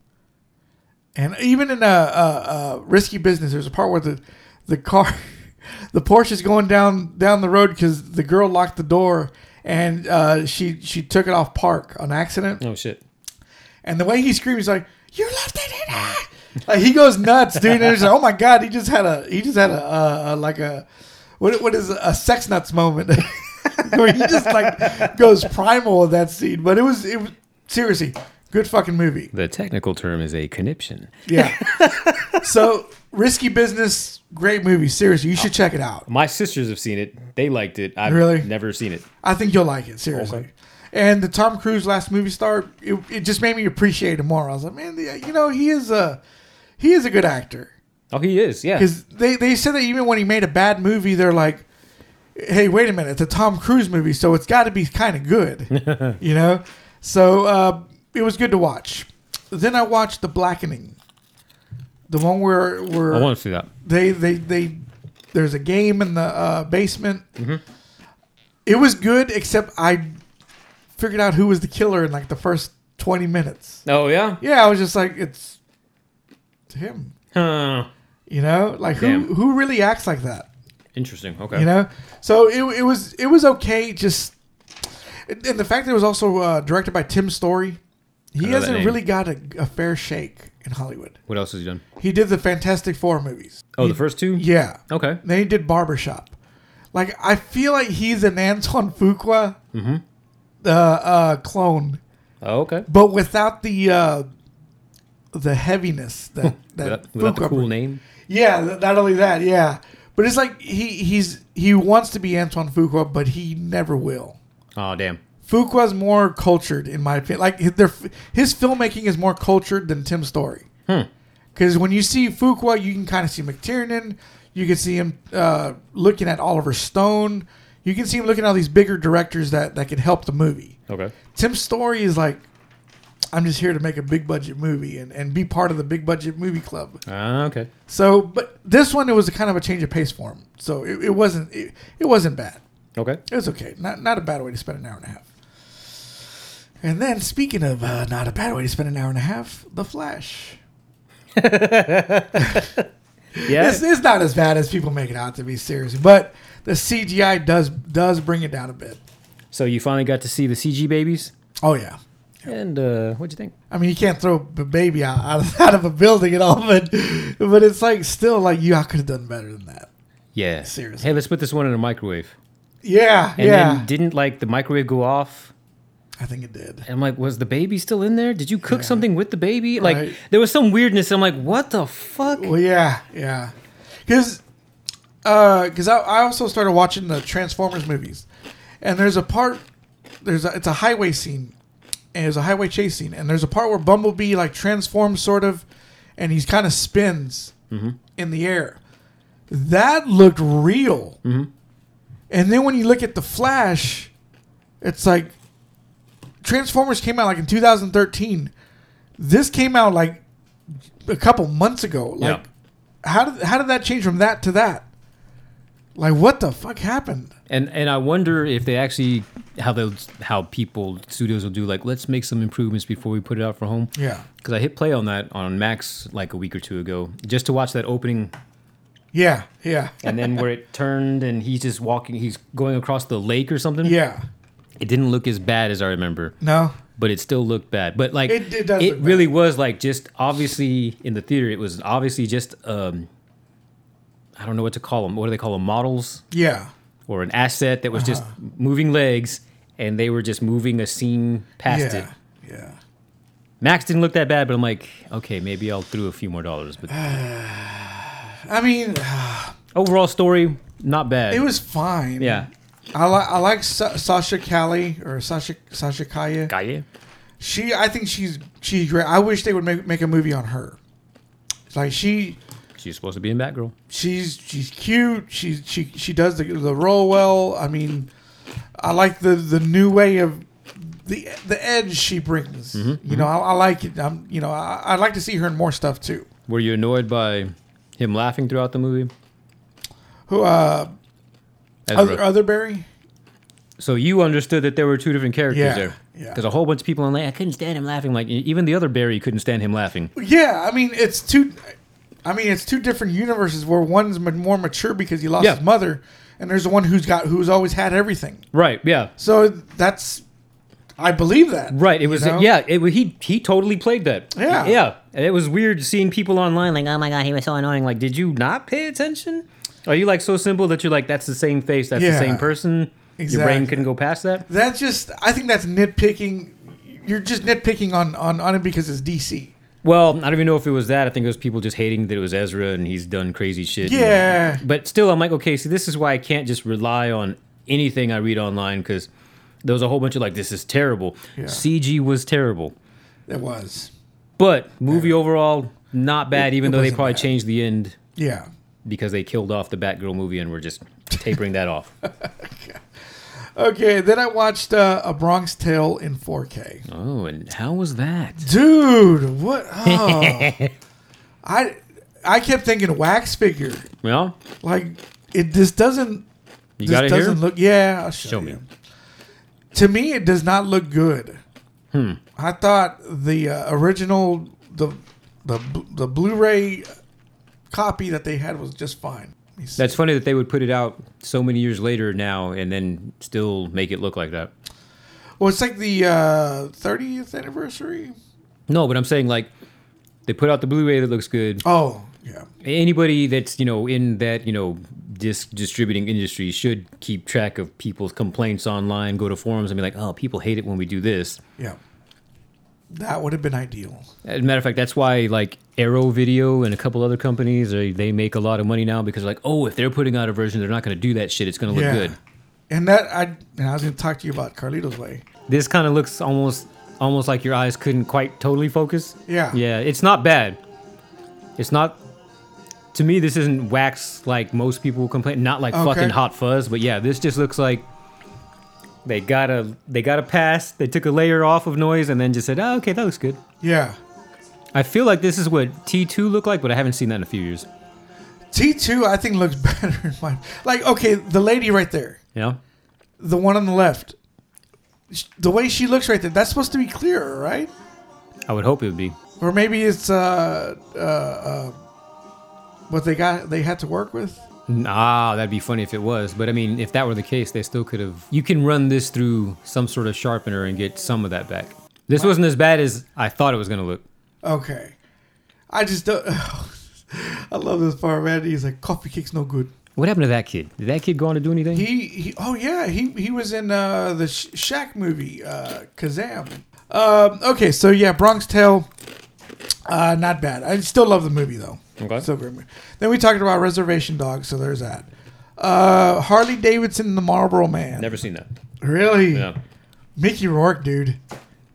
And even in a, a, a risky business, there's a part where the the car, *laughs* the Porsche is going down down the road because the girl locked the door and uh, she she took it off park on accident. Oh shit. And the way he screams, he's like, "You left it in her!" Like he goes nuts, dude. And it's like, oh my god, he just had a, he just had a, uh, like a, what, what is it? a sex nuts moment, *laughs* where he just like goes primal with that scene. But it was, it was seriously good fucking movie. The technical term is a conniption. Yeah. so risky business, great movie. Seriously, you should check it out. My sisters have seen it. They liked it. I've Really? never seen it. I think you'll like it, seriously. And the Tom Cruise last movie star, it, it just made me appreciate him more. I was like, man, the, you know, he is a, he is a good actor. Oh, he is. Yeah. because they, they said that even when he made a bad movie, they're like, "Hey, wait a minute, it's a Tom Cruise movie, so it's got to be kind of *laughs* good," you know. So uh, it was good to watch. Then I watched The Blackening, the one where where I want to see that. Mm-hmm. they they they there's a game in the uh, basement. It was good, except I figured out who was the killer in like the first twenty minutes. Oh yeah. Yeah, I was just like, it's him. Huh. You know, like who Damn. who really acts like that? Interesting. Okay. You know, so it, it was it was okay. Just and and the fact that it was also uh, directed by Tim Story, he know that hasn't name. really got a, a fair shake in Hollywood. What else has he done? He did the Fantastic Four movies. Oh, the first two. Yeah. Okay. Then he did Barbershop. Like I feel like he's an Anton Fuqua Mm-hmm. uh, uh, clone, Oh, okay. but without the uh, the heaviness *laughs* that that Without, without the Fuqua cool name. yeah, th- not only that, yeah, but it's like he he's he wants to be Antoine Fuqua, but he never will. Oh damn. Fuqua's more cultured, in my opinion. Like his, their, f- his filmmaking is more cultured than Tim Story. Because when you see Fuqua, you can kind of see McTiernan. You can see him uh, looking at Oliver Stone. You can see him looking at all these bigger directors that that could help the movie. Okay. Tim's story is like, I'm just here to make a big budget movie and, and be part of the big budget movie club. Ah, okay. So, but this one it was a kind of a change of pace for him. So it, it wasn't it, it wasn't bad. Okay. It was okay. Not not a bad way to spend an hour and a half. And then speaking of uh, not a bad way to spend an hour and a half, The Flash. Yeah. It's, it's not as bad as people make it out to be. Seriously, but the CGI does does bring it down a bit. So you finally got to see the CG babies, Oh yeah. and uh, what'd you think? I mean, you can't throw a baby out, *laughs* out, of, out of a building at all, *laughs* but but it's like still like you. I could have done better than that. Yeah. Seriously. Hey, let's put this one in a microwave. Yeah, And yeah. then didn't like the microwave go off? I think it did. And I'm like, was the baby still in there? Did you cook something with the baby? Like Right. there was some weirdness. I'm like, what the fuck? Well, yeah, yeah, because because I, I also started watching the Transformers movies, and there's a part there's a, it's a highway scene, and there's a highway chase scene, and there's a part where Bumblebee like transforms sort of, and he's kind of spins in the air. That looked real, and then when you look at the Flash, it's like Transformers came out like in 2013. This came out like a couple months ago. Like, how did how did that change from that to that? Like, what the fuck happened? And and I wonder if they actually how they will how people studios will do like let's make some improvements before we put it out for home. Yeah, Because I hit play on that on Max like a week or two ago just to watch that opening yeah, yeah, and then where it turned and he's just walking he's going across the lake or something. yeah. It didn't look as bad as I remember. No, but it still looked bad. But like It- it, it does look bad. really was like just obviously in the theater, it was obviously just um, I don't know what to call them. What do they call them? Models yeah, or an asset that was just Uh-huh. moving legs, and they were just moving a scene past it. yeah, yeah. Max didn't look that bad, but I'm like, okay, maybe I'll throw a few more dollars. But I mean, *sighs* overall story, not bad. it was fine. yeah. I like I like Sa- Sasha Kelly or Sasha Sasha Kaya. Gaia? She, I think she's she's great. I wish they would make make a movie on her. Like she She's supposed to be in Batgirl. she's she's cute. She she she does the, the role well. I mean, I like the the new way of the the edge she brings. Mm-hmm, You know, I, I like it. I'm you know I, I'd like to see her in more stuff too. Were you annoyed by him laughing throughout the movie? Who uh Ezra. other Otherberry? So you understood that there were two different characters Yeah, there. yeah. Because a whole bunch of people, and like, I couldn't stand him laughing. Like e- even the other Barry couldn't stand him laughing. Yeah, I mean it's two. I mean it's two different universes where one's ma- more mature because he lost Yeah. his mother, and there's the one who's got who's always had everything. Right. Yeah. So that's, I believe that. Right. It was. know? Yeah. It, wa- he he totally played that. Yeah. Yeah. And it was weird seeing people online like, oh my god, he was so annoying. Like, did you not pay attention? Are you like so simple that you're like, that's the same face, that's Yeah. the same person? Your Exactly. brain couldn't go past that. That's just. I think that's nitpicking. You're just nitpicking on on on it because it's DC. Well, I don't even know if it was that. I think it was people just hating that it was Ezra and he's done crazy shit. and- Yeah. but still, I'm like, okay, see, this is why I can't just rely on anything I read online because there was a whole bunch of like, this is terrible. Yeah. CG was terrible, It was. but movie overall, not bad. even it though they wasn't probably bad. changed the end Yeah. because they killed off the Batgirl movie and we're just tapering that off. *laughs* Okay. Then I watched uh, A Bronx Tale in 4K. Oh, and how was that? Dude, what? Oh. I I kept thinking wax figure. Well, Like it. This doesn't. You This got it here? doesn't look. Yeah, I'll show, Show you. me. To me, it does not look good. Hmm. I thought the uh, original the the bl- the Blu-ray copy that they had was just fine. Let me see. That's funny that they would put it out so many years later now and then still make it look like that. Well, it's like the uh, 30th anniversary. No, but I'm saying like they put out the Blu-ray that looks good. Oh, yeah. Anybody that's you know in that you know disc distributing industry should keep track of people's complaints online, go to forums, and be like, oh, people hate it when we do this. Yeah. That would have been ideal. As a matter of fact, that's why like Arrow Video and a couple other companies they, they make a lot of money now because they're like, oh, if they're putting out a version, they're not going to do that shit. It's going to look yeah. good. And that I and I was going to talk to you about Carlito's Way. This kind of looks almost almost like your eyes couldn't quite totally focus. Yeah. Yeah, it's not bad. It's not to me this isn't wax like most people complain, not like Okay. fucking hot fuzz, but yeah, this just looks like they got a they got a pass, they took a layer off of noise and then just said, "Oh, okay, that looks good." Yeah. I feel like this is what T2 looked like, but I haven't seen that in a few years. T2 I think looks *laughs* better in my Like okay, the lady right there. You know? The one on the left. Sh- The way she looks right there, that's supposed to be clearer, right? I would hope it would be. Or maybe it's uh uh, uh what they got they had to work with. Ah, that'd be funny if it was. But I mean, if that were the case, they still could have. You can run this through some sort of sharpener and get some of that back. This wasn't as bad as I thought it was gonna look. Okay. I just don't *laughs* I love this part, man. He's like coffee cake's no good. What happened to that kid? Did that kid go on to do anything? He, he oh yeah, he he was in uh, the Sh- Shaq movie, uh, Kazam. Um, okay, so yeah, Bronx Tale, uh, not bad. I still love the movie though. Okay. Still a great movie. Then we talked about Reservation Dogs, so there's that. Uh, Harley Davidson, and the Marlboro Man. Never seen that. Really? Yeah. Mickey Rourke, dude.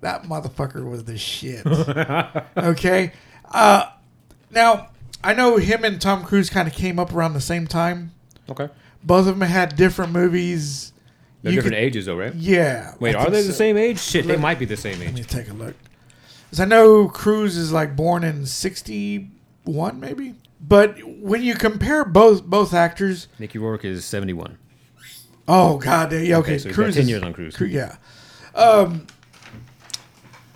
That motherfucker was the *laughs* shit. okay. Uh, now I know him and Tom Cruise kind of came up around the same time. Okay. Both of them had different movies. They're You different could- ages though, right? Yeah. Wait, I are think they so. the same age? Shit, they Let- might be the same Let me age. take a look. 'Cause I know Cruz is like born in '61, maybe. But when you compare both both actors, Mickey Rourke is seventy-one. oh god, yeah, okay, Okay, so he's got Cruz 10 is- years on Cruz. Cru- yeah, *laughs*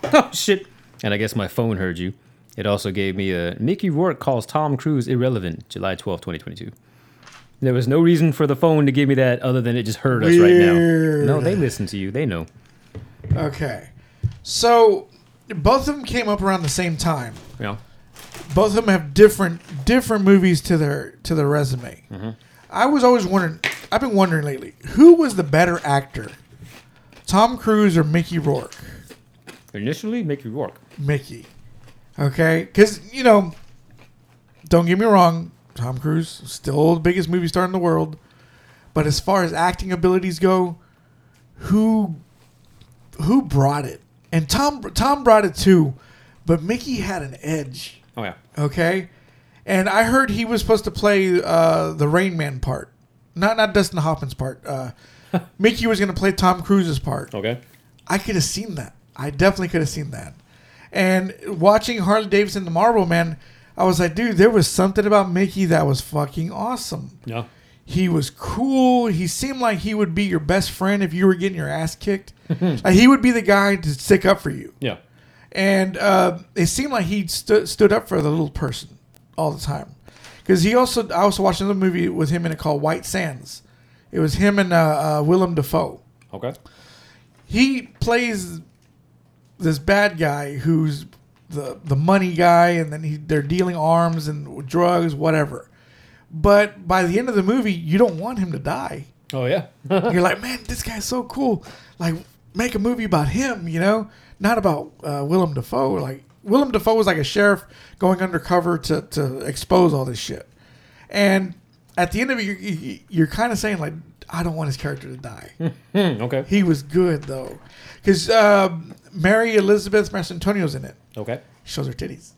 Oh shit! And I guess my phone heard you. It also gave me a Mickey Rourke calls Tom Cruise irrelevant, July twelfth, twenty 2022. There was no reason for the phone to give me that other than it just heard us right Weird. now. No, they listen to you. They know. okay. So both of them came up around the same time. Yeah. Both of them have different different movies to their to their resume. I was always wondering. I've been wondering lately, who was the better actor, Tom Cruise or Mickey Rourke? Initially, Mickey Rourke. Mickey. Okay? Because, you know, don't get me wrong, Tom Cruise, still the biggest movie star in the world. But as far as acting abilities go, who who brought it? And Tom Tom brought it too, but Mickey had an edge, Oh yeah. okay? And I heard he was supposed to play uh, the Rain Man part. Not not Dustin Hoffman's part. Uh, Mickey was going to play Tom Cruise's part. Okay. I could have seen that. I definitely could have seen that. And watching Harley Davidson, the Marvel Man, I was like, dude, there was something about Mickey that was fucking awesome. No. He was cool. He seemed like he would be your best friend if you were getting your ass kicked. like he would be the guy to stick up for you. Yeah. And uh, it seemed like he stu- stood up for the little person all the time. Because he also, I also watched another movie with him in it called White Sands. It was him and uh, uh, Willem Dafoe Okay. he plays this bad guy who's the the money guy, and then he, they're dealing arms and drugs, whatever. But by the end of the movie, you don't want him to die. Oh yeah. *laughs* *laughs* You're like, man, this guy's so cool. Like, make a movie about him, you know, not about uh, Willem Dafoe. Like, Willem Dafoe was like a sheriff going undercover to to expose all this shit. And at the end of it, you're, you- you're kind of saying like, I don't want his character to die. Hmm, okay. He was good though, because um, Mary Elizabeth Marcintonio's in it. Okay. Shows her titties.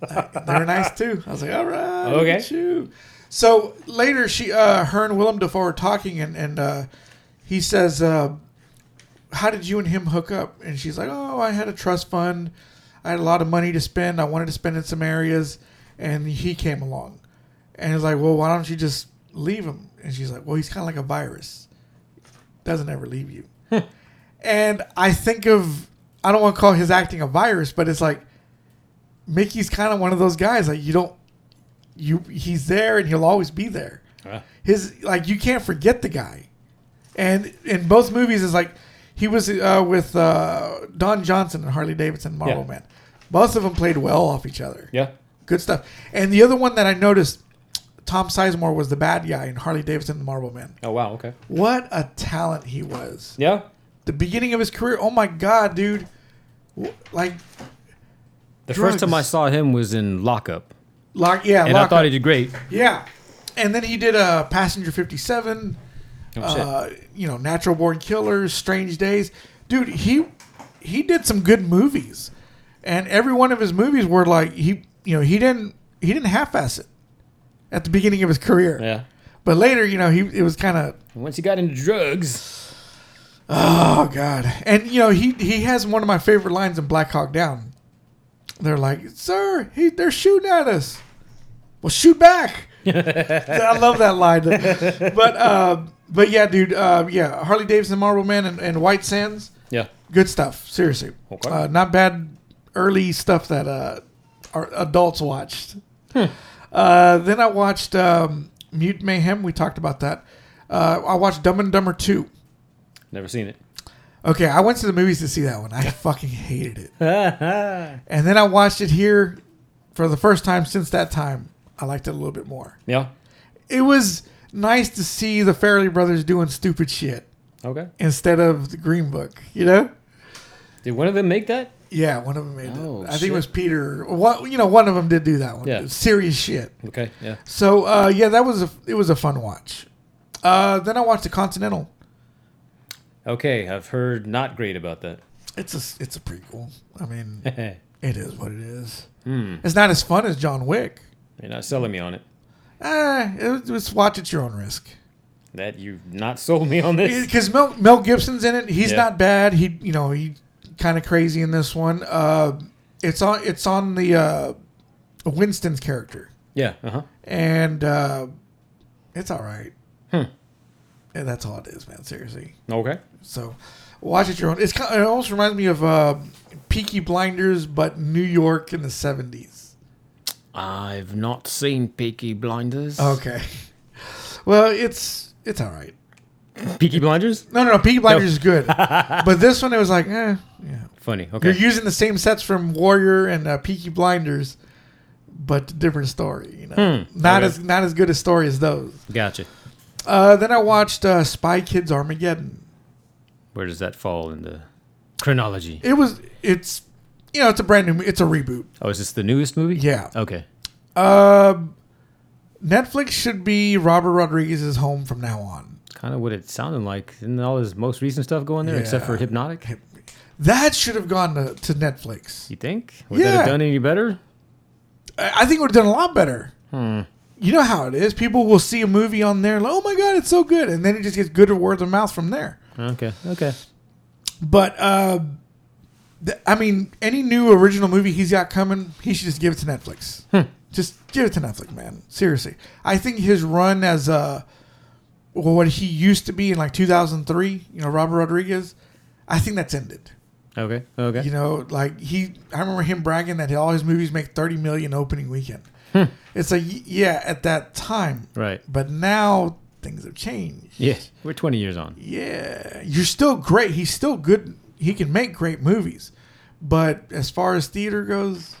Uh, they're nice too. I was like, all right, look Okay. at you. So later, she, uh, her and Willem Dafoe are talking, and and uh, he says, uh, "How did you and him hook up?" And she's like, "Oh, I had a trust fund. I had a lot of money to spend. I wanted to spend in some areas, and he came along." And he's like, "Well, why don't you just leave him. And she's like, well, he's kind of like a virus. Doesn't ever leave you. and I think of, I don't want to call his acting a virus, but it's like, Mickey's kind of one of those guys. Like you don't, you he's there and he'll always be there. Yeah. His like you can't forget the guy. And in both movies, it's like he was uh, with uh, Don Johnson and Harley Davidson, Marvel Yeah. Man. Both of them played well off each other Yeah. good stuff. And the other one that I noticed, Tom Sizemore was the bad guy in Harley Davidson and Marble Man. Oh wow. Okay. What a talent he was. Yeah. The beginning of his career. Oh my god, dude. Wh- Like, The Drugs. first time I saw him was in Lockup, lock, yeah, and I lock thought up. he did great. yeah. And then he did uh, Passenger Fifty Seven, Oh, shit. uh, you know, Natural Born Killers, Strange Days, dude. He he did some good movies, and every one of his movies were like he, you know, he didn't he didn't half-ass it at the beginning of his career. yeah. But later, you know, he it was kind of Once he got into drugs, oh god, and you know he he has one of my favorite lines in Black Hawk Down. They're like, sir, he, they're shooting at us. Well, shoot back. I love that line. But uh, but yeah, dude, uh, yeah, Harley Davidson, Marble Man, and, and White Sands, yeah, good stuff. Seriously, Okay. uh, not bad early stuff that uh, our adults watched. Uh, then I watched um, Mute Mayhem. We talked about that. Uh, I watched Dumb and Dumber Two. never seen *laughs* it. Okay, I went to the movies to see that *laughs* one. I fucking hated it. and then I watched it here for the first time since that time. I liked it a little bit more. Yeah. It was nice to see the Farrelly brothers doing stupid shit Okay. instead of the Green Book, you know? Did one of them make that? Yeah, one of them made Oh, it. I think shit. it was Peter. What you know, one of them did do that one. Yeah. Serious shit. Okay. Yeah. So uh, yeah, that was a it was a fun watch. Uh, then I watched The Continental. Okay. I've heard not great about that. *laughs* It's a it's a prequel. I mean, You're it is what it is. Hmm. It's not as fun as John Wick. not selling me on it. Eh, it was, just watch at your own risk. That you've not sold me *laughs* on this. Because Mel, Mel Gibson's in it. He's Yeah. not bad. He you know he kind of crazy in this one. Uh, it's on it's on the uh, Winston's character. Yeah. Uh huh. and uh, it's all right. And that's all it is, man. Seriously. Okay. So watch it your own. It's kind it almost reminds me of uh, Peaky Blinders, but New York in the seventies. I've not seen Peaky Blinders. Okay. *laughs* Well, it's it's all right. Peaky Blinders? No, no, no. Peaky Blinders is *laughs* good, but this one it was like, eh, yeah. Funny. Okay. You're using the same sets from Warrior and uh, Peaky Blinders, but different story. You know, not Hmm. Okay. as not as good a story as those. Gotcha. Uh, then I watched uh, Spy Kids Armageddon. Where does that fall in the chronology? It was. It's. You know, it's a brand new. It's a reboot. Oh, is this the newest movie? Yeah. Okay. Um, Netflix should be Robert Rodriguez's home from now on. Kind of what it sounded like. Isn't all his most recent stuff going there except for Yeah. Hypnotic? That should have gone to, to Netflix. You think? Would that have Yeah. done any better? I, I think it would have done a lot better. You know how it is. People will see a movie on there, like, oh my god, it's so good, and then it just gets good word of mouth from there. Okay. Okay. But uh, th- I mean, any new original movie he's got coming, he should just give it to Netflix. Just give it to Netflix, man. Seriously, I think his run as uh, well, what he used to be in like 2003, you know, Robert Rodriguez, I think that's ended. Okay. Okay. You know, like he, I remember him bragging that all his movies make 30 million opening weekend. It's like, y- yeah, at that time, Hmm. Right. but now things have changed. Yeah. We're 20 years on. Yeah, you're still great. He's still good. He can make great movies, but as far as theater goes,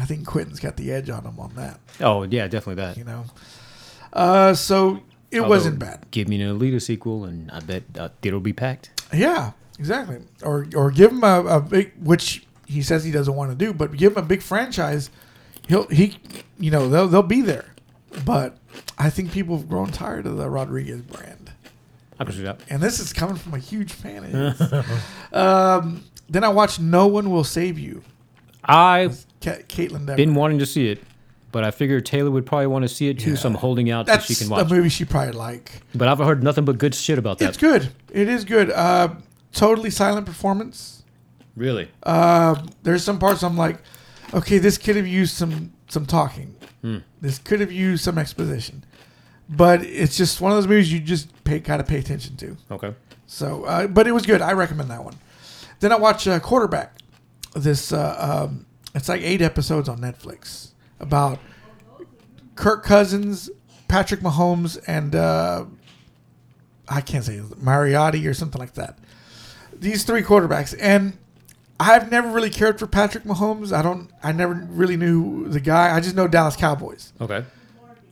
I think Quentin's got the edge on him on that. Oh, yeah, definitely that. You know, uh, so it Although, wasn't bad. Give me an Alita sequel, and I bet uh, theater'll be packed. Yeah, exactly. Or or give him a, a big, which he says he doesn't want to do, but give him a big franchise. He'll he, you know, they'll they'll be there. But I think people have grown tired of the Rodriguez brand. I can see that. and this is coming from a huge fan. of his. um, then I watched No One Will Save You. I've Ca- Caitlin Dever. been wanting to see it, but I figured Taylor would probably want to see it too, so I'm holding out that That's she can a watch. it. movie she probably like. But I've heard nothing but good shit about that. It's good. It is good. Uh, totally silent performance. Really? Uh, there's some parts I'm like, okay, this could have used some some talking. This could have used some exposition, but it's just one of those movies you just pay gotta pay attention to. Okay. So, uh, but it was good. I recommend that one. Then I watch uh, Quarterback. This uh, um, it's like eight episodes on Netflix about Kirk Cousins, Patrick Mahomes, and uh, I can't say Mariotti or something like that. These three quarterbacks, and I've never really cared for Patrick Mahomes. I don't. I never really knew the guy. I just know Dallas Cowboys. Okay.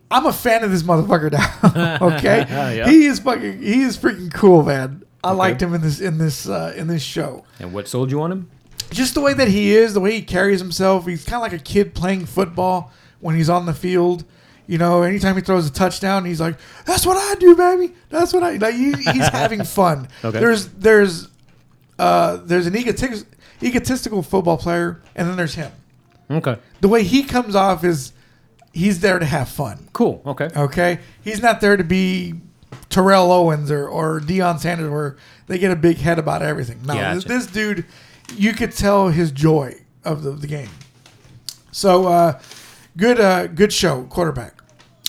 I'm a fan of this motherfucker now. *laughs* okay, *laughs* Yeah. he is fucking. He is freaking cool, man. I liked him in this in this uh, in this show. And what sold you on him? Just the way that he is, the way he carries himself. He's kind of like a kid playing football when he's on the field. You know, anytime he throws a touchdown, he's like, "That's what I do, baby. That's what I." Like he, *laughs* he's having fun. Okay. There's there's uh, there's an egotis- egotistical football player, and then there's him. Okay. The way he comes off is he's there to have fun. Cool. Okay. Okay, he's not there to be Terrell Owens or or Deion Sanders, where they get a big head about everything. No, Gotcha. this, this dude, you could tell his joy of the, the game. So, uh, good uh, good show, quarterback.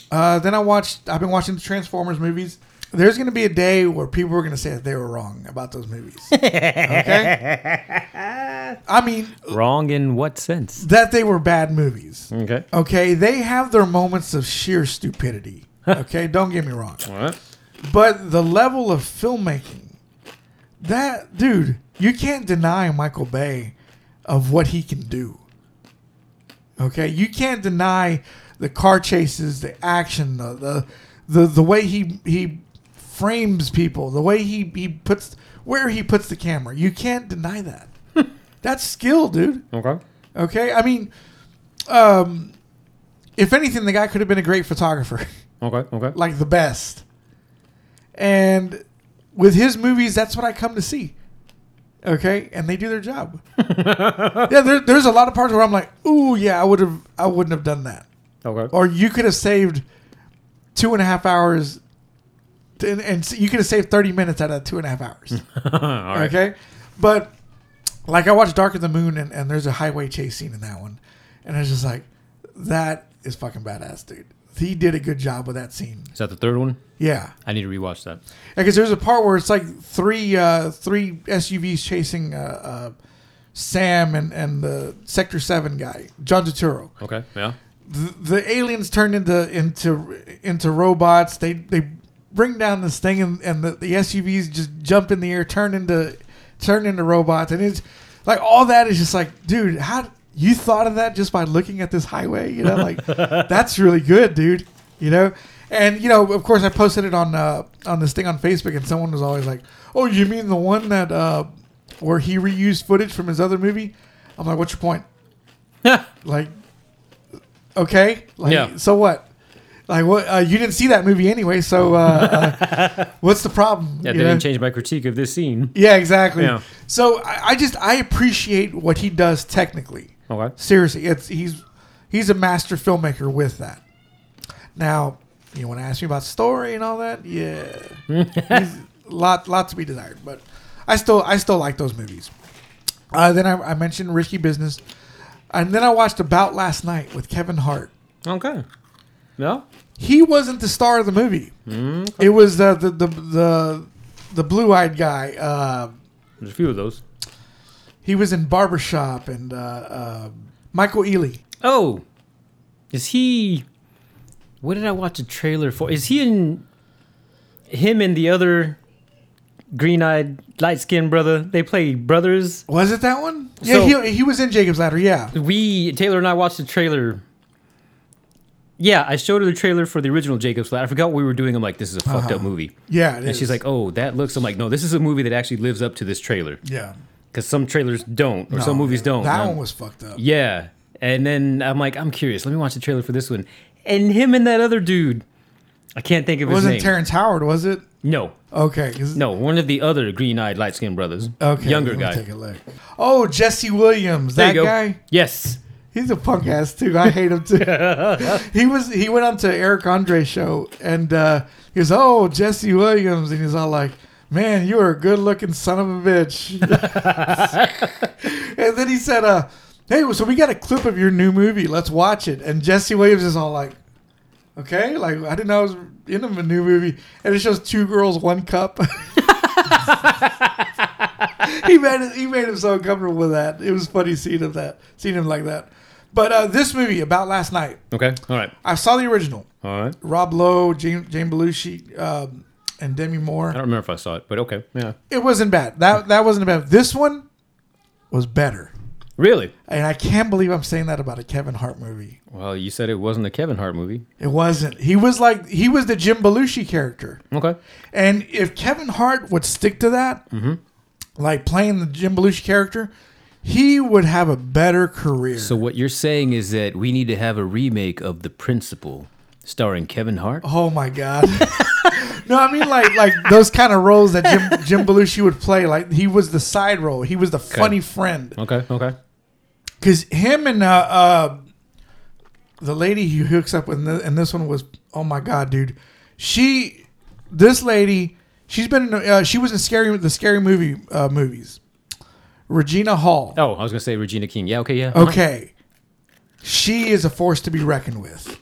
Uh, then I watched. I've been watching the Transformers movies. There's going to be a day where people are going to say that they were wrong about those movies. Okay, I mean Wrong in what sense? that they were bad movies. Okay. Okay, they have their moments of sheer stupidity. Okay, don't get me wrong. All right. But the level of filmmaking, that dude, you can't deny Michael Bay of what he can do. Okay, you can't deny the car chases, the action, the the the, the way he he frames people, the way he he puts where he puts the camera. You can't deny that. That's skill, dude. Okay. Okay, I mean, um, if anything, the guy could have been a great photographer. *laughs* Okay. Okay. like the best. And with his movies, that's what I come to see. Okay, and they do their job. yeah, there, there's a lot of parts where I'm like, "Ooh, yeah, I would have, I wouldn't have done that," Okay. *laughs* or you could have saved two and a half hours, to- and, and you could have saved thirty minutes out of two and a half hours. All right. Okay. But like I watched Dark of the Moon and, and there's a highway chase scene in that one. And I was just like, that is fucking badass, dude. He did a good job with that scene. Is that the third one? Yeah. I need to rewatch that. Because there's a part where it's like three uh, three SUVs chasing uh, uh, Sam and, and the Sector 7 guy, John Turturro. Okay. *laughs* Yeah. The, the aliens turned into into into robots. They they bring down this thing and, and the, the SUVs just jump in the air, turn into turn into robots. And it's like all that is just like, dude, how you thought of that just by looking at this highway? You know, like that's really good, dude. You know? And you know, of course I posted it on uh, on this thing on Facebook and someone was always like, Oh, you mean the one that uh, where he reused footage from his other movie? I'm like, What's your point? like okay like Yeah. so what like what uh, you didn't see that movie anyway so uh, *laughs* uh, what's the problem Yeah. You They know? didn't change my critique of this scene. yeah exactly Yeah. so I, I just i appreciate what he does technically Okay. seriously it's he's he's a master filmmaker with that now you want to ask me about story and all that yeah He's- lot lot to be desired but i still i still like those movies uh, then I, I mentioned risky business and then i watched about last night with kevin hart Okay. No. he wasn't the star of the movie. It was the the the the, the blue eyed guy. Uh, There's a few of those. he was in Barbershop and uh, uh, Michael Ealy. Oh, is he? What did I watch a trailer for? Is he in? Him and the other green-eyed, light-skinned brother. They play brothers. Was it that one? So- Yeah, he, he was in Jacob's Ladder. Yeah, We Taylor and I watched the trailer. Yeah, I showed her the trailer for the original Jacob's Ladder. I forgot what we were doing. I'm like, this is a fucked up movie. yeah. Uh-huh. It And she's like, oh, that looks. I'm like, no, this is a movie that actually lives up to this trailer yeah. because some trailers don't or some No, movies don't. That Um, one was fucked up. Yeah. And then I'm like, I'm curious. Let me watch the trailer for this one. And him and that other dude, I can't think of It his wasn't name. Terrence Howard, was it? no, Okay, 'cause- no, one of the other green-eyed, light-skinned brothers. Okay, younger let me guy. Take a look. Oh, Jesse Williams, there that you go. guy. Yes. He's a punk ass too. I hate him too. he was he went on to Eric Andre's show and uh, he was oh Jesse Williams and he's all like, man, you are a good looking son of a bitch. and then he said, uh, hey, so we got a clip of your new movie. Let's watch it. And Jesse Williams is all like, Okay, like I didn't know I was in a new movie, and it shows two girls, one cup. *laughs* he made it, he made him so uncomfortable with that. It was funny seeing him that seeing him like that. But uh, this movie about last night, Okay. All right. I saw the original. All right. Rob Lowe, James, James Belushi, um, and Demi Moore. I don't remember if I saw it, but okay. Yeah. It wasn't bad. That that wasn't bad. This one was better, Really? and I can't believe I'm saying that about a Kevin Hart movie. Well, you said it wasn't a Kevin Hart movie. It wasn't. He was like he was the Jim Belushi character. Okay. And if Kevin Hart would stick to that, like playing the Jim Belushi character, he would have a better career. So what you're saying is that we need to have a remake of The Principal starring Kevin Hart? oh my god. no, I mean like like those kind of roles that Jim Jim Belushi would play. Like he was the side role. He was the funny friend. Oh, Okay. Okay. Because him and uh, uh, the lady he hooks up with, in thi- and this one was, oh my god, dude, she, this lady, she's been, in, uh, she was in scary the scary movie uh, movies, Regina Hall. Oh, I was gonna say Regina King. Yeah. Okay. Yeah. Okay, she is a force to be reckoned with.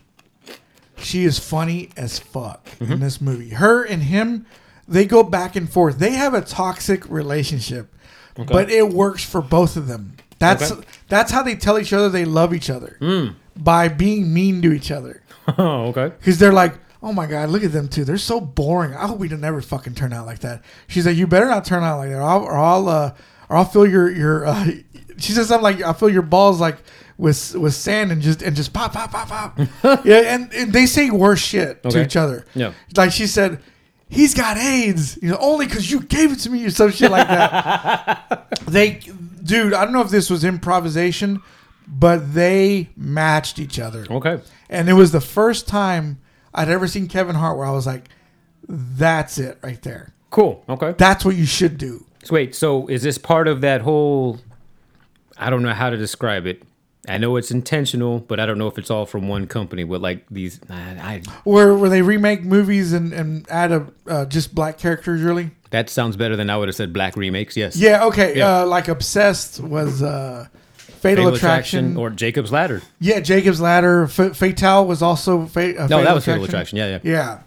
She is funny as fuck in this movie. Her and him, they go back and forth. They have a toxic relationship, but it works for both of them. That's Okay. that's how they tell each other they love each other by being mean to each other *laughs* Oh, okay. because they're like, oh my god, look at them two. They're so boring. I hope we don't ever fucking turn out like that. She's like, you better not turn out like that, or I'll or I'll, uh, or I'll fill your your. Uh, *laughs* she says something like, I'll fill your balls like with with sand and just and just pop pop pop pop. *laughs* yeah, and, and they say worse shit to Okay. each other. Yeah. like she said. He's got AIDS, you know, only because you gave it to me or some shit like that. *laughs* they, dude, I don't know if this was improvisation, but they matched each other. Okay. And it was the first time I'd ever seen Kevin Hart where I was like, that's it right there. Cool. Okay. That's what you should do. So wait, so is this part of that whole? I don't know how to describe it. I know it's intentional, but I don't know if it's all from one company. With like these, I, I, Where where they remake movies and, and add a uh, just black characters really? that sounds better than I would have said. Black remakes, yes. Yeah, okay. Yeah. Uh, like Obsessed was uh, Fatal, Fatal Attraction. or Jacob's Ladder. yeah, Jacob's Ladder. F- Fatale was also fa- uh, No, Fatal that was Fatal Attraction. Yeah, yeah. Yeah.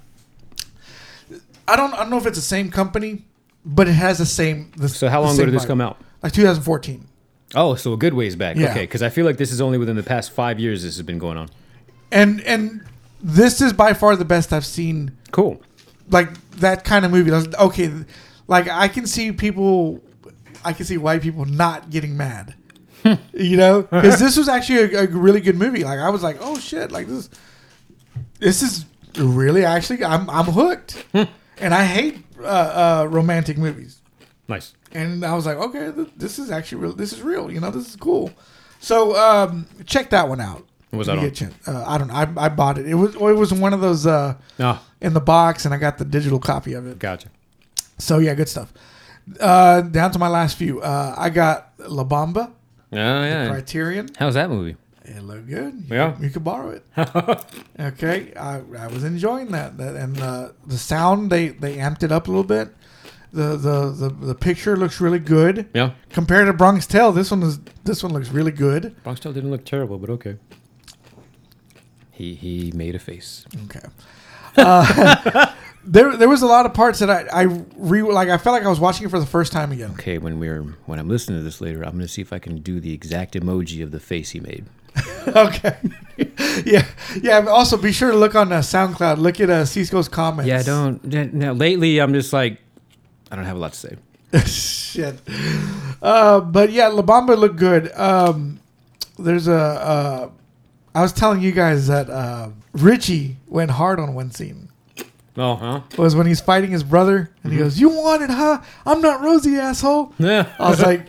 I don't I don't know if it's the same company, but it has the same. The, So how long ago did this come out? Like 2014. Oh, so a good ways back. Yeah. Okay, because I feel like this is only within the past five years this has been going on. And and this is by far the best I've seen Cool. like that kind of movie. Like, Okay, like I can see people, I can see white people not getting mad. you know, because this was actually a, a really good movie. Like I was like, oh shit, like this, this is really actually I'm I'm hooked, and I hate uh, uh, romantic movies. Nice. And I was like, okay, th- this is actually real. This is real. You know, this is cool. So um, check that one out. What was If you that on? get a chance. Uh, I don't. know. I, I bought it. It was it was one of those uh, Ah, in the box, and I got the digital copy of it. gotcha. So yeah, good stuff. Uh, down to my last few. Uh, I got La Bamba, Oh yeah. Criterion. How's that movie? It looked good. Yeah. you could borrow *laughs* it. okay, I, I was enjoying that. That and uh, the sound they they amped it up a little bit. The the the, the picture looks really good. Yeah. Compared to Bronx Tale, this one is this one looks really good. Bronx Tale didn't look terrible, but okay. He he made a face. Okay. Uh, *laughs* there there was a lot of parts that I I re like I felt like I was watching it for the first time again. Okay, when we're when I'm listening to this later, I'm gonna see if I can do the exact emoji of the face he made. *laughs* Okay. *laughs* yeah. Yeah. but Also, be sure to look on uh, SoundCloud. Look at uh, Cisco's comments. Yeah, I don't. Now lately, I'm just like, I don't have a lot to say. *laughs* Shit. Uh, but yeah, La Bamba looked good. Um, there's a. Uh, I was telling you guys that uh, Richie went hard on one scene. Oh, huh? Was when he's fighting his brother and he goes, "You wanted, huh? I'm not Rosie, asshole." Yeah. I was like,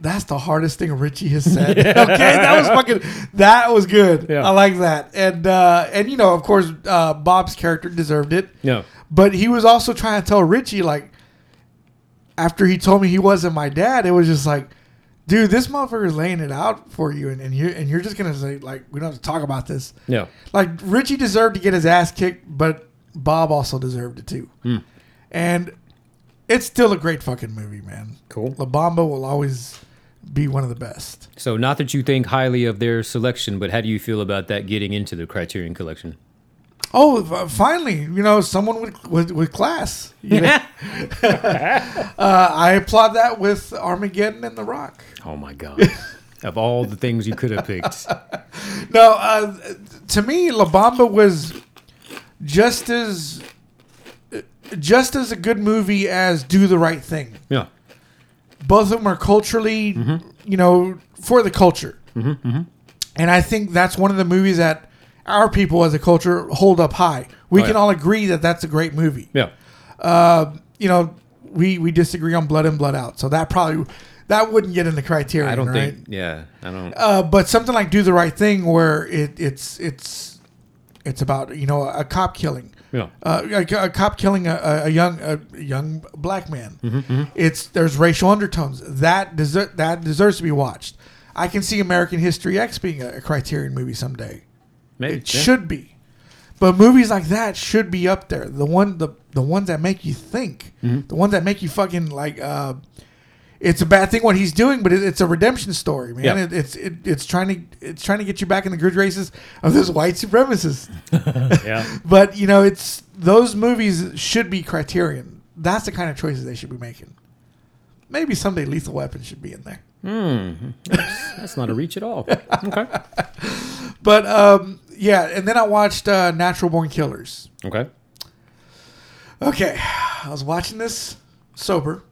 that's the hardest thing Richie has said. okay, that was fucking that was good. Yeah. I like that. And uh and you know, of course, uh Bob's character deserved it. Yeah. But he was also trying to tell Richie, like, after he told me he wasn't my dad, it was just like, dude, this motherfucker is laying it out for you and, and you and you're just gonna say, like, we don't have to talk about this. Yeah. Like Richie deserved to get his ass kicked, but Bob also deserved it too. And it's still a great fucking movie, man. Cool. La Bamba will always be one of the best. So, not that you think highly of their selection, but how do you feel about that getting into the Criterion Collection? Oh, f- finally, you know, someone with with, with class. you know? uh, I applaud that with Armageddon and The Rock. Oh my god! *laughs* of all the things you could have *laughs* picked, No, uh, to me, La Bamba was just as just as a good movie as Do the Right Thing. yeah, Both of them are culturally, Mm-hmm. you know, for the culture. And I think that's one of the movies that our people as a culture hold up high. We Oh, can yeah. all agree that that's a great movie. yeah, You know, we we disagree on Blood in Blood Out, so that probably that wouldn't get in the criteria. I don't right? think, yeah, I don't. Uh, but something like Do the Right Thing, where it, it's it's it's about you know a cop killing, Yeah. uh, a, a cop killing a, a a young a young black man. Mm-hmm, It's there's racial undertones that deser- that deserves to be watched. I can see American History X being a, a Criterion movie someday. Maybe It yeah. should be, but movies like that should be up there. The one the the ones that make you think, Mm-hmm. the ones that make you fucking like. Uh, it's a bad thing what he's doing, but it, it's a redemption story, man. Yeah. It, it's it, it's trying to it's trying to get you back in the good races of this white supremacist. yeah. but you know, it's those movies should be criterion. That's the kind of choices they should be making. Maybe someday Lethal Weapon should be in there. That's not a reach at all. Okay. But um, yeah, and then I watched uh, Natural Born Killers. Okay. Okay, I was watching this sober,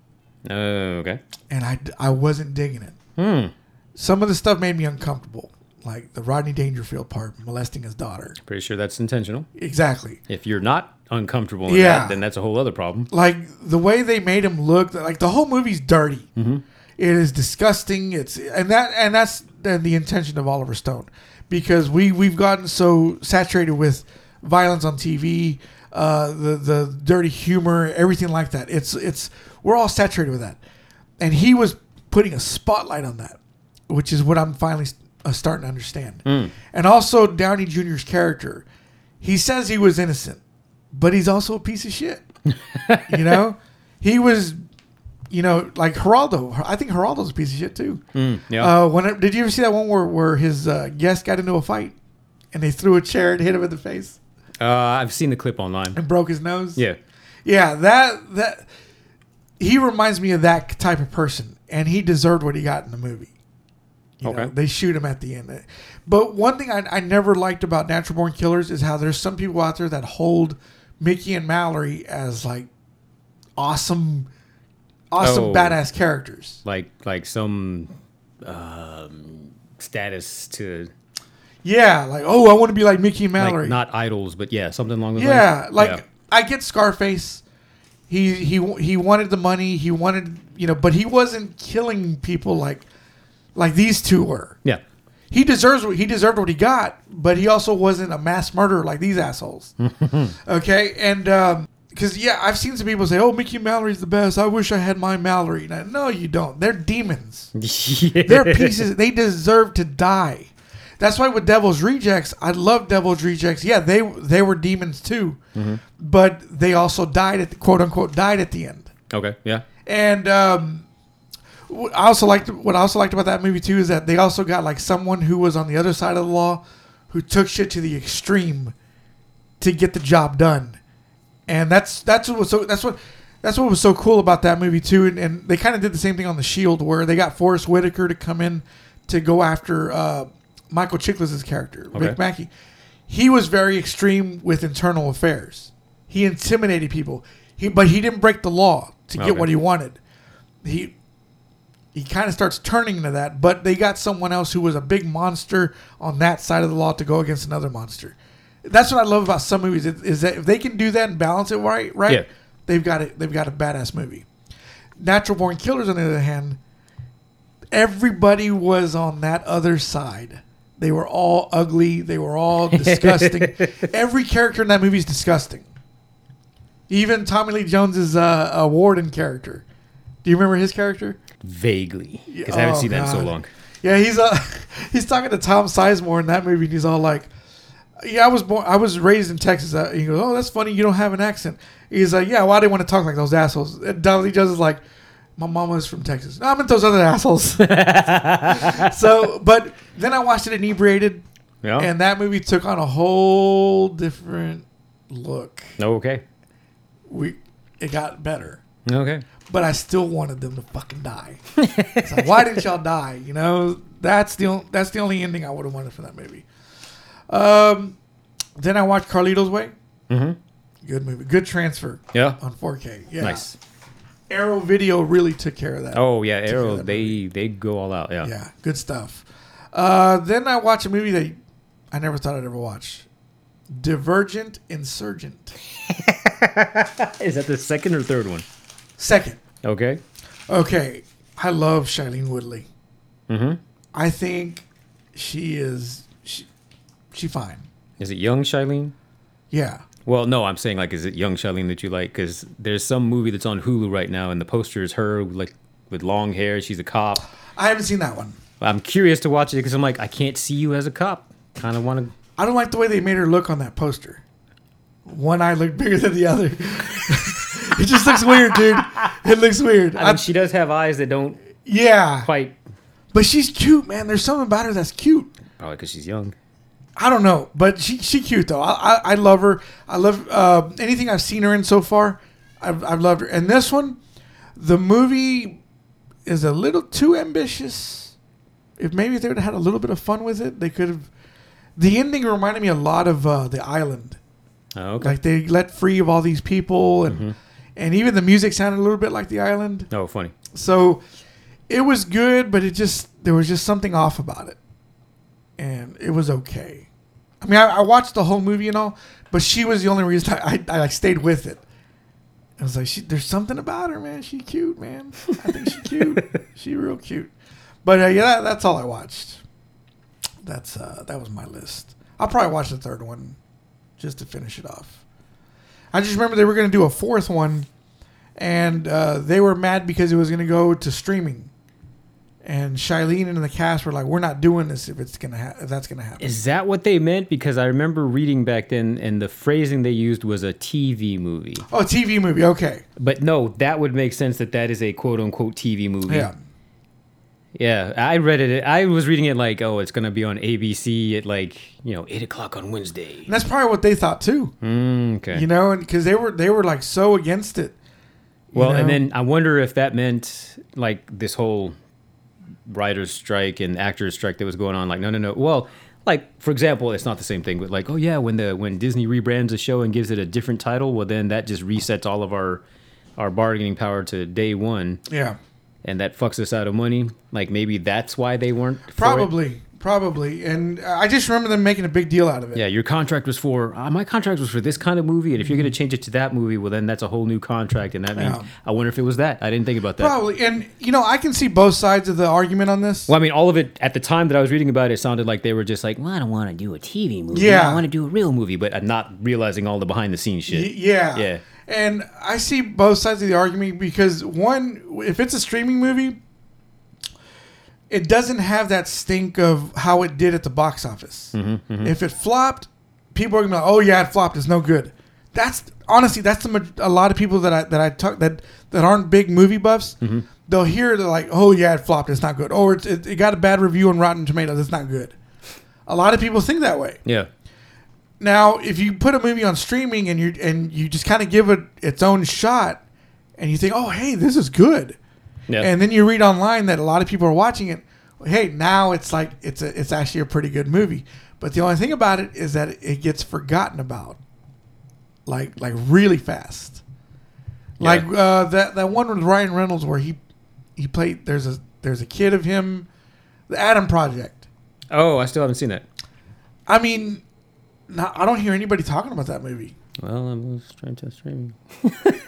Uh, okay. and I I wasn't digging it. Some of the stuff made me uncomfortable, like the Rodney Dangerfield part, molesting his daughter. Pretty sure that's intentional. Exactly. If you're not uncomfortable in Yeah. that, then that's a whole other problem. Like the way they made him look, like the whole movie's dirty. It is disgusting. It's and that and that's the, the intention of Oliver Stone, because we we've gotten so saturated with violence on TV, uh, the the dirty humor, everything like that. It's it's we're all saturated with that, and he was putting a spotlight on that, which is what I'm finally uh, starting to understand. And also Downey Jr.'s character, he says he was innocent, but he's also a piece of shit. you know, he was, you know, like Geraldo. I think Geraldo's a piece of shit too. Yeah. Uh, when did you ever see that one where where his uh, guest got into a fight and they threw a chair and hit him in the face Uh, I've seen the clip online. and broke his nose? Yeah. yeah. That that he reminds me of that type of person, and he deserved what he got in the movie. You Okay. know, they shoot him at the end. But one thing I, I never liked about Natural Born Killers is how there's some people out there that hold Mickey and Mallory as like awesome, awesome Oh. badass characters. Like like some um, status to Yeah, like oh, I want to be like Mickey and Mallory. like not idols, but yeah, something along those yeah, lines. like I get Scarface. He he he wanted the money. He wanted you know, but he wasn't killing people like like these two were. yeah. he deserves what he deserved what he got, but he also wasn't a mass murderer like these *laughs* assholes. okay, and because yeah, I've seen some people say, "Oh, Mickey Mallory's the best." I wish I had my Mallory. And I- no, you don't. They're demons. Yeah. *laughs* They're pieces. they deserve to die. That's why with Devil's Rejects, I love Devil's Rejects. Yeah, they they were demons too, but they also died at the quote unquote died at the end. Okay. Yeah. And um, what I also liked what I also liked about that movie too is that they also got like someone who was on the other side of the law, who took shit to the extreme, to get the job done, and that's that's what was so that's what that's what was so cool about that movie too. And, and they kind of did the same thing on the Shield where they got Forrest Whitaker to come in to go after uh, Michael Chiklis' character, Okay. Rick Mackey. He was very extreme with internal affairs. He intimidated people. He but he didn't break the law to get Okay. what he wanted. He he kind of starts turning into that, but they got someone else who was a big monster on that side of the law to go against another monster. That's what I love about some movies is- is that if they can do that and balance it right, right, Yeah. they've got it. They've got a badass movie. Natural Born Killers, on the other hand, everybody was on that other side. They were all ugly. They were all disgusting. Every character in that movie is disgusting. Even Tommy Lee Jones's uh, uh, warden character. Do you remember his character? Vaguely, because I haven't Oh, seen that in so God. long. Yeah, he's uh, *laughs* he's talking to Tom Sizemore in that movie, and he's all like, "Yeah, I was born, I was raised in Texas." Uh, he goes, "Oh, that's funny. You don't have an accent." He's like, "Yeah, well, I didn't want to talk like those assholes." And Donald Lee Jones is like, "My mama's from Texas. *laughs* No, I meant those other assholes." so, but then I watched it inebriated, Yeah. and that movie took on a whole different look. okay. We it got better, Okay. but I still wanted them to fucking die. It's like, why didn't y'all die? You know, that's the on- that's the only ending I would have wanted from that movie. Um, then I watched Carlito's Way. Mm-hmm. Good movie, good transfer Yeah. on 4K. Oh, Yeah, Nice. Arrow Video really took care of that. Oh yeah, Arrow. that They they go all out. Yeah. Yeah, good stuff. Uh, then I watch a movie that I never thought I'd ever watch. Divergent Insurgent. Is that the second or third one? Second. Okay. Okay. I love Shailene Woodley. Mm-hmm. I think she is she, she fine. Is it young Shailene? Yeah. Well, no, I'm saying like, is it young Shailene that you like? Because there's some movie that's on Hulu right now, and the poster is her like with long hair. She's a cop. I haven't seen that one. I'm curious to watch it because I'm like, I can't see you as a cop. Kind of want to. I don't like the way they made her look on that poster. One eye looked bigger than the other. *laughs* it just looks weird, dude. It looks weird. I mean, I- she does have eyes that don't yeah. quite. But she's cute, man. There's something about her that's cute. Probably because oh, she's young. I don't know, but she she cute though. I I, I love her. I love uh, anything I've seen her in so far. I've I've loved her. And this one, the movie is a little too ambitious. If maybe if they would have had a little bit of fun with it, they could have. The ending reminded me a lot of uh, The Island. Oh, okay. Like they let free of all these people, and and even the music sounded a little bit like The Island. oh, funny. So it was good, but it just there was just something off about it, and it was okay. I mean, I, I watched the whole movie and all, but she was the only reason I I, I like stayed with it. I was like, she, there's something about her, man. She cute, man. I think she cute. she real cute. But uh, yeah, that, that's all I watched. That's uh, that was my list. I'll probably watch the third one just to finish it off. I just remember they were going to do a fourth one, and uh, they were mad because it was going to go to streaming. And Shailene and the cast were like, "We're not doing this if it's gonna ha- if that's gonna happen." Is that what they meant? Because I remember reading back then, and the phrasing they used was a TV movie. oh, TV movie. Okay, But no, that would make sense that that is a quote unquote TV movie. yeah. Yeah, I read it. I was reading it like, oh, it's gonna be on ABC at like you know eight o'clock on Wednesday. And that's probably what they thought too. Mm, okay. You know, and because they were they were like so against it. well, and know? then I wonder if that meant like this whole writers' strike and actors' strike that was going on. Like, no, no, no. Well, like for example, it's not the same thing, but like, oh yeah, when the when Disney rebrands a show and gives it a different title, well, then that just resets all of our our bargaining power to day one, Yeah, and that fucks us out of money. Like maybe that's why they weren't for it. probably, probably. And uh, I just remember them making a big deal out of it. Yeah, your contract was for uh, my contract was for this kind of movie, and if you're going to change it to that movie, well, then that's a whole new contract, and that means Mm-hmm. Yeah. I wonder if it was that. I didn't think about that. Probably, and you know, I can see both sides of the argument on this. Well, I mean, all of it at the time that I was reading about it, it sounded like they were just like, Well, I don't want to do a TV movie. Yeah. I want to do a real real movie. movie, but I'm not realizing all the behind the scenes Y- shit. yeah, Yeah. And I see both sides of the argument because one, if it's a streaming movie, it doesn't have that stink of how it did at the box office. Mm-hmm, If it flopped, people are gonna be like, "Oh yeah, it flopped. It's no good." That's honestly that's the, ma- a lot of people that I that I talk that that aren't big movie buffs. Mm-hmm. They'll hear they're like, "Oh yeah, it flopped. It's not good." Or it's, it, it got a bad review on Rotten Tomatoes. It's not good. A lot of people think that way. Yeah, Now, if you put a movie on streaming and you and you just kind of give it its own shot, and you think, "Oh, hey, this is good," yeah. and then you read online that a lot of people are watching it, hey, now it's like it's a, it's actually a pretty good movie. But the only thing about it is that it gets forgotten about, like like really fast. Like uh, that that one with Ryan Reynolds where he he played there's a there's a kid of him, the Adam Project. oh, I still haven't seen that. I mean, not, I don't hear anybody talking about that movie. Well, I was trying to stream.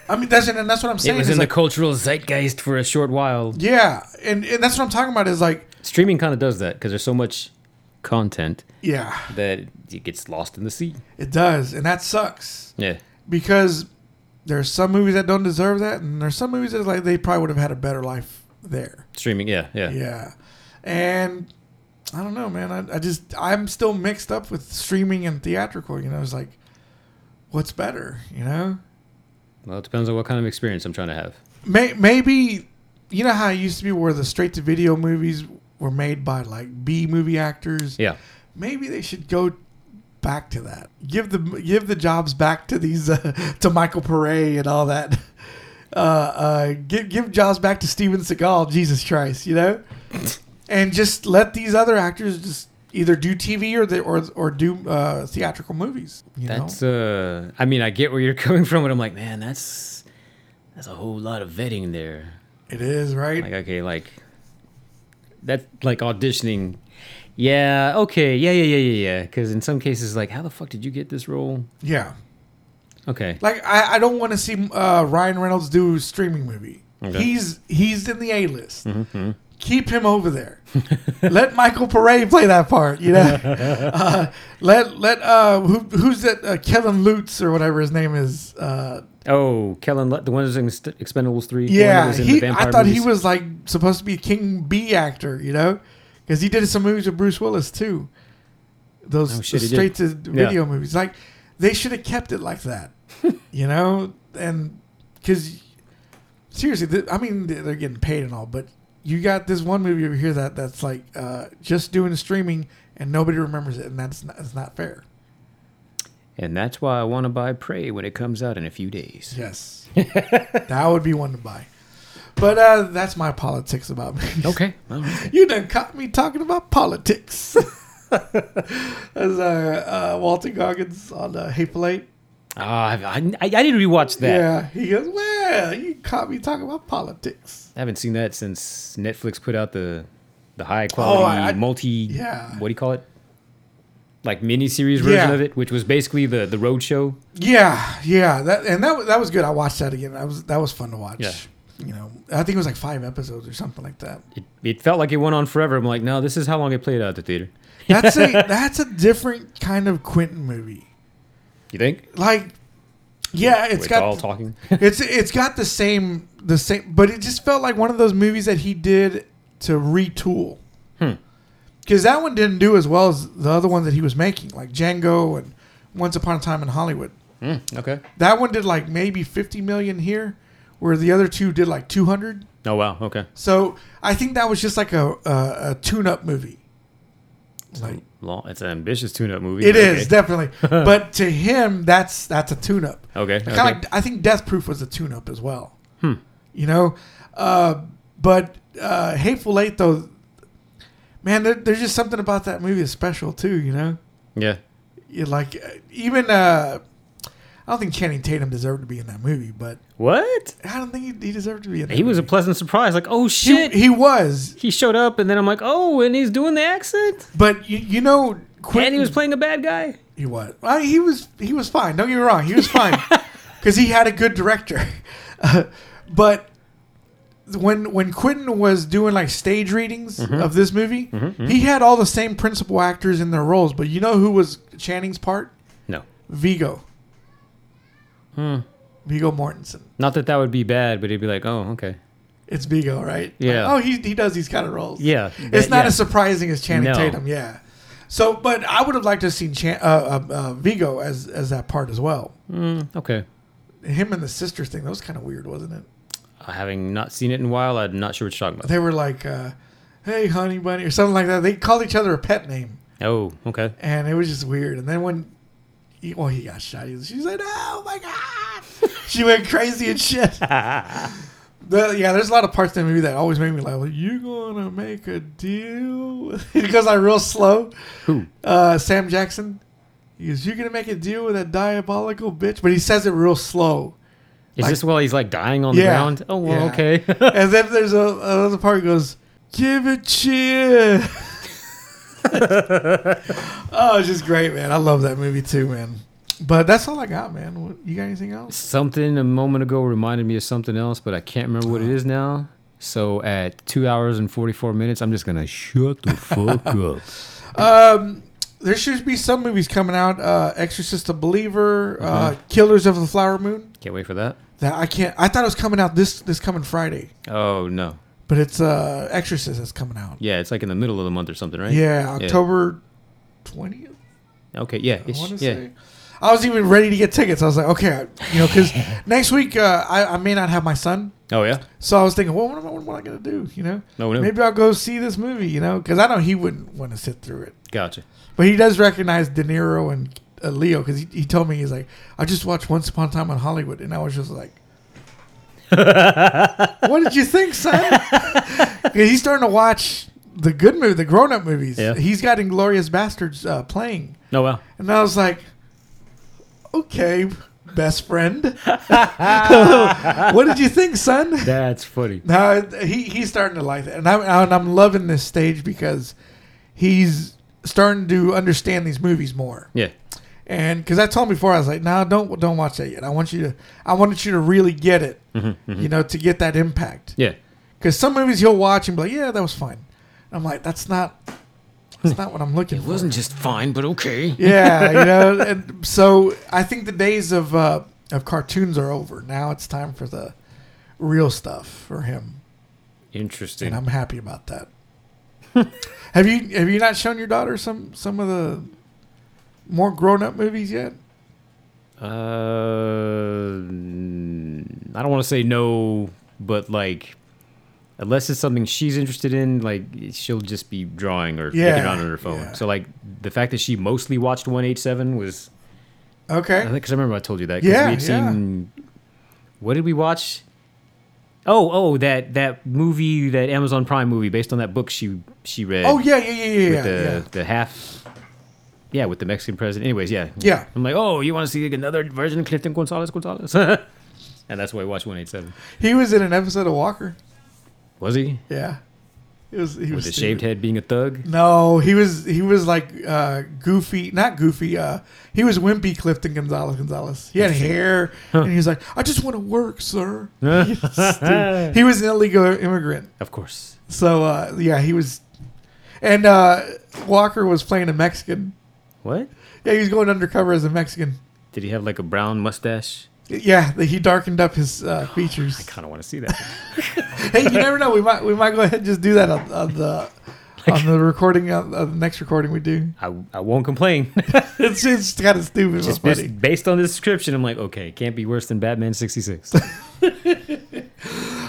I mean, that's and that's what I'm It saying. was is in like- the cultural zeitgeist for a short while. yeah, and, and that's what I'm talking about. Is like, Streaming kind of does that because there's so much content yeah, that it gets lost in the sea. it does, and that sucks Yeah, because there's some movies that don't deserve that, and there's some movies that like they probably would have had a better life there. streaming. Yeah, yeah. Yeah, and I don't know, man. I, I just I'm still mixed up with streaming and theatrical. You know, it's like, what's better? You know, Well, it depends on what kind of experience I'm trying to have. May, maybe you know how it used to be where the straight to video movies were made by like B movie actors. Yeah. maybe they should go back to that. Give the give the jobs back to these uh, to Michael Pare and all that. Uh, uh, give give jobs back to Steven Seagal. Jesus Christ, you know, and just let these other actors just either do TV or the, or or do uh, theatrical movies. You That's know? uh I mean I get where you're *laughs* coming from, but I'm like, man, that's that's a whole lot of vetting there. it is right. Like okay, like that like auditioning. Yeah, okay. Yeah, yeah, yeah, yeah, yeah. Cuz in some cases like how the fuck did you get this role? yeah, Okay. like I, I don't want to see uh, Ryan Reynolds do a streaming movie. Okay. Mm-hmm, He's he's in the A list. Keep him over there. *laughs* let Michael Paré play that part. You *laughs* know, uh, let let uh, who, who's that? Uh, Kellen Lutz or whatever his name is. Uh, Oh, Kellen Lu- the one who's in Ext- Expendables 3. the one that yeah, was in he, the I vampire thought he movies. was like supposed to be a King B actor. You know, because he did some movies with Bruce Willis too. Those Oh, shit, he did. straight to Yeah. video movies. Like they should have kept it like *laughs* that. you know, and because seriously, th- I mean, they- they're getting paid and all, but you got this one movie over here that that's like uh, just doing streaming and nobody remembers it, and that's not, that's not fair. And that's why I want to buy Prey when it comes out in a few days. Yes, *laughs* that would be one to buy. But uh, that's my politics *laughs* about movies. Okay. All right. You done caught me talking about *laughs* politics. As uh, uh, Walter Goggins on uh, Hateful Eight. Ah, I, I, I didn't rewatch that. Yeah, he goes, well, you caught me talking about politics. I haven't seen that since Netflix put out the the high quality Oh, I- I- multi yeah. what do you call it? Like miniseries version Yeah. of it, which was basically the the road show. Yeah, yeah, that and that wa- that was good. I watched that again. That was that was fun to watch. Yeah. You know, I think it was like five episodes or something like that. It, it felt like it went on forever. I'm like, no, this is how long it played out at the theater. That's *laughs* a that's a different kind of Quentin movie. You think? Like, yeah, it's With got all talking. it's it's got the same the same but it just felt like one of those movies that he did to retool Hmm. because that one didn't do as well as the other one that he was making like django and once upon a time in hollywood Mm, okay. that one did like maybe 50 million here where the other two did like 200 Oh wow. Okay. so i think that was just like a, a, a tune-up movie like Long. It's an ambitious tune-up movie. it is okay. definitely *laughs* but to him that's that's a tune-up Okay. Kinda okay. Hmm. like- I think Death Proof was a tune-up as well. You know, uh, but uh, Hateful Eight though, man, there, there's just something about that movie that's special too. You know, yeah. you like uh, even uh, I don't think Channing Tatum deserved to be in that movie, but What? I don't think he, he deserved to be in. That He was a movie. pleasant surprise. Like, oh he, shit. he was, he showed up, and then I'm like, oh, and he's doing the accent, but you, you know, Quentin, and he was playing a bad guy. He was. Well, he was. He was fine. Don't get me wrong. He was *laughs* fine because he had a good director. *laughs* Uh, but when when Quentin was doing like stage readings Mm-hmm. of this movie, he had all the same principal actors in their roles. But you know who was Channing's part? No, Vigo. Hmm. Vigo Mortensen. not that that would be bad, but he'd be like, oh, okay. It's Vigo, right? Yeah. Like, oh, he, he does these kind of roles. Yeah, it's that- not yeah. as surprising as Channing No. Tatum. Yeah. So, but I would have liked to have seen Chan, uh, uh, uh, Vigo as as that part as well. Okay. him and the sisters thing that was kind of weird wasn't it Uh, Having not seen it in a while, I'm not sure what you're talking about. they were like uh, hey honey bunny or something like that they called each other a pet name Oh, okay. and it was just weird and then when he, well he got shot he was, she's like oh my god *laughs* she went crazy and shit The- yeah there's a lot of parts in the movie that always make me laugh like you gonna make a deal *laughs* it goes like real slow Who? uh, Sam Jackson he goes you gonna make a deal with that diabolical bitch but he says it real slow Is Like- this while he's like dying on the ground? Oh, well, yeah. okay. *laughs* and then there's a, another part that goes, "Give it cheer." oh, it's just great, man. I love that movie too, man. But that's all I got, man. What, you got anything else? something a moment ago reminded me of something else, but I can't remember what it is now. So at two hours and 44 minutes, I'm just going to shut the *laughs* fuck up. Um, there should be some movies coming out. Uh, Exorcist, The Believer, uh, Killers of the Flower Moon. Can't wait for that. That I can't. I thought it was coming out this this coming Friday, Oh, no. but it's uh, Exorcist that's coming out. Yeah, it's like in the middle of the month or something, right? Yeah, October twentieth. Okay, yeah. ish, I want to yeah. say. *laughs* I was even ready to get tickets. I was like, okay, I- you know, because next week uh, I, I may not have my son, Oh yeah. So I was thinking, well, what am I, what am I gonna do? You know, No, no. maybe I'll go see this movie. You know, because I know he wouldn't want to sit through it, Gotcha. but he does recognize De Niro and uh, Leo because he, he told me he's like, I just watched Once Upon a Time in Hollywood, and I was just *laughs* like, what did you think, son? *laughs* 'Cause he's starting to watch the good movie, the grown up movies. Yeah. He's got Inglorious Bastards uh, playing, Oh wow. and I was like, okay, best friend, what did you think, son? That's funny. No, he he's starting to like that, and I'm and I'm loving this stage because he's starting to understand these movies more. Yeah. And because I told him before, I was like, "No, don't don't watch that yet. I want you to I wanted you to really get it, you know, to get that impact. Yeah. Because some movies he'll watch and be like, "Yeah, that was fine." I'm like, "That's not that's not what I'm looking for." just fine, but okay. yeah, you *laughs* know. And so I think the days of uh, of cartoons are over. Now it's time for the real stuff for him Interesting. and I'm happy about that. *laughs* have you have you not shown your daughter some some of the more grown up movies yet? Uh, mm, Uh, I don't want to say no, but like, unless it's something she's interested in, like she'll just be drawing or Yeah, looking around on her phone. yeah. So like, the fact that she mostly watched One Eight Seven was, I Okay, think, because I remember I told you that. 'cause Yeah, we had seen. What did we watch? Oh, oh, that that movie, that Amazon Prime movie, based on that book she she read. Oh yeah, yeah, yeah, yeah, yeah, with the the half. Yeah, with the Mexican president. Anyways, yeah. Yeah. I'm like, oh, you want to see another version of Clifton Gonzalez Gonzalez? *laughs* and that's why I watched 187. yeah. He was in an episode of Walker. Was he? Yeah, it was. He With was the shaved stupid. head being a *laughs* thug? *laughs* No, he was he was like uh, goofy, not goofy. Uh, he was wimpy Clifton Gonzalez Gonzalez. He had hair, and he was like, "I just want to work, sir." Stupid. he was an illegal immigrant. Of course. So uh, yeah, he was, and uh, Walker was playing a Mexican. What? Yeah, he was going undercover as a Mexican. Did he have like a brown mustache? Yeah, the- he darkened up his uh, features. Kind of want to see that. hey, you never know. We might we might go ahead and just do that on, on the on the recording of, of the next recording we do. I, I *laughs* won't complain. It's it's kind of stupid, Just but funny. based- based on the description, I'm like, okay, can't be worse than *laughs* Batman 66.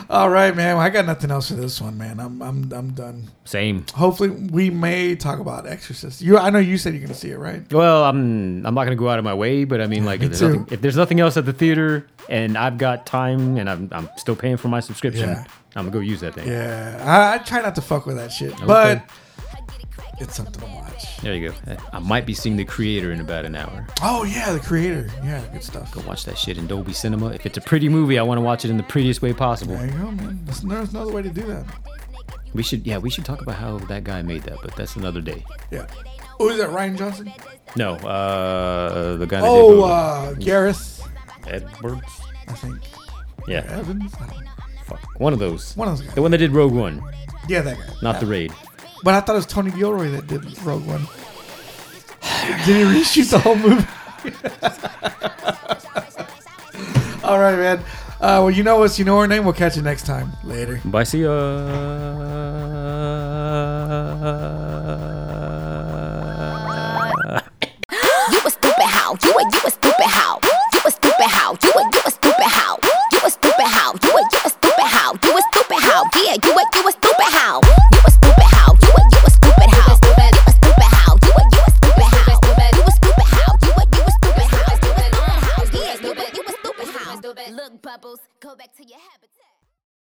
All right, man. Well, I got nothing else for this one, man. I'm I'm I'm done. Same. Hopefully, we may talk about Exorcist. You, I know you said you're gonna see it, right? Well, I'm I'm not gonna go out of my way, but I *laughs* mean, like, if there's, too. nothing, if there's nothing else at the theater, and I've got time, and I'm I'm still paying for my subscription, Yeah. I'm gonna go use that thing. Yeah, I, I try not to fuck with that shit, but it's something to watch. There you go. I might be seeing the creator in about an hour. Oh yeah, the creator. Yeah, good stuff. Watch that shit in Dolby Cinema. If it's a pretty movie, I want to watch it in the prettiest way possible. There you go, man. There's no, there's no other way to do that. We should, yeah, we should talk about how that guy made that, but that's another day. Yeah. Oh, is that Ryan Johnson? No, uh, the guy. That Oh, did uh, Gareth, Vogue. Edwards. I think. Yeah, Evans? I don't know. fuck, one of those. One of those guys. The one that did Rogue One, Yeah, that guy. not the raid. But I thought it was Tony Gilroy that did Rogue One. did he reshoot the whole movie? *laughs* All right, man. Uh, well, you know us. You know our name. We'll catch you next time. Later. Bye, see ya.